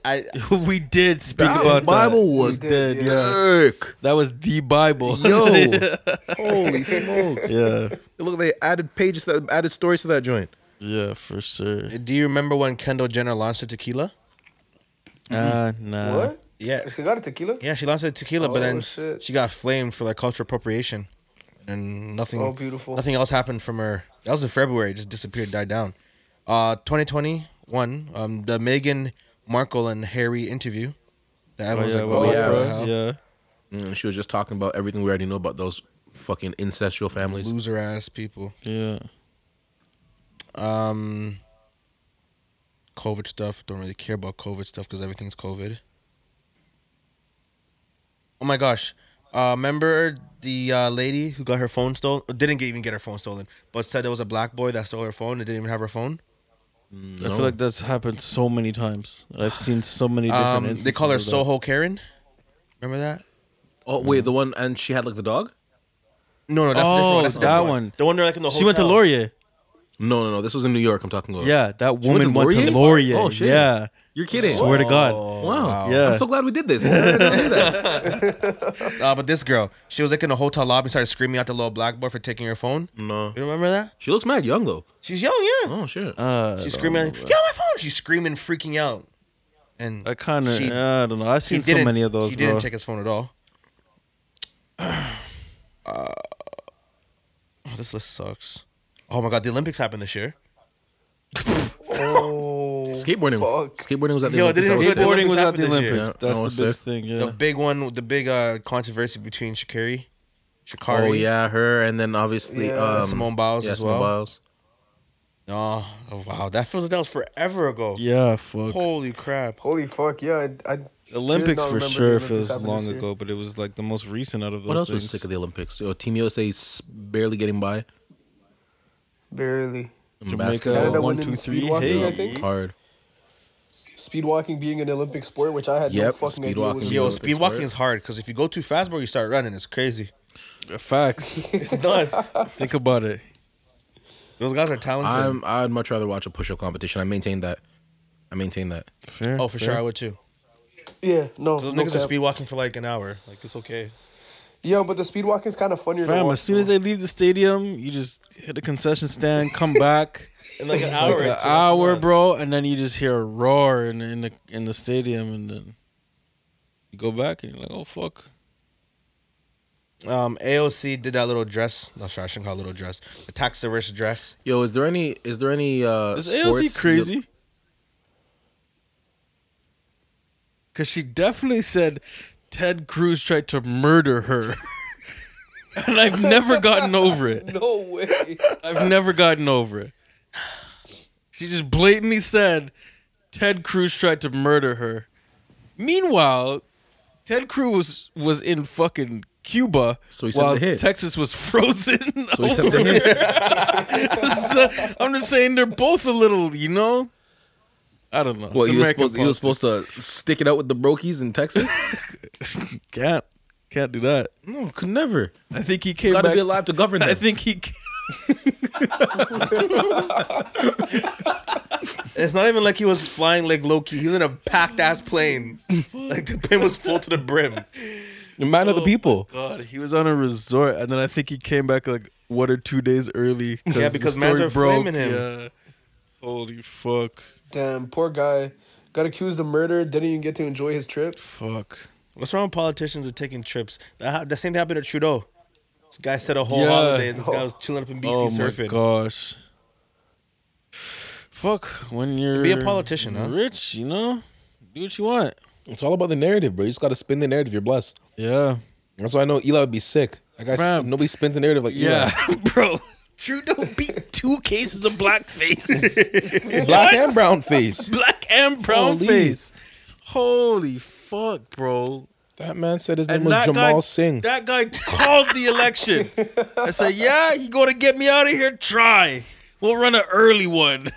S3: I
S2: we did speak
S5: That
S2: about
S5: Bible
S2: that.
S5: was
S2: We did,
S4: dead,
S5: Thick.
S2: That was the Bible.
S5: Yo, holy smokes!
S2: yeah.
S5: Look, they added pages, that added stories to that joint.
S2: Yeah, for sure.
S3: do you remember when Kendall Jenner launched a tequila?
S2: Ah, nah.
S4: What?
S3: Yeah,
S4: She got a tequila?
S3: yeah, she launched a tequila, but
S4: Oh,
S3: then
S4: shit.
S3: she got flamed for like cultural appropriation, and nothing.
S4: Oh, beautiful.
S3: Nothing else happened from her. That was in February. It just disappeared, died down. Uh, 2021. Um, the Meghan Markle and Harry interview. That
S2: Oh,
S3: everyone's
S2: yeah,
S3: like,
S2: well,
S3: oh,
S5: yeah,
S3: bro,
S2: bro. yeah.
S5: And Mm, she was just talking about everything we already know about those fucking incestual families.
S3: loser ass people.
S2: Yeah.
S3: Um, COVID stuff. Don't really care about COVID stuff because everything's COVID. Oh my gosh. Uh, remember the uh, lady who got her phone stolen? Didn't get, even get her phone stolen, but said there was a black boy that stole her phone and didn't even have her phone.
S2: I feel like that's happened so many times. I've seen so many different.
S3: Um, they call her
S2: instances of that.
S3: Soho Karen. Remember that?
S5: Oh wait, the one and she had like the dog.
S3: No, no, that's a different
S2: Oh,
S3: one. That's a different
S2: that one.
S3: The one they're like in the
S2: She went to
S3: hotel.
S2: Laurier.
S5: No, no, no. This was in New York. I'm talking about.
S2: Yeah, that
S5: She went
S2: woman went to
S5: Laurier?
S2: Laurier.
S5: Oh shit!
S2: Yeah,
S5: you're kidding.
S2: swear to God.
S5: Wow.
S2: Yeah.
S5: I'm so glad we did this. I didn't know that.
S3: Uh, but this girl, she was like in a hotel lobby, and started screaming at the little black boy for taking her phone.
S2: Mm.
S5: no.
S3: You remember that?
S5: She looks mad young though.
S3: She's young, yeah.
S5: Oh shit.
S2: Uh,
S3: She's screaming, "Yo, my phone!" She's screaming, freaking out. And
S2: I kind of,
S3: She-
S2: I don't know. I've
S3: he
S2: seen so many of those,
S3: He
S2: bro.
S3: didn't take his phone at all. Uh, oh, this list sucks. Oh my god, the Olympics happened this year.
S5: skateboarding.
S4: fuck.
S5: Skateboarding was at the
S3: Yo,
S5: Olympics,
S3: didn't
S5: I was
S3: even-
S5: saying.
S2: Boarding was at
S3: happened
S2: the
S3: this year.
S2: Olympics.
S5: Yeah, I
S2: That's
S5: was
S2: the
S5: there.
S2: best thing.
S3: The
S2: Yeah.
S3: big one, the big uh, controversy between Shakiri, Shakari,
S5: Oh yeah, her and then obviously
S4: Yeah.
S5: um,
S3: Simone Biles
S5: yeah,
S3: as
S5: Simone
S3: well.
S5: Biles.
S3: Oh, oh, wow, that feels like that was forever ago.
S2: Yeah, fuck.
S3: Holy crap!
S4: Holy fuck! Yeah, I, I did
S2: Olympics
S4: not
S2: for
S4: remember the
S2: sure
S4: Olympics
S2: feels
S4: happened
S2: long
S4: this year.
S2: ago, but it was like the most recent out of those.
S5: What else
S2: things.
S5: was sick of the Olympics? Yo, Team USA s- barely getting by.
S4: barely.
S5: In
S2: Jamaica,
S5: basketball.
S4: Canada
S2: one,
S4: winning
S2: two, three.
S4: speed
S2: Hey,
S4: walking, I think.
S5: Hard.
S4: Speedwalking being an Olympic sport, which I had
S5: Yep,
S4: no fucking idea
S5: speedwalking.
S4: was.
S3: Yo,
S5: Olympics
S3: speed
S5: were.
S3: walking is hard because if you go too fast, bro, you start running. It's crazy.
S2: facts.
S3: It's nuts.
S2: Think about it.
S3: Those guys are talented.
S5: I'm. I'd much rather watch a push-up competition. I maintain that. I maintain that.
S2: Fair.
S3: oh, for sure, I would too.
S4: Yeah, no.
S3: Those
S4: no
S3: niggas are
S4: cap.
S3: speed walking for like an hour. Like it's okay.
S4: Yo, but the speedwalking is kind of funnier. to
S2: Fam,
S4: watch,
S2: as soon as they leave the stadium, you just hit the concession stand, come back,
S3: In like an
S2: like
S3: hour.
S2: an hour, bro, and then you just hear a roar in, in the in the stadium, and then you go back and you're like, oh fuck.
S3: Um, AOC did that little dress. No, sorry, I shouldn't call it little dress. The tax the wrist dress.
S5: Yo, is there any? Is there any? uh
S2: Is
S5: sports-
S2: AOC crazy? Because she definitely said Ted Cruz tried to murder her. and I've never gotten over it.
S4: No way.
S2: I've never gotten over it. She just blatantly said Ted Cruz tried to murder her. Meanwhile, Ted Cruz was in fucking Cuba
S5: So he sent
S2: while
S5: the hit.
S2: Texas was frozen.
S5: So he sent the hit.
S2: So, I'm just saying they're both a little, you know. I don't know.
S5: Well,
S2: It's
S5: you were
S2: American
S5: supposed you were
S2: politics.
S5: supposed to stick it out with the brokies in Texas.
S2: can't can't do that.
S5: no, could never.
S2: I think he came
S5: Got to
S2: back.
S5: be alive to govern
S2: I
S5: that.
S2: think he. ca-
S3: It's not even like he was flying like Loki. He was in a packed ass plane. like the plane was full to the brim.
S5: The man of the people.
S2: Oh God, he was on a resort, and then I think he came back like one or two days early.
S3: Yeah,
S2: the
S3: because mans
S2: story
S3: are flaming him.
S2: Yeah. Holy fuck!
S4: Damn, poor guy. Got accused of murder. Didn't even get to enjoy his trip.
S2: Fuck.
S3: What's wrong with politicians and taking trips? That, ha- that same thing happened to Trudeau. This guy said a whole
S2: Yeah.
S3: holiday. And this guy was chilling up in BC
S2: oh my
S3: surfing.
S2: gosh. Fuck. When you're
S3: be a politician, huh?
S2: rich, you know, do what you want.
S5: It's all about the narrative, bro. You just got to spin the narrative. You're blessed.
S2: Yeah.
S5: That's why I know Eli would be sick. That guy,
S2: Fam.
S5: nobody spins the narrative like Eli.
S2: bro. Trudeau beat two cases of blackface,
S5: Black and brown face.
S2: black and brown
S5: Holy.
S2: face. Holy fuck, bro!
S5: That man said his name
S2: And
S5: was
S2: that
S5: Jamal
S2: guy,
S5: Singh.
S2: that guy called the election. I said, "Yeah, he gonna get me out of here. Try. We'll run an early one."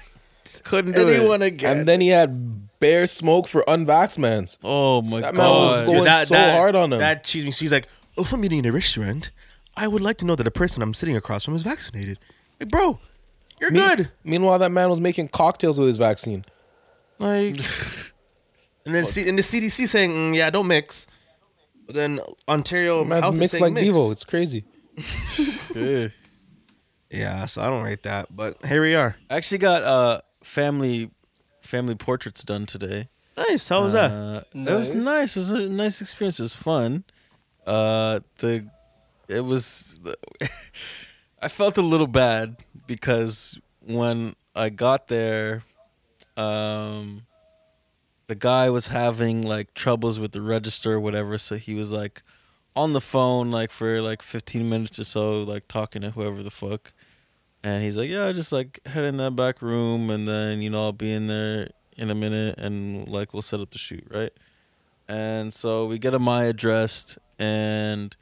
S2: Couldn't do
S3: Anyone
S2: it.
S3: again.
S5: and then he had bare smoke for unvax mans.
S2: Oh my
S5: That man was
S2: god!
S5: going- so hard on him.
S3: That cheesed me. So he's like, oh, if I'm eating in a restaurant, I would like to know that the person I'm sitting across from is vaccinated. Like, bro, you're good.
S5: Meanwhile, that man was making cocktails with his vaccine.
S3: Like, and then C- and the CDC saying, mm, yeah, don't mix. But then Ontario
S5: Man's
S3: Health is
S5: mixed
S3: saying
S5: like
S3: mix.
S5: Devo. It's crazy.
S2: Yeah.
S3: Yeah, so I don't rate that, but here we are.
S2: I actually got uh family family portraits done today.
S3: Nice. How was that?
S2: Uh, It was nice. It was a nice experience. It was fun. Uh, the it was. I felt a little bad because when I got there, um, the guy was having like troubles with the register or whatever, so he was like on the phone like for like 15 minutes or so, like talking to whoever the fuck. And he's like, yeah, I just like head in that back room, and then you know I'll be in there in a minute, and like we'll set up the shoot, right? And so we get Amaya dressed, and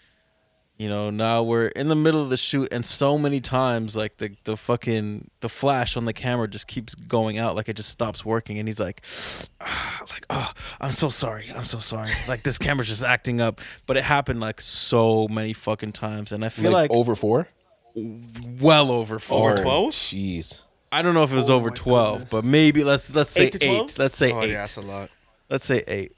S2: you know now we're in the middle of the shoot, and so many times like the the fucking the flash on the camera just keeps going out, like it just stops working, and he's like, ah, like oh, I'm so sorry, I'm so sorry, like this camera's just acting up, but it happened like so many fucking times, and I feel like,
S5: like over four.
S2: well over four.
S5: Oh,
S3: 12?
S5: Jeez.
S2: I don't know if it was over twelve, but maybe let's let's say
S3: Eight
S2: eight.
S3: to 12?
S2: Let's say
S3: Oh
S2: eight.
S3: yeah, that's a lot.
S2: Let's say eight.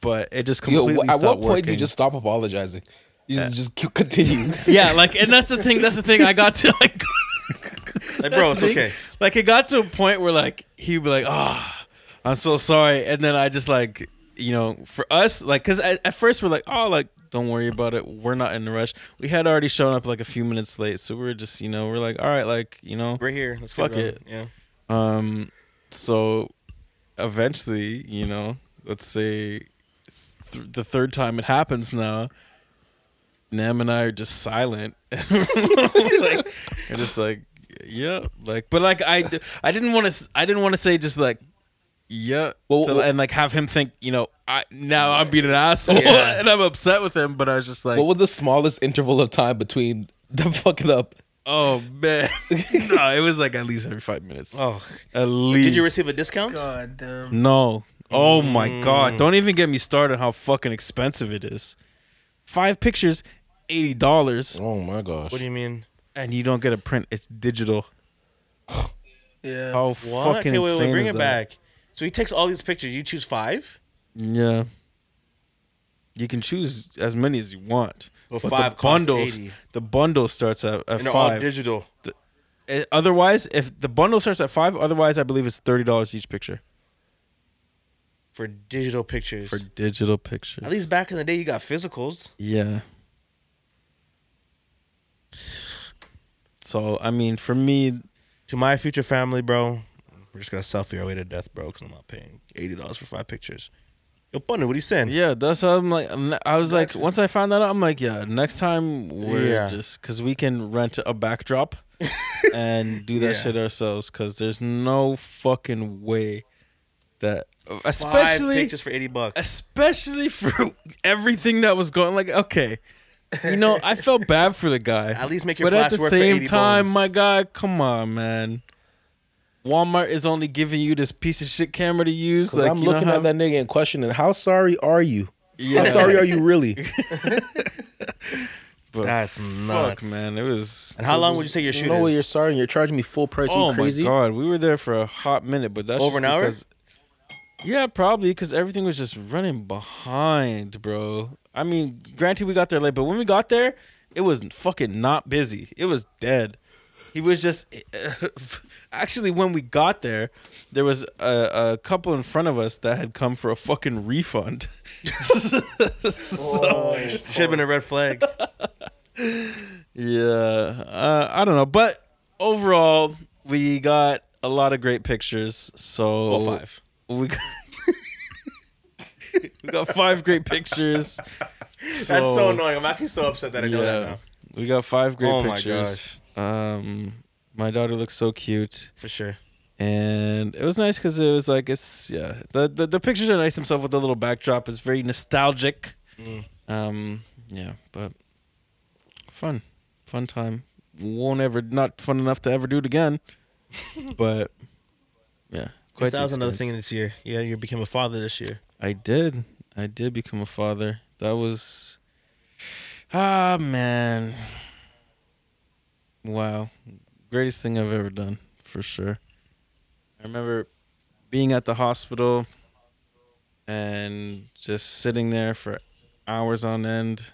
S2: But it just
S5: Yo,
S2: completely
S5: wh- at
S2: stopped
S5: what point do you
S2: working.
S5: just stop apologizing? You just, just keep- continue.
S2: yeah, like, and that's the thing. That's the thing. I got to like,
S3: Like, bro, it's
S2: that's the thing.
S3: okay.
S2: Like, it got to a point where like he'd be like, "Ah, I'm so sorry," and then I just like, you know, for us, like, because at, at first we're like, "Oh, like, don't worry about it. We're not in a rush." We had already shown up like a few minutes late, so we were just, you know, we're like, "All right, like, you know,
S3: We're here. Let's
S2: Fuck
S3: get
S2: it.
S3: going. Yeah.
S2: Um, so eventually, you know, let's say th- the third time it happens now, Nam and I are just silent. like, and just like, yeah, like, but like, I, d- I didn't want to, I didn't want to say just like, yeah,
S5: Well,
S2: to-
S5: well-
S2: and like have him think, you know, I now I'm being an asshole
S3: Yeah.
S2: and I'm upset with him, but I was just like,
S5: what was the smallest interval of time between them fucking up?
S2: oh man, no, it was like at least every five minutes.
S3: Oh,
S2: at least
S3: did you receive a discount?
S4: God damn.
S2: No. Oh
S3: Mm.
S2: my god. Don't even get me started on how fucking expensive it is. Five pictures, eighty dollars,
S5: Oh my gosh.
S3: What do you mean?
S2: and you don't get a print. It's digital.
S4: Yeah.
S2: How
S3: What?
S2: fucking
S3: okay, wait,
S2: insane
S3: wait, bring
S2: is that?
S3: it back. So he takes all these pictures. You choose five,
S2: Yeah. You can choose as many as you want.
S3: But five
S2: the
S3: costs
S2: bundles,
S3: 80.
S2: the bundle starts at, at
S3: and they're all
S2: five.
S3: digital.
S2: Uh, otherwise, if the bundle starts at five, otherwise I believe it's thirty dollars each picture
S3: for digital pictures.
S2: for digital pictures.
S3: At least back in the day, you got physicals.
S2: Yeah. So I mean, for me,
S3: To my future family, bro, we're just gonna selfie our way to death, bro, because I'm not paying eighty dollars for five pictures. Yo, Bunny, what are you saying?
S2: yeah, that's how I'm like. I'm not- I was like, once I found that out, I'm like, yeah, next time we're
S3: Yeah.
S2: just because we can rent a backdrop and do that
S3: Yeah.
S2: shit ourselves. Because there's no fucking way that,
S3: five
S2: especially,
S3: pictures for eighty bucks.
S2: especially for everything that was going. Like, okay, you know, I felt bad for the guy.
S3: At least make your
S2: But at
S3: flash
S2: the
S3: work for
S2: same
S3: eighty
S2: time,
S3: bones.
S2: my guy, come on, man. Walmart is only giving you this piece of shit camera to use.
S5: 'Cause
S2: Like,
S5: I'm
S2: you know
S5: looking
S2: how-
S5: at that nigga and questioning, how sorry are you?
S2: Yeah.
S5: How sorry are you really?
S2: But
S3: That's
S2: fuck,
S3: nuts,
S2: man. It was.
S3: And how long would you say your shoot
S5: you know what you're
S3: is?
S5: sorry and you're charging me full price.
S2: Oh
S5: you crazy?
S2: my god, we were there for a hot minute, but that's
S3: Over
S2: just
S3: an hour?
S2: because- Yeah, probably because everything was just running behind, bro. I mean, granted we got there late, but when we got there, it was fucking not busy. It was dead. He was just actually when we got there, there was a, a couple in front of us that had come for a fucking refund. so,
S3: Should have been a red flag.
S2: yeah, uh, I don't know, but overall, we got a lot of great pictures. So
S3: Well, five.
S2: We got, we got five great pictures.
S3: That's so annoying. I'm actually so upset that I know that
S2: yeah.
S3: now.
S2: We got five great
S3: Oh my
S2: pictures. Um, my daughter looks so cute,
S3: For sure.
S2: and it was nice because it was like it's yeah. The, the the pictures are nice themselves with the little backdrop. It's very nostalgic.
S3: Mm.
S2: Um, yeah, but fun, fun time. Won't ever not fun enough to ever do it again. but yeah, quite the
S3: that was another thing
S2: experience.
S3: this year. Yeah, you became a father this year.
S2: I did. I did become a father. That was ah man. Wow. Greatest thing I've ever done, for sure. I remember being at the hospital and just sitting there for hours on end.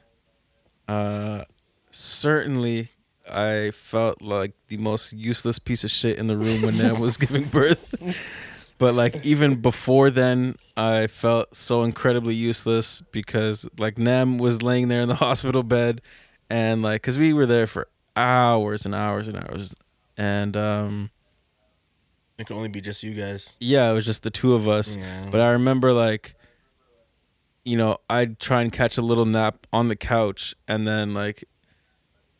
S2: Uh certainly I felt like the most useless piece of shit in the room when Nan was giving birth but like even before then i felt so incredibly useless because like nam was laying there in the hospital bed and like because we were there for hours and hours and hours and um
S3: It could only be just you guys.
S2: yeah, it was just the two of us.
S3: Yeah.
S2: But I remember like, you know, I'd try and catch a little nap on the couch, and then like,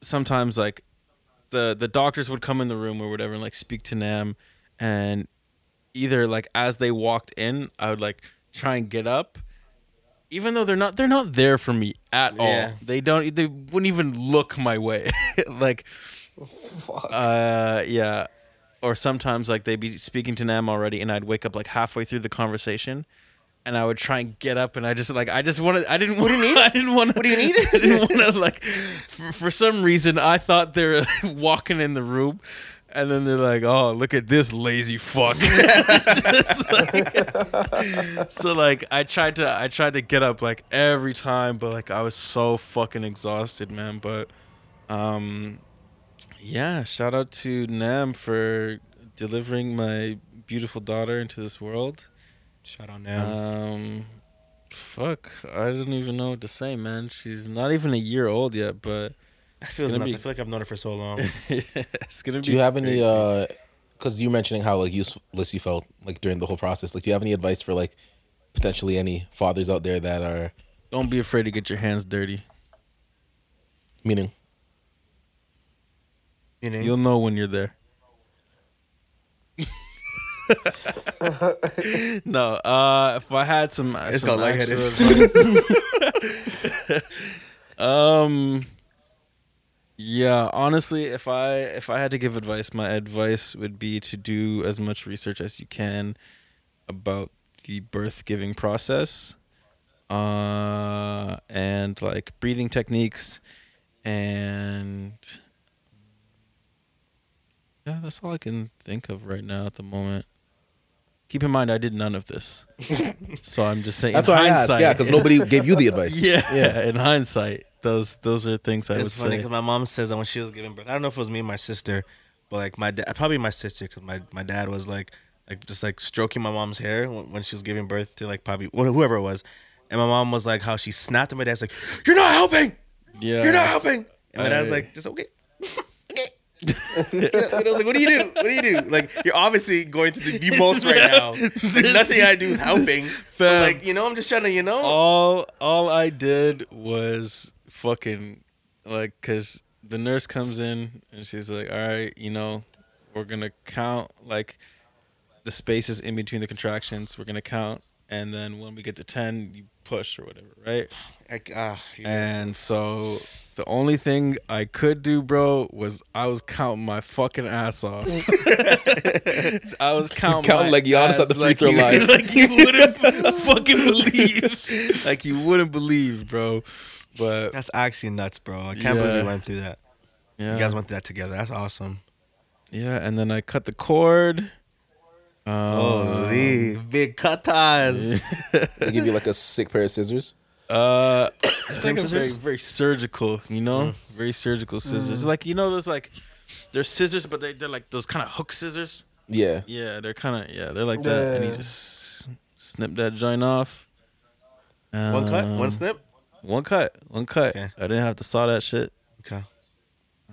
S2: sometimes like, the the doctors would come in the room or whatever and like speak to Nam, and either like as they walked in, I would like try and get up, even though they're not they're not there for me at
S3: Yeah.
S2: all. They don't they wouldn't even look my way, like, uh, yeah. Or sometimes like they'd be speaking to Nam already, and I'd wake up like halfway through the conversation. And I would try and get up, and I just like I just wanted I didn't what do you need I didn't want what do you need I didn't want to like for, for some reason I thought they're walking in the room, and then they're like oh look at this lazy fuck. Just, like- so like I tried to I tried to get up like every time, but like I was so fucking exhausted, man. But um, yeah, shout out to Nam for delivering my beautiful daughter into this world.
S3: Shout out now.
S2: Um, fuck, I don't even know what to say, man. She's not even a year old yet, but
S3: I, feel
S2: gonna
S3: nuts.
S2: be-
S3: I feel like I've known her for so long.
S2: it's gonna be.
S5: Do you have any?
S2: crazy.
S5: uh Because you mentioning how like useless you felt like during the whole process. Like, do you have any advice for like potentially any fathers out there that are
S2: Don't be afraid to get your hands dirty.
S5: meaning?
S3: You know?
S2: You'll know when you're there. no, uh, if I had some,
S3: It's
S2: some
S3: got lightheaded.
S2: actual advice- um, yeah, honestly, if I if I had to give advice, my advice would be to do as much research as you can about the birth giving process, uh, and like breathing techniques, and yeah, that's all I can think of right now at the moment. Keep in mind, I did none of this, so I'm just saying.
S5: That's
S2: in
S5: why I asked.
S2: hindsight-
S5: Yeah, because nobody gave you the advice.
S2: yeah, in hindsight, those those are things I would
S3: It's funny
S2: say.
S3: because my mom says that when she was giving birth, I don't know if it was me and my sister, but like my dad, probably my sister, because my, my dad was like, like just like stroking my mom's hair when, when she was giving birth to like probably wh- whoever it was, and my mom was like how she snapped at my dad's like, "You're not helping!
S2: Yeah,
S3: You're not helping!" And my dad was
S2: I-
S3: like, "Just okay." okay." You know, and I was like, "What do you do? What do you do? Like, you're obviously going through the, the most right now. Like, nothing I do is helping. But
S2: fam.
S3: like, you know, I'm just trying to, you know,
S2: all all I did was fucking like cuz the nurse comes in and she's like, "All right, you know, we're going to count like the spaces in between the contractions. We're going to count and then when we get to 10, you push or whatever, right?"
S3: like, ah, you know.
S2: And so the only thing I could do, bro, was I was counting my fucking ass off. I was counting
S5: Counting
S2: my
S5: like Giannis
S2: ass
S5: at the free
S2: like
S5: throw
S2: you-
S5: line.
S2: like you wouldn't fucking believe, like you wouldn't believe, bro. But
S3: that's actually nuts, bro. I can't believe
S2: Yeah.
S3: we went through that.
S2: yeah,
S3: You guys went through that together. That's awesome.
S2: yeah. And then I cut the cord.
S3: Oh.
S2: Um,
S3: Holy big cutters.
S5: They give you like a sick pair of scissors.
S2: Uh, it's
S3: Same
S2: like a very,
S3: scissors?
S2: very surgical, you know,
S3: Mm.
S2: very surgical
S5: Mm.
S2: scissors. Like you know, those like they're scissors, but they, they're like those kind of hook scissors.
S5: Yeah.
S2: Yeah, they're kind of yeah, they're like that, and you
S4: Yeah.
S2: just snip that joint off.
S3: One cut,
S2: Um,
S3: one snip.
S2: one cut, one cut.
S3: Okay.
S2: I didn't have to saw that shit.
S3: Okay.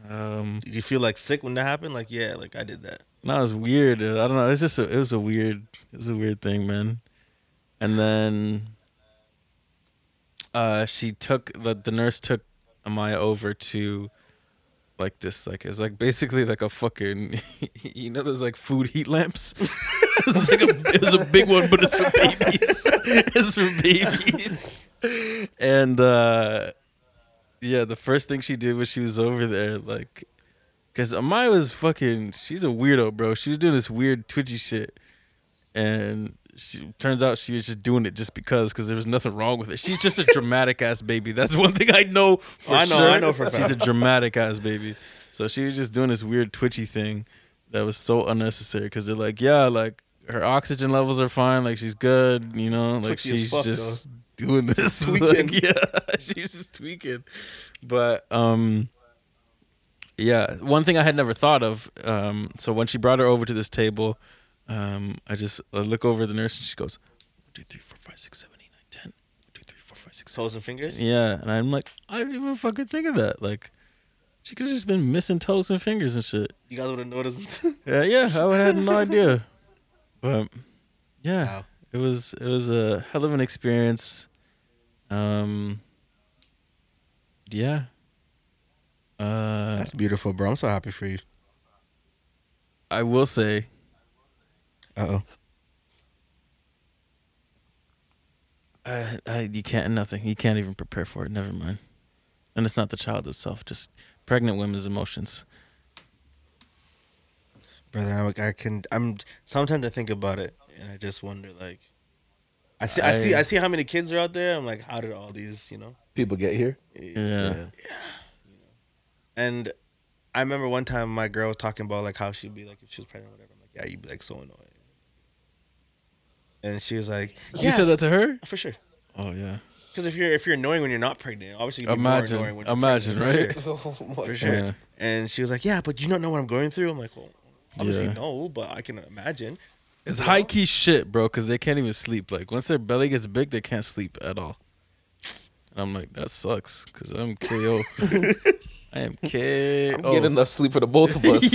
S2: Um,
S3: Did you feel like sick when that happened? Like, yeah, like I did that.
S2: no, it was weird. I don't know. It's just a, it was a weird, it was a weird thing, man. And then, uh, she took the the nurse took Amaya over to, like this, like it was like basically like a fucking, you know, those like food heat lamps. it's like a, it was a big one, but it's for babies. it's for babies. And uh, yeah, the first thing she did was she was over there, like, because Amaya was fucking. She's a weirdo, bro. She was doing this weird twitchy shit, and she turns out she was just doing it just because, because there was nothing wrong with it. She's just a dramatic ass baby. That's one thing I know for
S3: Oh, I know-
S2: sure.
S3: I know for a
S2: She's a dramatic ass baby. So she was just doing this weird twitchy thing that was so unnecessary because they're like, yeah, like her oxygen levels are fine, like she's good, you know, like
S3: twitchy as
S2: she's
S3: fuck,
S2: just doing this.
S3: Tweaking.
S2: Like, yeah, she's just tweaking. But um, yeah, one thing I had never thought of. Um, so when she brought her over to this table, um, I just I look over at the nurse and she goes, one, two, three, four, five, six, seven, eight, nine, ten. One, two, three, four, five, six, seven,
S3: Toes and fingers.
S2: yeah, and I'm like, I didn't even fucking think of that. Like, she could have just been missing toes and fingers and shit.
S3: You guys would have noticed.
S2: Yeah, Uh, yeah, I would have had no idea. But yeah,
S3: Wow.
S2: it was it was a hell of an experience. Um, yeah. Uh,
S3: That's beautiful, bro. I'm so happy for you.
S2: I will say
S3: Uh oh.
S2: I, I, you can't nothing. You can't even prepare for it. Never mind. And it's not the child itself, just pregnant women's emotions.
S3: brother. I'm, like, I can. I'm. Sometimes I think about it, and I just wonder, like, I see, I, see, I see how many kids are out there. I'm like, how did all these, you know?
S5: People get here.
S2: Yeah.
S3: And I remember one time my girl was talking about like how she'd be like if she was pregnant or whatever. I'm like, yeah, you'd be like so annoying. And she was like, yeah,
S2: You said that to her?
S3: for sure.
S2: Oh yeah.
S3: Because if you're if you're annoying when you're not pregnant, obviously you'd be
S2: Imagine,
S3: more annoying when you're
S2: imagine,
S3: pregnant, for
S2: right?
S3: sure.
S4: Oh my
S3: For
S4: God.
S3: sure.
S2: Yeah.
S3: And she was like, yeah, but you don't know what I'm going through. I'm like, well, obviously
S2: Yeah.
S3: no, but I can imagine.
S2: It's
S3: You
S2: high
S3: know?
S2: key shit, bro, because they can't even sleep. Like once their belly gets big, they can't sleep at all. And I'm like, that sucks, because I'm KO. I am KO.
S5: Get enough sleep for the both of us.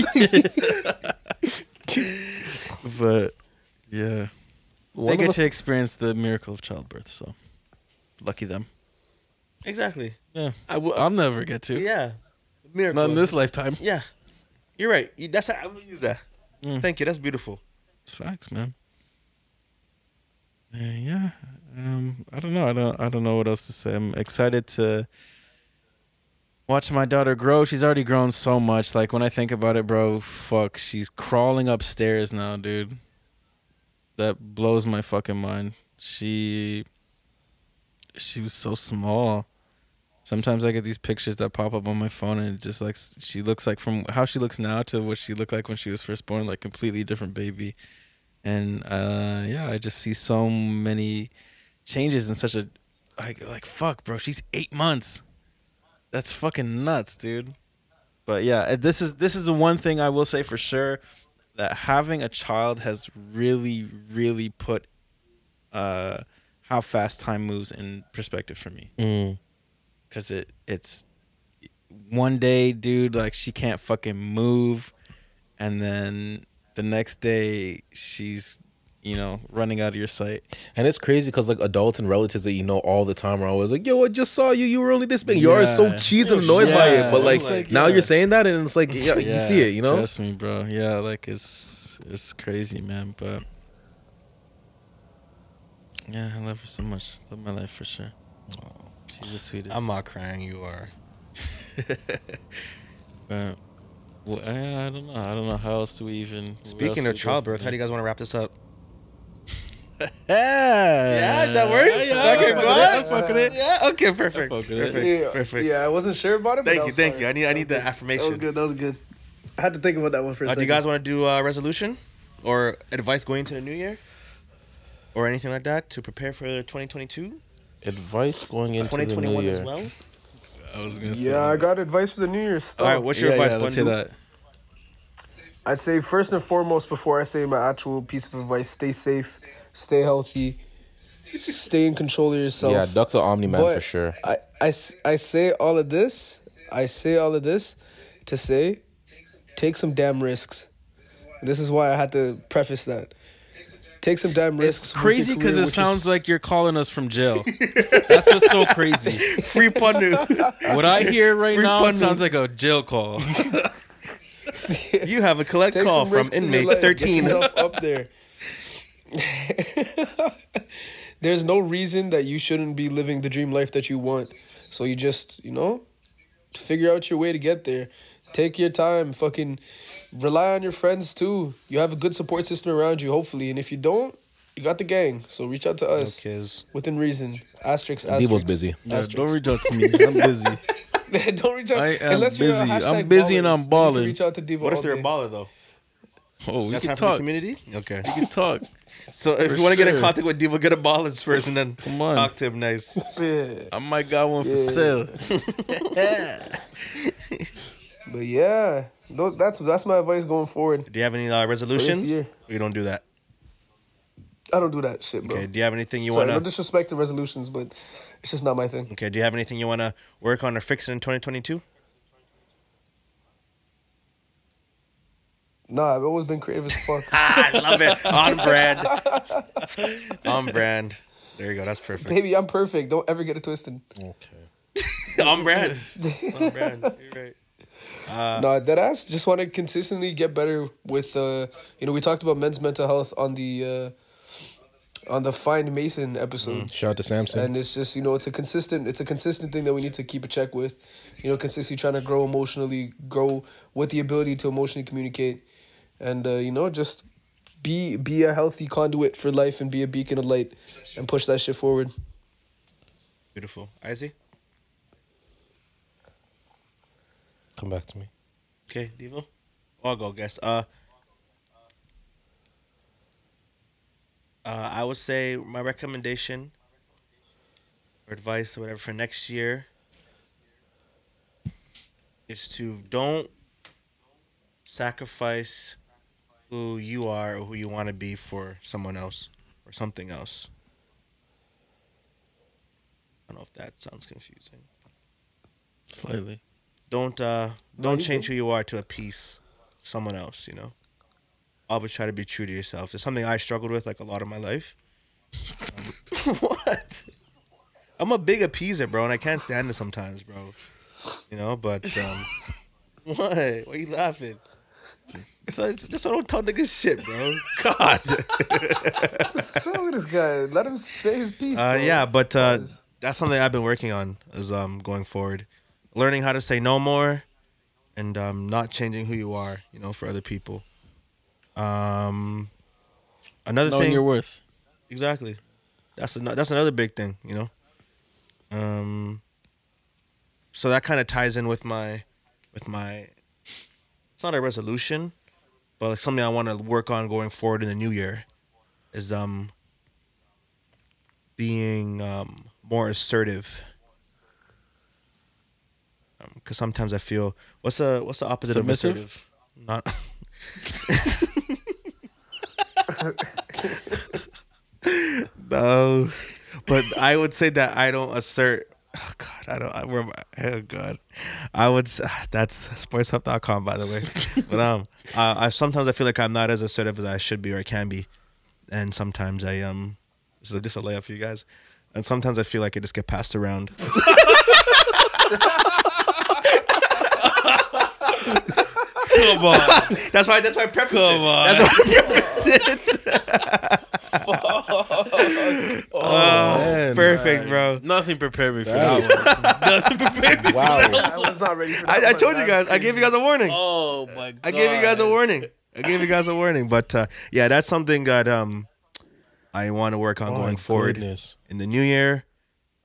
S2: but yeah,
S5: One
S2: they
S5: of
S2: get
S5: us-
S2: to experience the miracle of childbirth. So lucky them.
S3: Exactly.
S2: Yeah,
S3: I w-
S2: I'll never get to.
S3: Yeah. Miracle.
S2: Not in this lifetime.
S3: Yeah, you're right. You- That's how I'm gonna use that. Thank you. That's beautiful.
S2: It's facts, man. Uh, yeah. Um, I don't know. I don't. I don't know what else to say. I'm excited to watch my daughter grow. She's already grown so much. Like when I think about it, bro, fuck, she's crawling upstairs now, dude. That blows my fucking mind. She she was so small. Sometimes I get these pictures that pop up on my phone, and it just like s- she looks like from how she looks now to what she looked like when she was first born, like completely different baby. And uh, yeah, I just see so many changes in such a like like fuck, bro. She's eight months. That's fucking nuts, dude. But yeah, eh, this is this is the one thing I will say for sure that having a child has really, really put uh, how fast time moves in perspective for me
S5: Mm.
S2: because it it's one day, dude, like she can't fucking move, and then the next day she's you know running out of your sight.
S5: And it's crazy because like adults and relatives that you know all the time are always like, "Yo, I just saw you. You were only this big. You're always so
S2: Yeah.
S5: cheesed and annoyed by
S2: Yeah.
S5: it." But like,
S2: It's like,
S5: now
S2: yeah.
S5: you're saying that, and it's like, yeah, you see it. You know,
S2: trust me, bro. Yeah, like it's it's crazy, man. But yeah, I love her so much. Love my life for sure. She's the sweetest.
S3: I'm not crying. You are.
S2: But, well, I, I don't know. I don't know how else do we even.
S3: Speaking of childbirth, how do you guys want to wrap this up?
S2: Yeah,
S3: works.
S2: I fuck with it, I fuck with it.
S3: Uh, Yeah. Okay. Perfect.
S2: fuck with it.
S3: Perfect.
S4: Yeah,
S3: Perfect.
S4: yeah, I wasn't sure about it. but
S3: Thank
S4: that
S3: you.
S4: was
S3: Thank
S4: fire.
S3: you. I need. I need
S4: That
S3: the
S4: was good. That was
S3: affirmation.
S4: good. That was good. I had to think about that one for a
S3: Uh,
S4: second.
S3: do you guys want to do a resolution or advice going into the new year or anything like that to prepare for 2022,
S5: advice going into
S3: 2021 as well?
S2: I was gonna say.
S4: Yeah, I got advice for the New Year's stuff.
S3: All right. What's your
S2: yeah,
S3: advice?
S2: yeah, let's
S3: Bundu?
S2: hear that.
S4: I'd say first and foremost, before I say my actual piece of advice, stay safe, stay healthy, stay in control of yourself.
S5: Yeah, duck the Omni Man
S4: But
S5: for sure.
S4: I, I s- I say all of this. I say all of this to say, take some damn risks. This is why I had to preface that. Take some damn risks.
S2: It's
S4: with your
S2: crazy because
S4: career,
S2: it
S4: with your
S2: sounds
S4: s-
S2: like you're calling us from jail. That's what's so crazy.
S3: Free pundu.
S2: What I hear right
S3: Free
S2: now
S3: pundu.
S2: sounds like a jail call.
S3: you have a collect
S4: Take
S3: call
S4: some
S3: from
S4: risks in your
S3: inmate
S4: life. Get
S3: 13.
S4: yourself up there. There's no reason that you shouldn't be living the dream life that you want. So you just, you know, figure out your way to get there. Take your time. Fucking rely on your friends too. You have a good support system around you, hopefully. And if you don't, you got the gang. So reach out to us
S3: Kids.
S4: within reason. Asterisk. asterisk
S5: Devo's busy.
S2: Yeah, don't
S4: asterisk.
S2: reach out to me. I'm busy.
S4: Don't reach out.
S2: I am
S4: Unless you're a
S2: busy. I'm
S4: hashtag
S2: busy and
S4: ballers,
S2: I'm
S4: you can
S2: balling.
S4: Reach out to Devo.
S3: What if
S4: all
S3: they're a
S4: day.
S3: baller though?
S2: Oh, we can
S3: That's half of the
S2: talk. We
S3: community. Okay.
S2: can talk.
S3: So if
S2: For
S3: you want to get in
S2: sure.
S3: contact with Devo, get a ballers first and then
S2: Come on.
S3: talk to him nice.
S4: Yeah.
S2: I might got one for
S4: Yeah.
S2: sale.
S4: But yeah, tho- that's that's my advice going forward.
S3: Do you have any uh, resolutions?
S4: year.
S3: You don't do that.
S4: I don't do that shit, bro.
S3: Okay. Do you have anything you
S4: Sorry,
S3: wanna?
S4: no disrespect to resolutions, but it's just not my thing.
S3: okay. Do you have anything you wanna work on or fix in 2022?
S4: Nah, I've always been creative as fuck.
S3: Ah, I love it. on brand. on brand. There you go. That's perfect.
S4: Baby, I'm perfect. Don't ever get it twisted.
S5: Okay.
S3: on brand. on brand. You're right. Uh.
S4: no, that ass just want to consistently get better with uh you know, we talked about men's mental health on the uh on the Find Mason episode.
S5: Shout out to Samson.
S4: And it's just, you know, it's a consistent it's a consistent thing that we need to keep a check with. You know, consistently trying to grow emotionally, grow with the ability to emotionally communicate and uh, you know, just be be a healthy conduit for life and be a beacon of light and push that shit forward.
S3: Beautiful. Izzy?
S5: Come back to me.
S3: Okay, Devo? I'll go guess. Uh, uh, I would say my recommendation or advice or whatever for next year is to don't sacrifice who you are or who you want to be for someone else or something else. I don't know if that sounds confusing
S2: Slightly.
S3: don't uh don't change who you are to appease someone else you know always try to be true to yourself it's something i struggled with like a lot of my life Um, what i'm a big appeaser bro and i can't stand it sometimes bro you know but um what why are you laughing so it's just I don't tell niggas shit, bro. God.
S4: What's wrong with this guy? Let him say his piece.
S3: Uh,
S4: bro.
S3: yeah, but uh, that's something I've been working on is um going forward, learning how to say no more, and um not changing who you are, you know, for other people. Um, another
S2: Knowing
S3: thing,
S2: your worth.
S3: exactly. That's another that's another big thing, you know. Um, so that kind of ties in with my, with my. It's not a resolution, but like something I want to work on going forward in the new year, is um. Being um more assertive. Because sometimes I feel what's the what's the opposite
S2: Submissive?
S3: of assertive? Not. no, Oh, but I would say that I don't assert. Oh God, I don't. I, where am I? Oh God, I would. s- ah, That's sportshub.com, by the way. but um, uh, I sometimes I feel like I'm not as assertive as I should be or can be, and sometimes I um, this is just a layup for you guys, and sometimes I feel like I just get passed around.
S2: Come on.
S3: That's why. That's why I prefaced
S2: Come on.
S3: it. That's why I prefaced it. oh, perfect, bro.
S2: Nothing prepared me for that. one. Nothing prepared me.
S5: Wow.
S4: I was not ready for that.
S3: I, I
S4: one.
S3: told you
S4: That
S3: guys.
S4: was
S3: I
S4: crazy.
S3: gave you guys a warning.
S2: Oh my god.
S3: I gave you guys a warning. I gave you guys a warning. But uh, yeah, that's something that um I want to work on
S5: Oh,
S3: going
S5: my
S3: forward
S5: goodness.
S3: in the new year.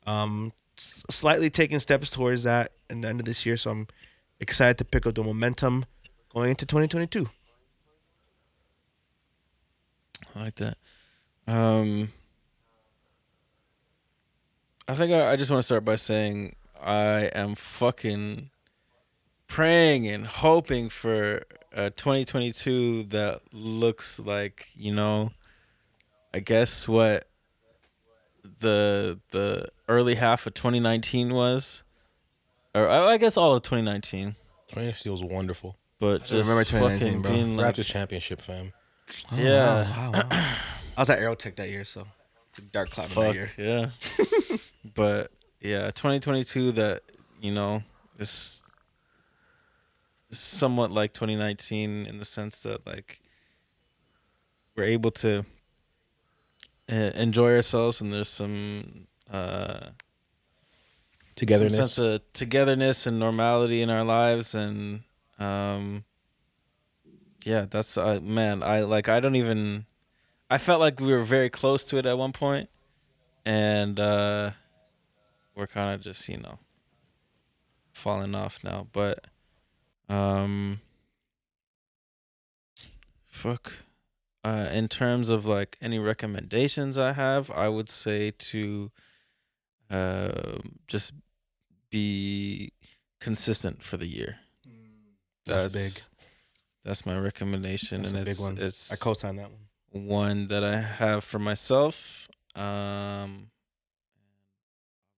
S3: Um, s- slightly taking steps towards that in the end of this year. So I'm excited to pick up the momentum going into 2022.
S2: I like that. Um, I think I, I just want to start by saying I am fucking praying and hoping for a 2022 that looks like you know, I guess what the the early half of 2019 was, or I, I guess all of 2019.
S5: I mean, it was wonderful.
S2: But just
S3: remember
S2: fucking
S3: 2019, bro.
S2: being like,
S5: Raptors championship, fam.
S2: yeah,
S3: I was at Aerotech that year, so it's a dark cloud of
S2: Fuck
S3: that year.
S2: yeah. but yeah, 2022 that you know is is somewhat like 2019 in the sense that like we're able to uh, enjoy ourselves and there's some uh some
S5: Togetherness.
S2: sense of togetherness and normality in our lives and um yeah that's uh, man i like i don't even i felt like we were very close to it at one point and uh we're kind of just you know falling off now but um fuck uh in terms of like any recommendations i have i would say to uh just be consistent for the year.
S3: Mm. That's
S2: That's my recommendation,
S3: That's
S2: and
S3: a
S2: it's
S3: big one.
S2: it's
S3: I co-signed that one.
S2: one that I have for myself. Um,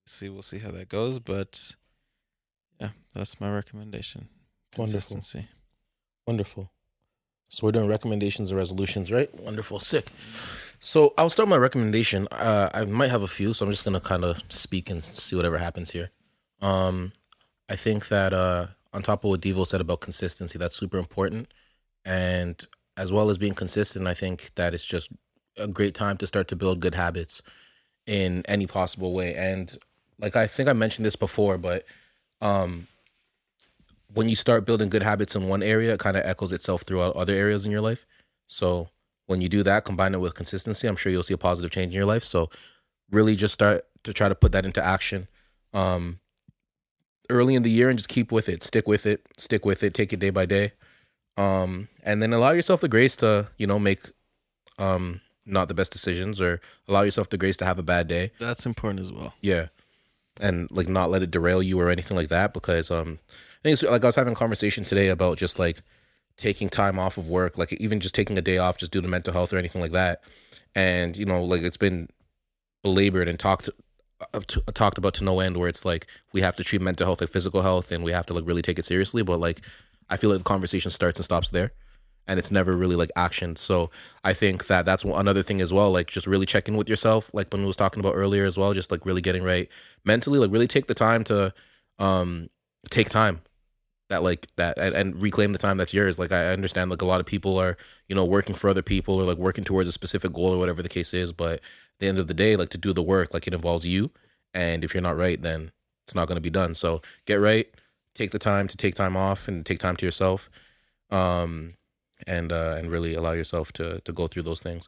S2: see, we'll see how that goes, but yeah, that's my recommendation.
S5: Wonderful.
S2: Consistency.
S5: Wonderful. So we're doing recommendations and resolutions, right? Wonderful. Sick. So I'll start my recommendation. Uh, I might have a few, so I'm just gonna kind of speak and see whatever happens here. Um, I think that uh, on top of what Devo said about consistency, that's super important. And as well as being consistent, I think that it's just a great time to start to build good habits in any possible way. And like I think I mentioned this before, but um when you start building good habits in one area, it kind of echoes itself throughout other areas in your life. So when you do that, combine it with consistency, I'm sure you'll see a positive change in your life. So really just start to try to put that into action um early in the year and just keep with it. Stick with it. Stick with it. Take it day by day. Um and then allow yourself the grace to, you know, make um not the best decisions or allow yourself the grace to have a bad day.
S2: That's important as well.
S5: Yeah. And like not let it derail you or anything like that because um I think it's like I was having a conversation today about just like taking time off of work, like even just taking a day off just due to mental health or anything like that. And you know, like it's been belabored and talked uh, to, talked about to no end where it's like we have to treat mental health like physical health and we have to like really take it seriously, but like I feel like the conversation starts and stops there and it's never really like action. So I think that that's one, another thing as well. Like just really check in with yourself, like when was talking about earlier as well. Just like really getting right mentally. Like really take the time to um take time that like that and, and reclaim the time that's yours. Like I understand like a lot of people are you know working for other people or like working towards a specific goal or whatever the case is. But at the end of the day, like to do the work, like it involves you. And if you're not right, then it's not going to be done. So get right. Take the time to take time off and take time to yourself. Um, and uh, and really allow yourself to to go through those things.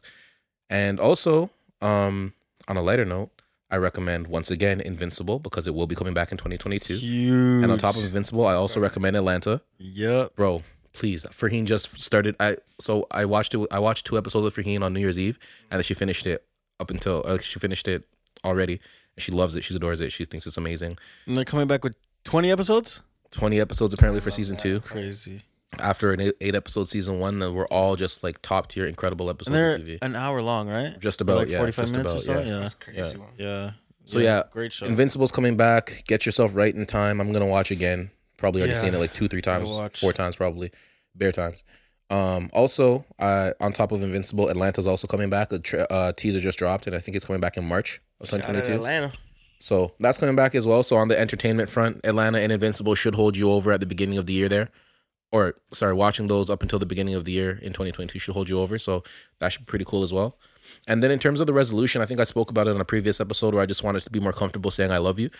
S5: And also, um, on a lighter note, I recommend once again Invincible because it will be coming back in 2022.
S2: Huge.
S5: And on top of Invincible, I also recommend Atlanta,
S2: yep.
S5: bro. Please, Faheen just started. I so I watched it. I watched two episodes of Faheen on New Year's Eve, and then she finished it up until uh, she finished it already. And she loves it. She adores it. She thinks it's amazing.
S2: And they're coming back with 20 episodes?
S5: 20 episodes apparently for season two.
S2: Crazy.
S5: After an eight, eight episode season one, that were all just like top tier, incredible
S2: And
S5: episodes
S2: they're
S5: of TV.
S2: an hour long, right?
S5: Just
S2: Or
S5: about,
S2: like
S5: yeah,
S2: 45
S5: just
S2: minutes or
S5: about,
S2: so.
S5: yeah.
S2: Yeah.
S3: That's crazy one.
S2: Yeah.
S5: So yeah,
S2: Great show.
S5: Invincible's coming back. Get yourself right in time. I'm gonna watch again. Probably already
S3: Yeah.
S5: seen it like two, three times,
S2: watch.
S5: four times probably, bare times. Um, also, uh, on top of Invincible, Atlanta's also coming back. A tra- uh, teaser just dropped, and I think it's coming back in March of
S3: Shout out
S5: 2022.
S3: Atlanta.
S5: So that's coming back as well. So on the entertainment front, Atlanta and Invincible should hold you over at the beginning of the year there. Or sorry, watching those up until the beginning of the year in 2022 should hold you over. So that should be pretty cool as well. And then in terms of the resolution, I think I spoke about it on a previous episode where I just wanted to be more comfortable saying I love you.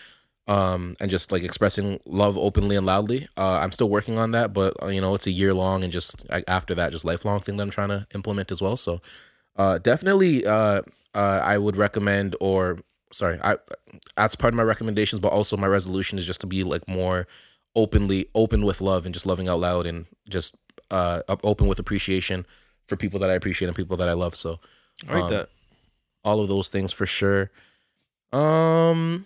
S5: Um, and just like expressing love openly and loudly. Uh, I'm still working on that, but uh, you know, it's a year long and just I, after that, just lifelong thing that I'm trying to implement as well. So, uh, definitely, uh, uh, I would recommend, or sorry, I that's part of my recommendations, but also my resolution is just to be like more openly open with love and just loving out loud and just uh up- open with appreciation for people that I appreciate and people that I love. So
S2: I rate
S5: um,
S2: that.
S5: all of those things for sure. Um,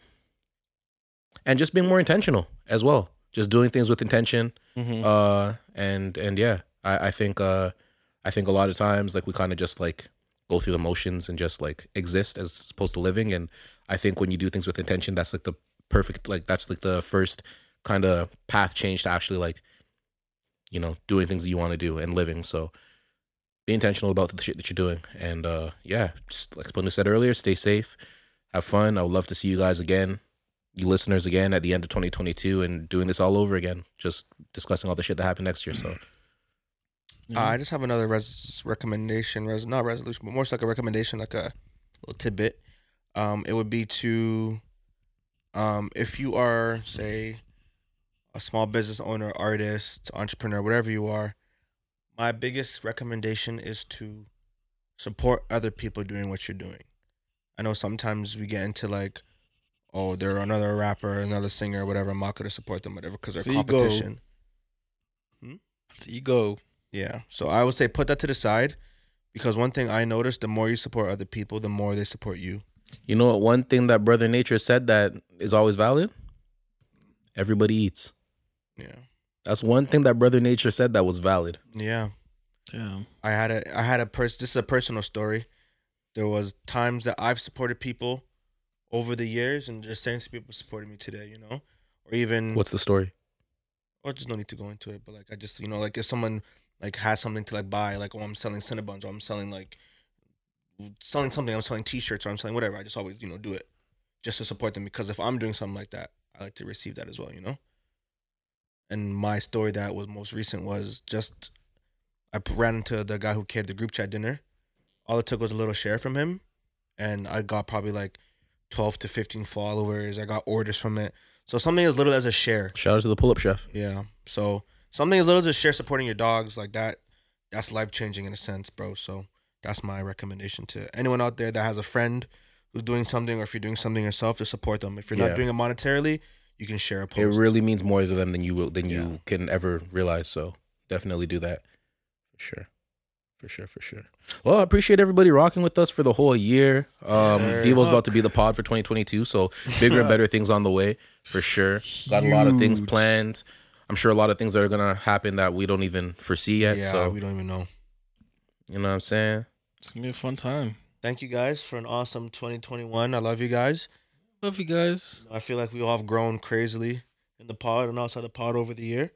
S5: and just being more intentional as well. Just doing things with intention.
S2: Mhm.
S5: Uh, and and yeah, I I think uh, I think a lot of times like we kind of just like go through the motions and just like exist as opposed to living. And I think when you do things with intention, that's like the perfect like that's like the first kind of path change to actually like you know doing things that you want to do and living. So be intentional about the shit that you're doing. And uh, yeah, just like Splinter said earlier, stay safe, have fun. I would love to see you guys again, you listeners again at the end of 2022 and doing this all over again, just discussing all the shit that happened next year. So
S3: Uh, I just have another res- recommendation, res- not resolution, but more so like a recommendation, like a little tidbit. Um, it would be to, um, if you are, say, a small business owner, artist, entrepreneur, whatever you are, my biggest recommendation is to support other people doing what you're doing. I know sometimes we get into like, oh, they're another rapper, another singer, whatever. I'm not gonna support them, whatever, because they're
S2: So you go-
S3: competition.
S2: It's ego.
S3: Yeah. So I would say put that to the side because one thing I noticed the more you support other people, the more they support you.
S5: you know what? One thing that Brother Nature said that is always valid. Everybody eats.
S3: Yeah.
S5: That's one thing that Brother Nature said that was valid.
S3: Yeah.
S2: Damn.
S3: I had a I had a person this is a personal story. There was times that I've supported people over the years and there's certain people supporting me today, you know? Or even
S5: What's the story?
S3: or just no need to go into it, but like I just you know, like if someone like has something to like buy, like oh I'm selling Cinnabons or I'm selling like selling something, I'm selling t shirts or I'm selling whatever, I just always, you know, do it. Just to support them because if I'm doing something like that, I like to receive that as well, you know? and my story that was most recent was just I p- ran into the guy who cared the group chat dinner. All it took was a little share from him, and I got probably like twelve to fifteen followers. I got orders from it. So something as little as a share.
S5: Shout out to the pull up chef.
S3: Yeah. So something as little as a share supporting your dogs like that, that's life changing in a sense, bro. So that's my recommendation to anyone out there that has a friend who's doing something, or if you're doing something yourself, to support them. If you're
S5: Yeah.
S3: not doing it monetarily, you can share a post.
S5: It really means more to them than you will than you can ever realize. So definitely do that. For sure. For sure, for sure. Well, I appreciate everybody rocking with us for the whole year. Um
S3: Sir.
S5: Devo's about to be the pod for 2022, so bigger and better things on the way for sure. Got a lot of things
S2: Huge.
S5: planned. I'm sure a lot of things that are gonna happen that we don't even foresee yet.
S3: yeah,
S5: so
S3: we don't even know.
S5: you know what I'm saying?
S2: It's gonna be a fun time.
S3: Thank you guys for an awesome 2021. I love you guys.
S2: Love you guys.
S3: I feel like we all have grown crazily in the pod and outside the pod over the year.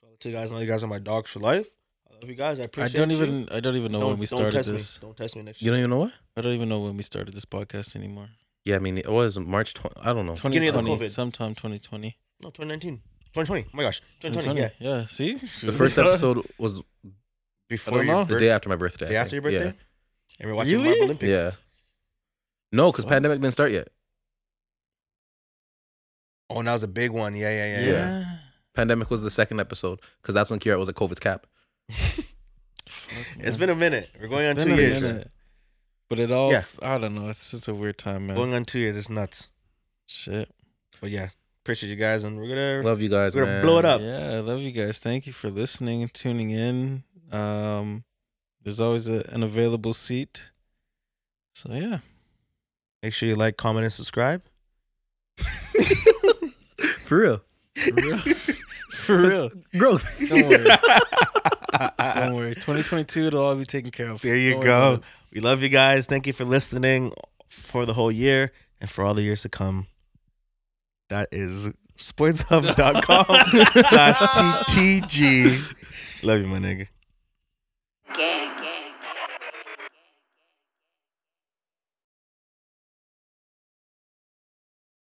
S3: So I'll let you guys know you guys are my dogs for life. I love you guys. I
S2: I
S3: appreciate
S2: don't
S3: you.
S2: even I don't even know
S3: Don't-
S2: when we
S3: don't
S2: started
S3: test
S2: this.
S3: Me. Don't test me next
S5: You
S3: year.
S5: don't even know what?
S2: I don't even know when we started this podcast anymore.
S5: Yeah, I mean it was March twenty I don't know.
S3: Beginning of the
S2: 2020,
S3: COVID.
S2: sometime 2020.
S3: No, 2019. 2020. Oh my gosh.
S2: 2020.
S3: 2020. Yeah.
S2: yeah. see?
S5: The first episode was
S3: Before
S2: don't
S3: your
S2: know.
S5: the
S3: birth-
S5: day after my birthday. I
S3: day after your
S5: think. Yeah.
S3: birthday? And we're watching
S2: Really?
S3: Marvel Olympics.
S5: Yeah. No, because
S2: Wow.
S5: pandemic didn't start yet.
S3: Oh, and that was a big one. Yeah, yeah, yeah. yeah.
S2: Yeah.
S5: Pandemic was the second episode because that's when Kira was at COVID's cap.
S2: Fuck,
S3: It's
S2: man.
S3: been a minute. We're going
S2: It's
S3: on
S2: been
S3: two
S2: a
S3: years.
S2: minute. But it all,
S3: Yeah.
S2: I don't know. It's just a weird time, man.
S3: Going on two years. It's nuts.
S2: Shit.
S3: But yeah, appreciate you guys, and we're gonna
S5: Love you guys,
S3: we're gonna
S5: man.
S3: blow it up.
S2: Yeah, I love you guys. Thank you for listening and tuning in. Um, there's always a, an available seat. So yeah,
S3: Make sure you like, comment, and subscribe.
S5: For real.
S2: for real, for real.
S5: Growth.
S2: Don't worry, don't worry. 2022, it'll all be taken care of.
S3: There you
S2: Don't worry
S3: go.
S2: about it.
S3: We love you guys. Thank you for listening for the whole year and for all the years to come. That is sportshub.com slash TTG. Love you, my nigga.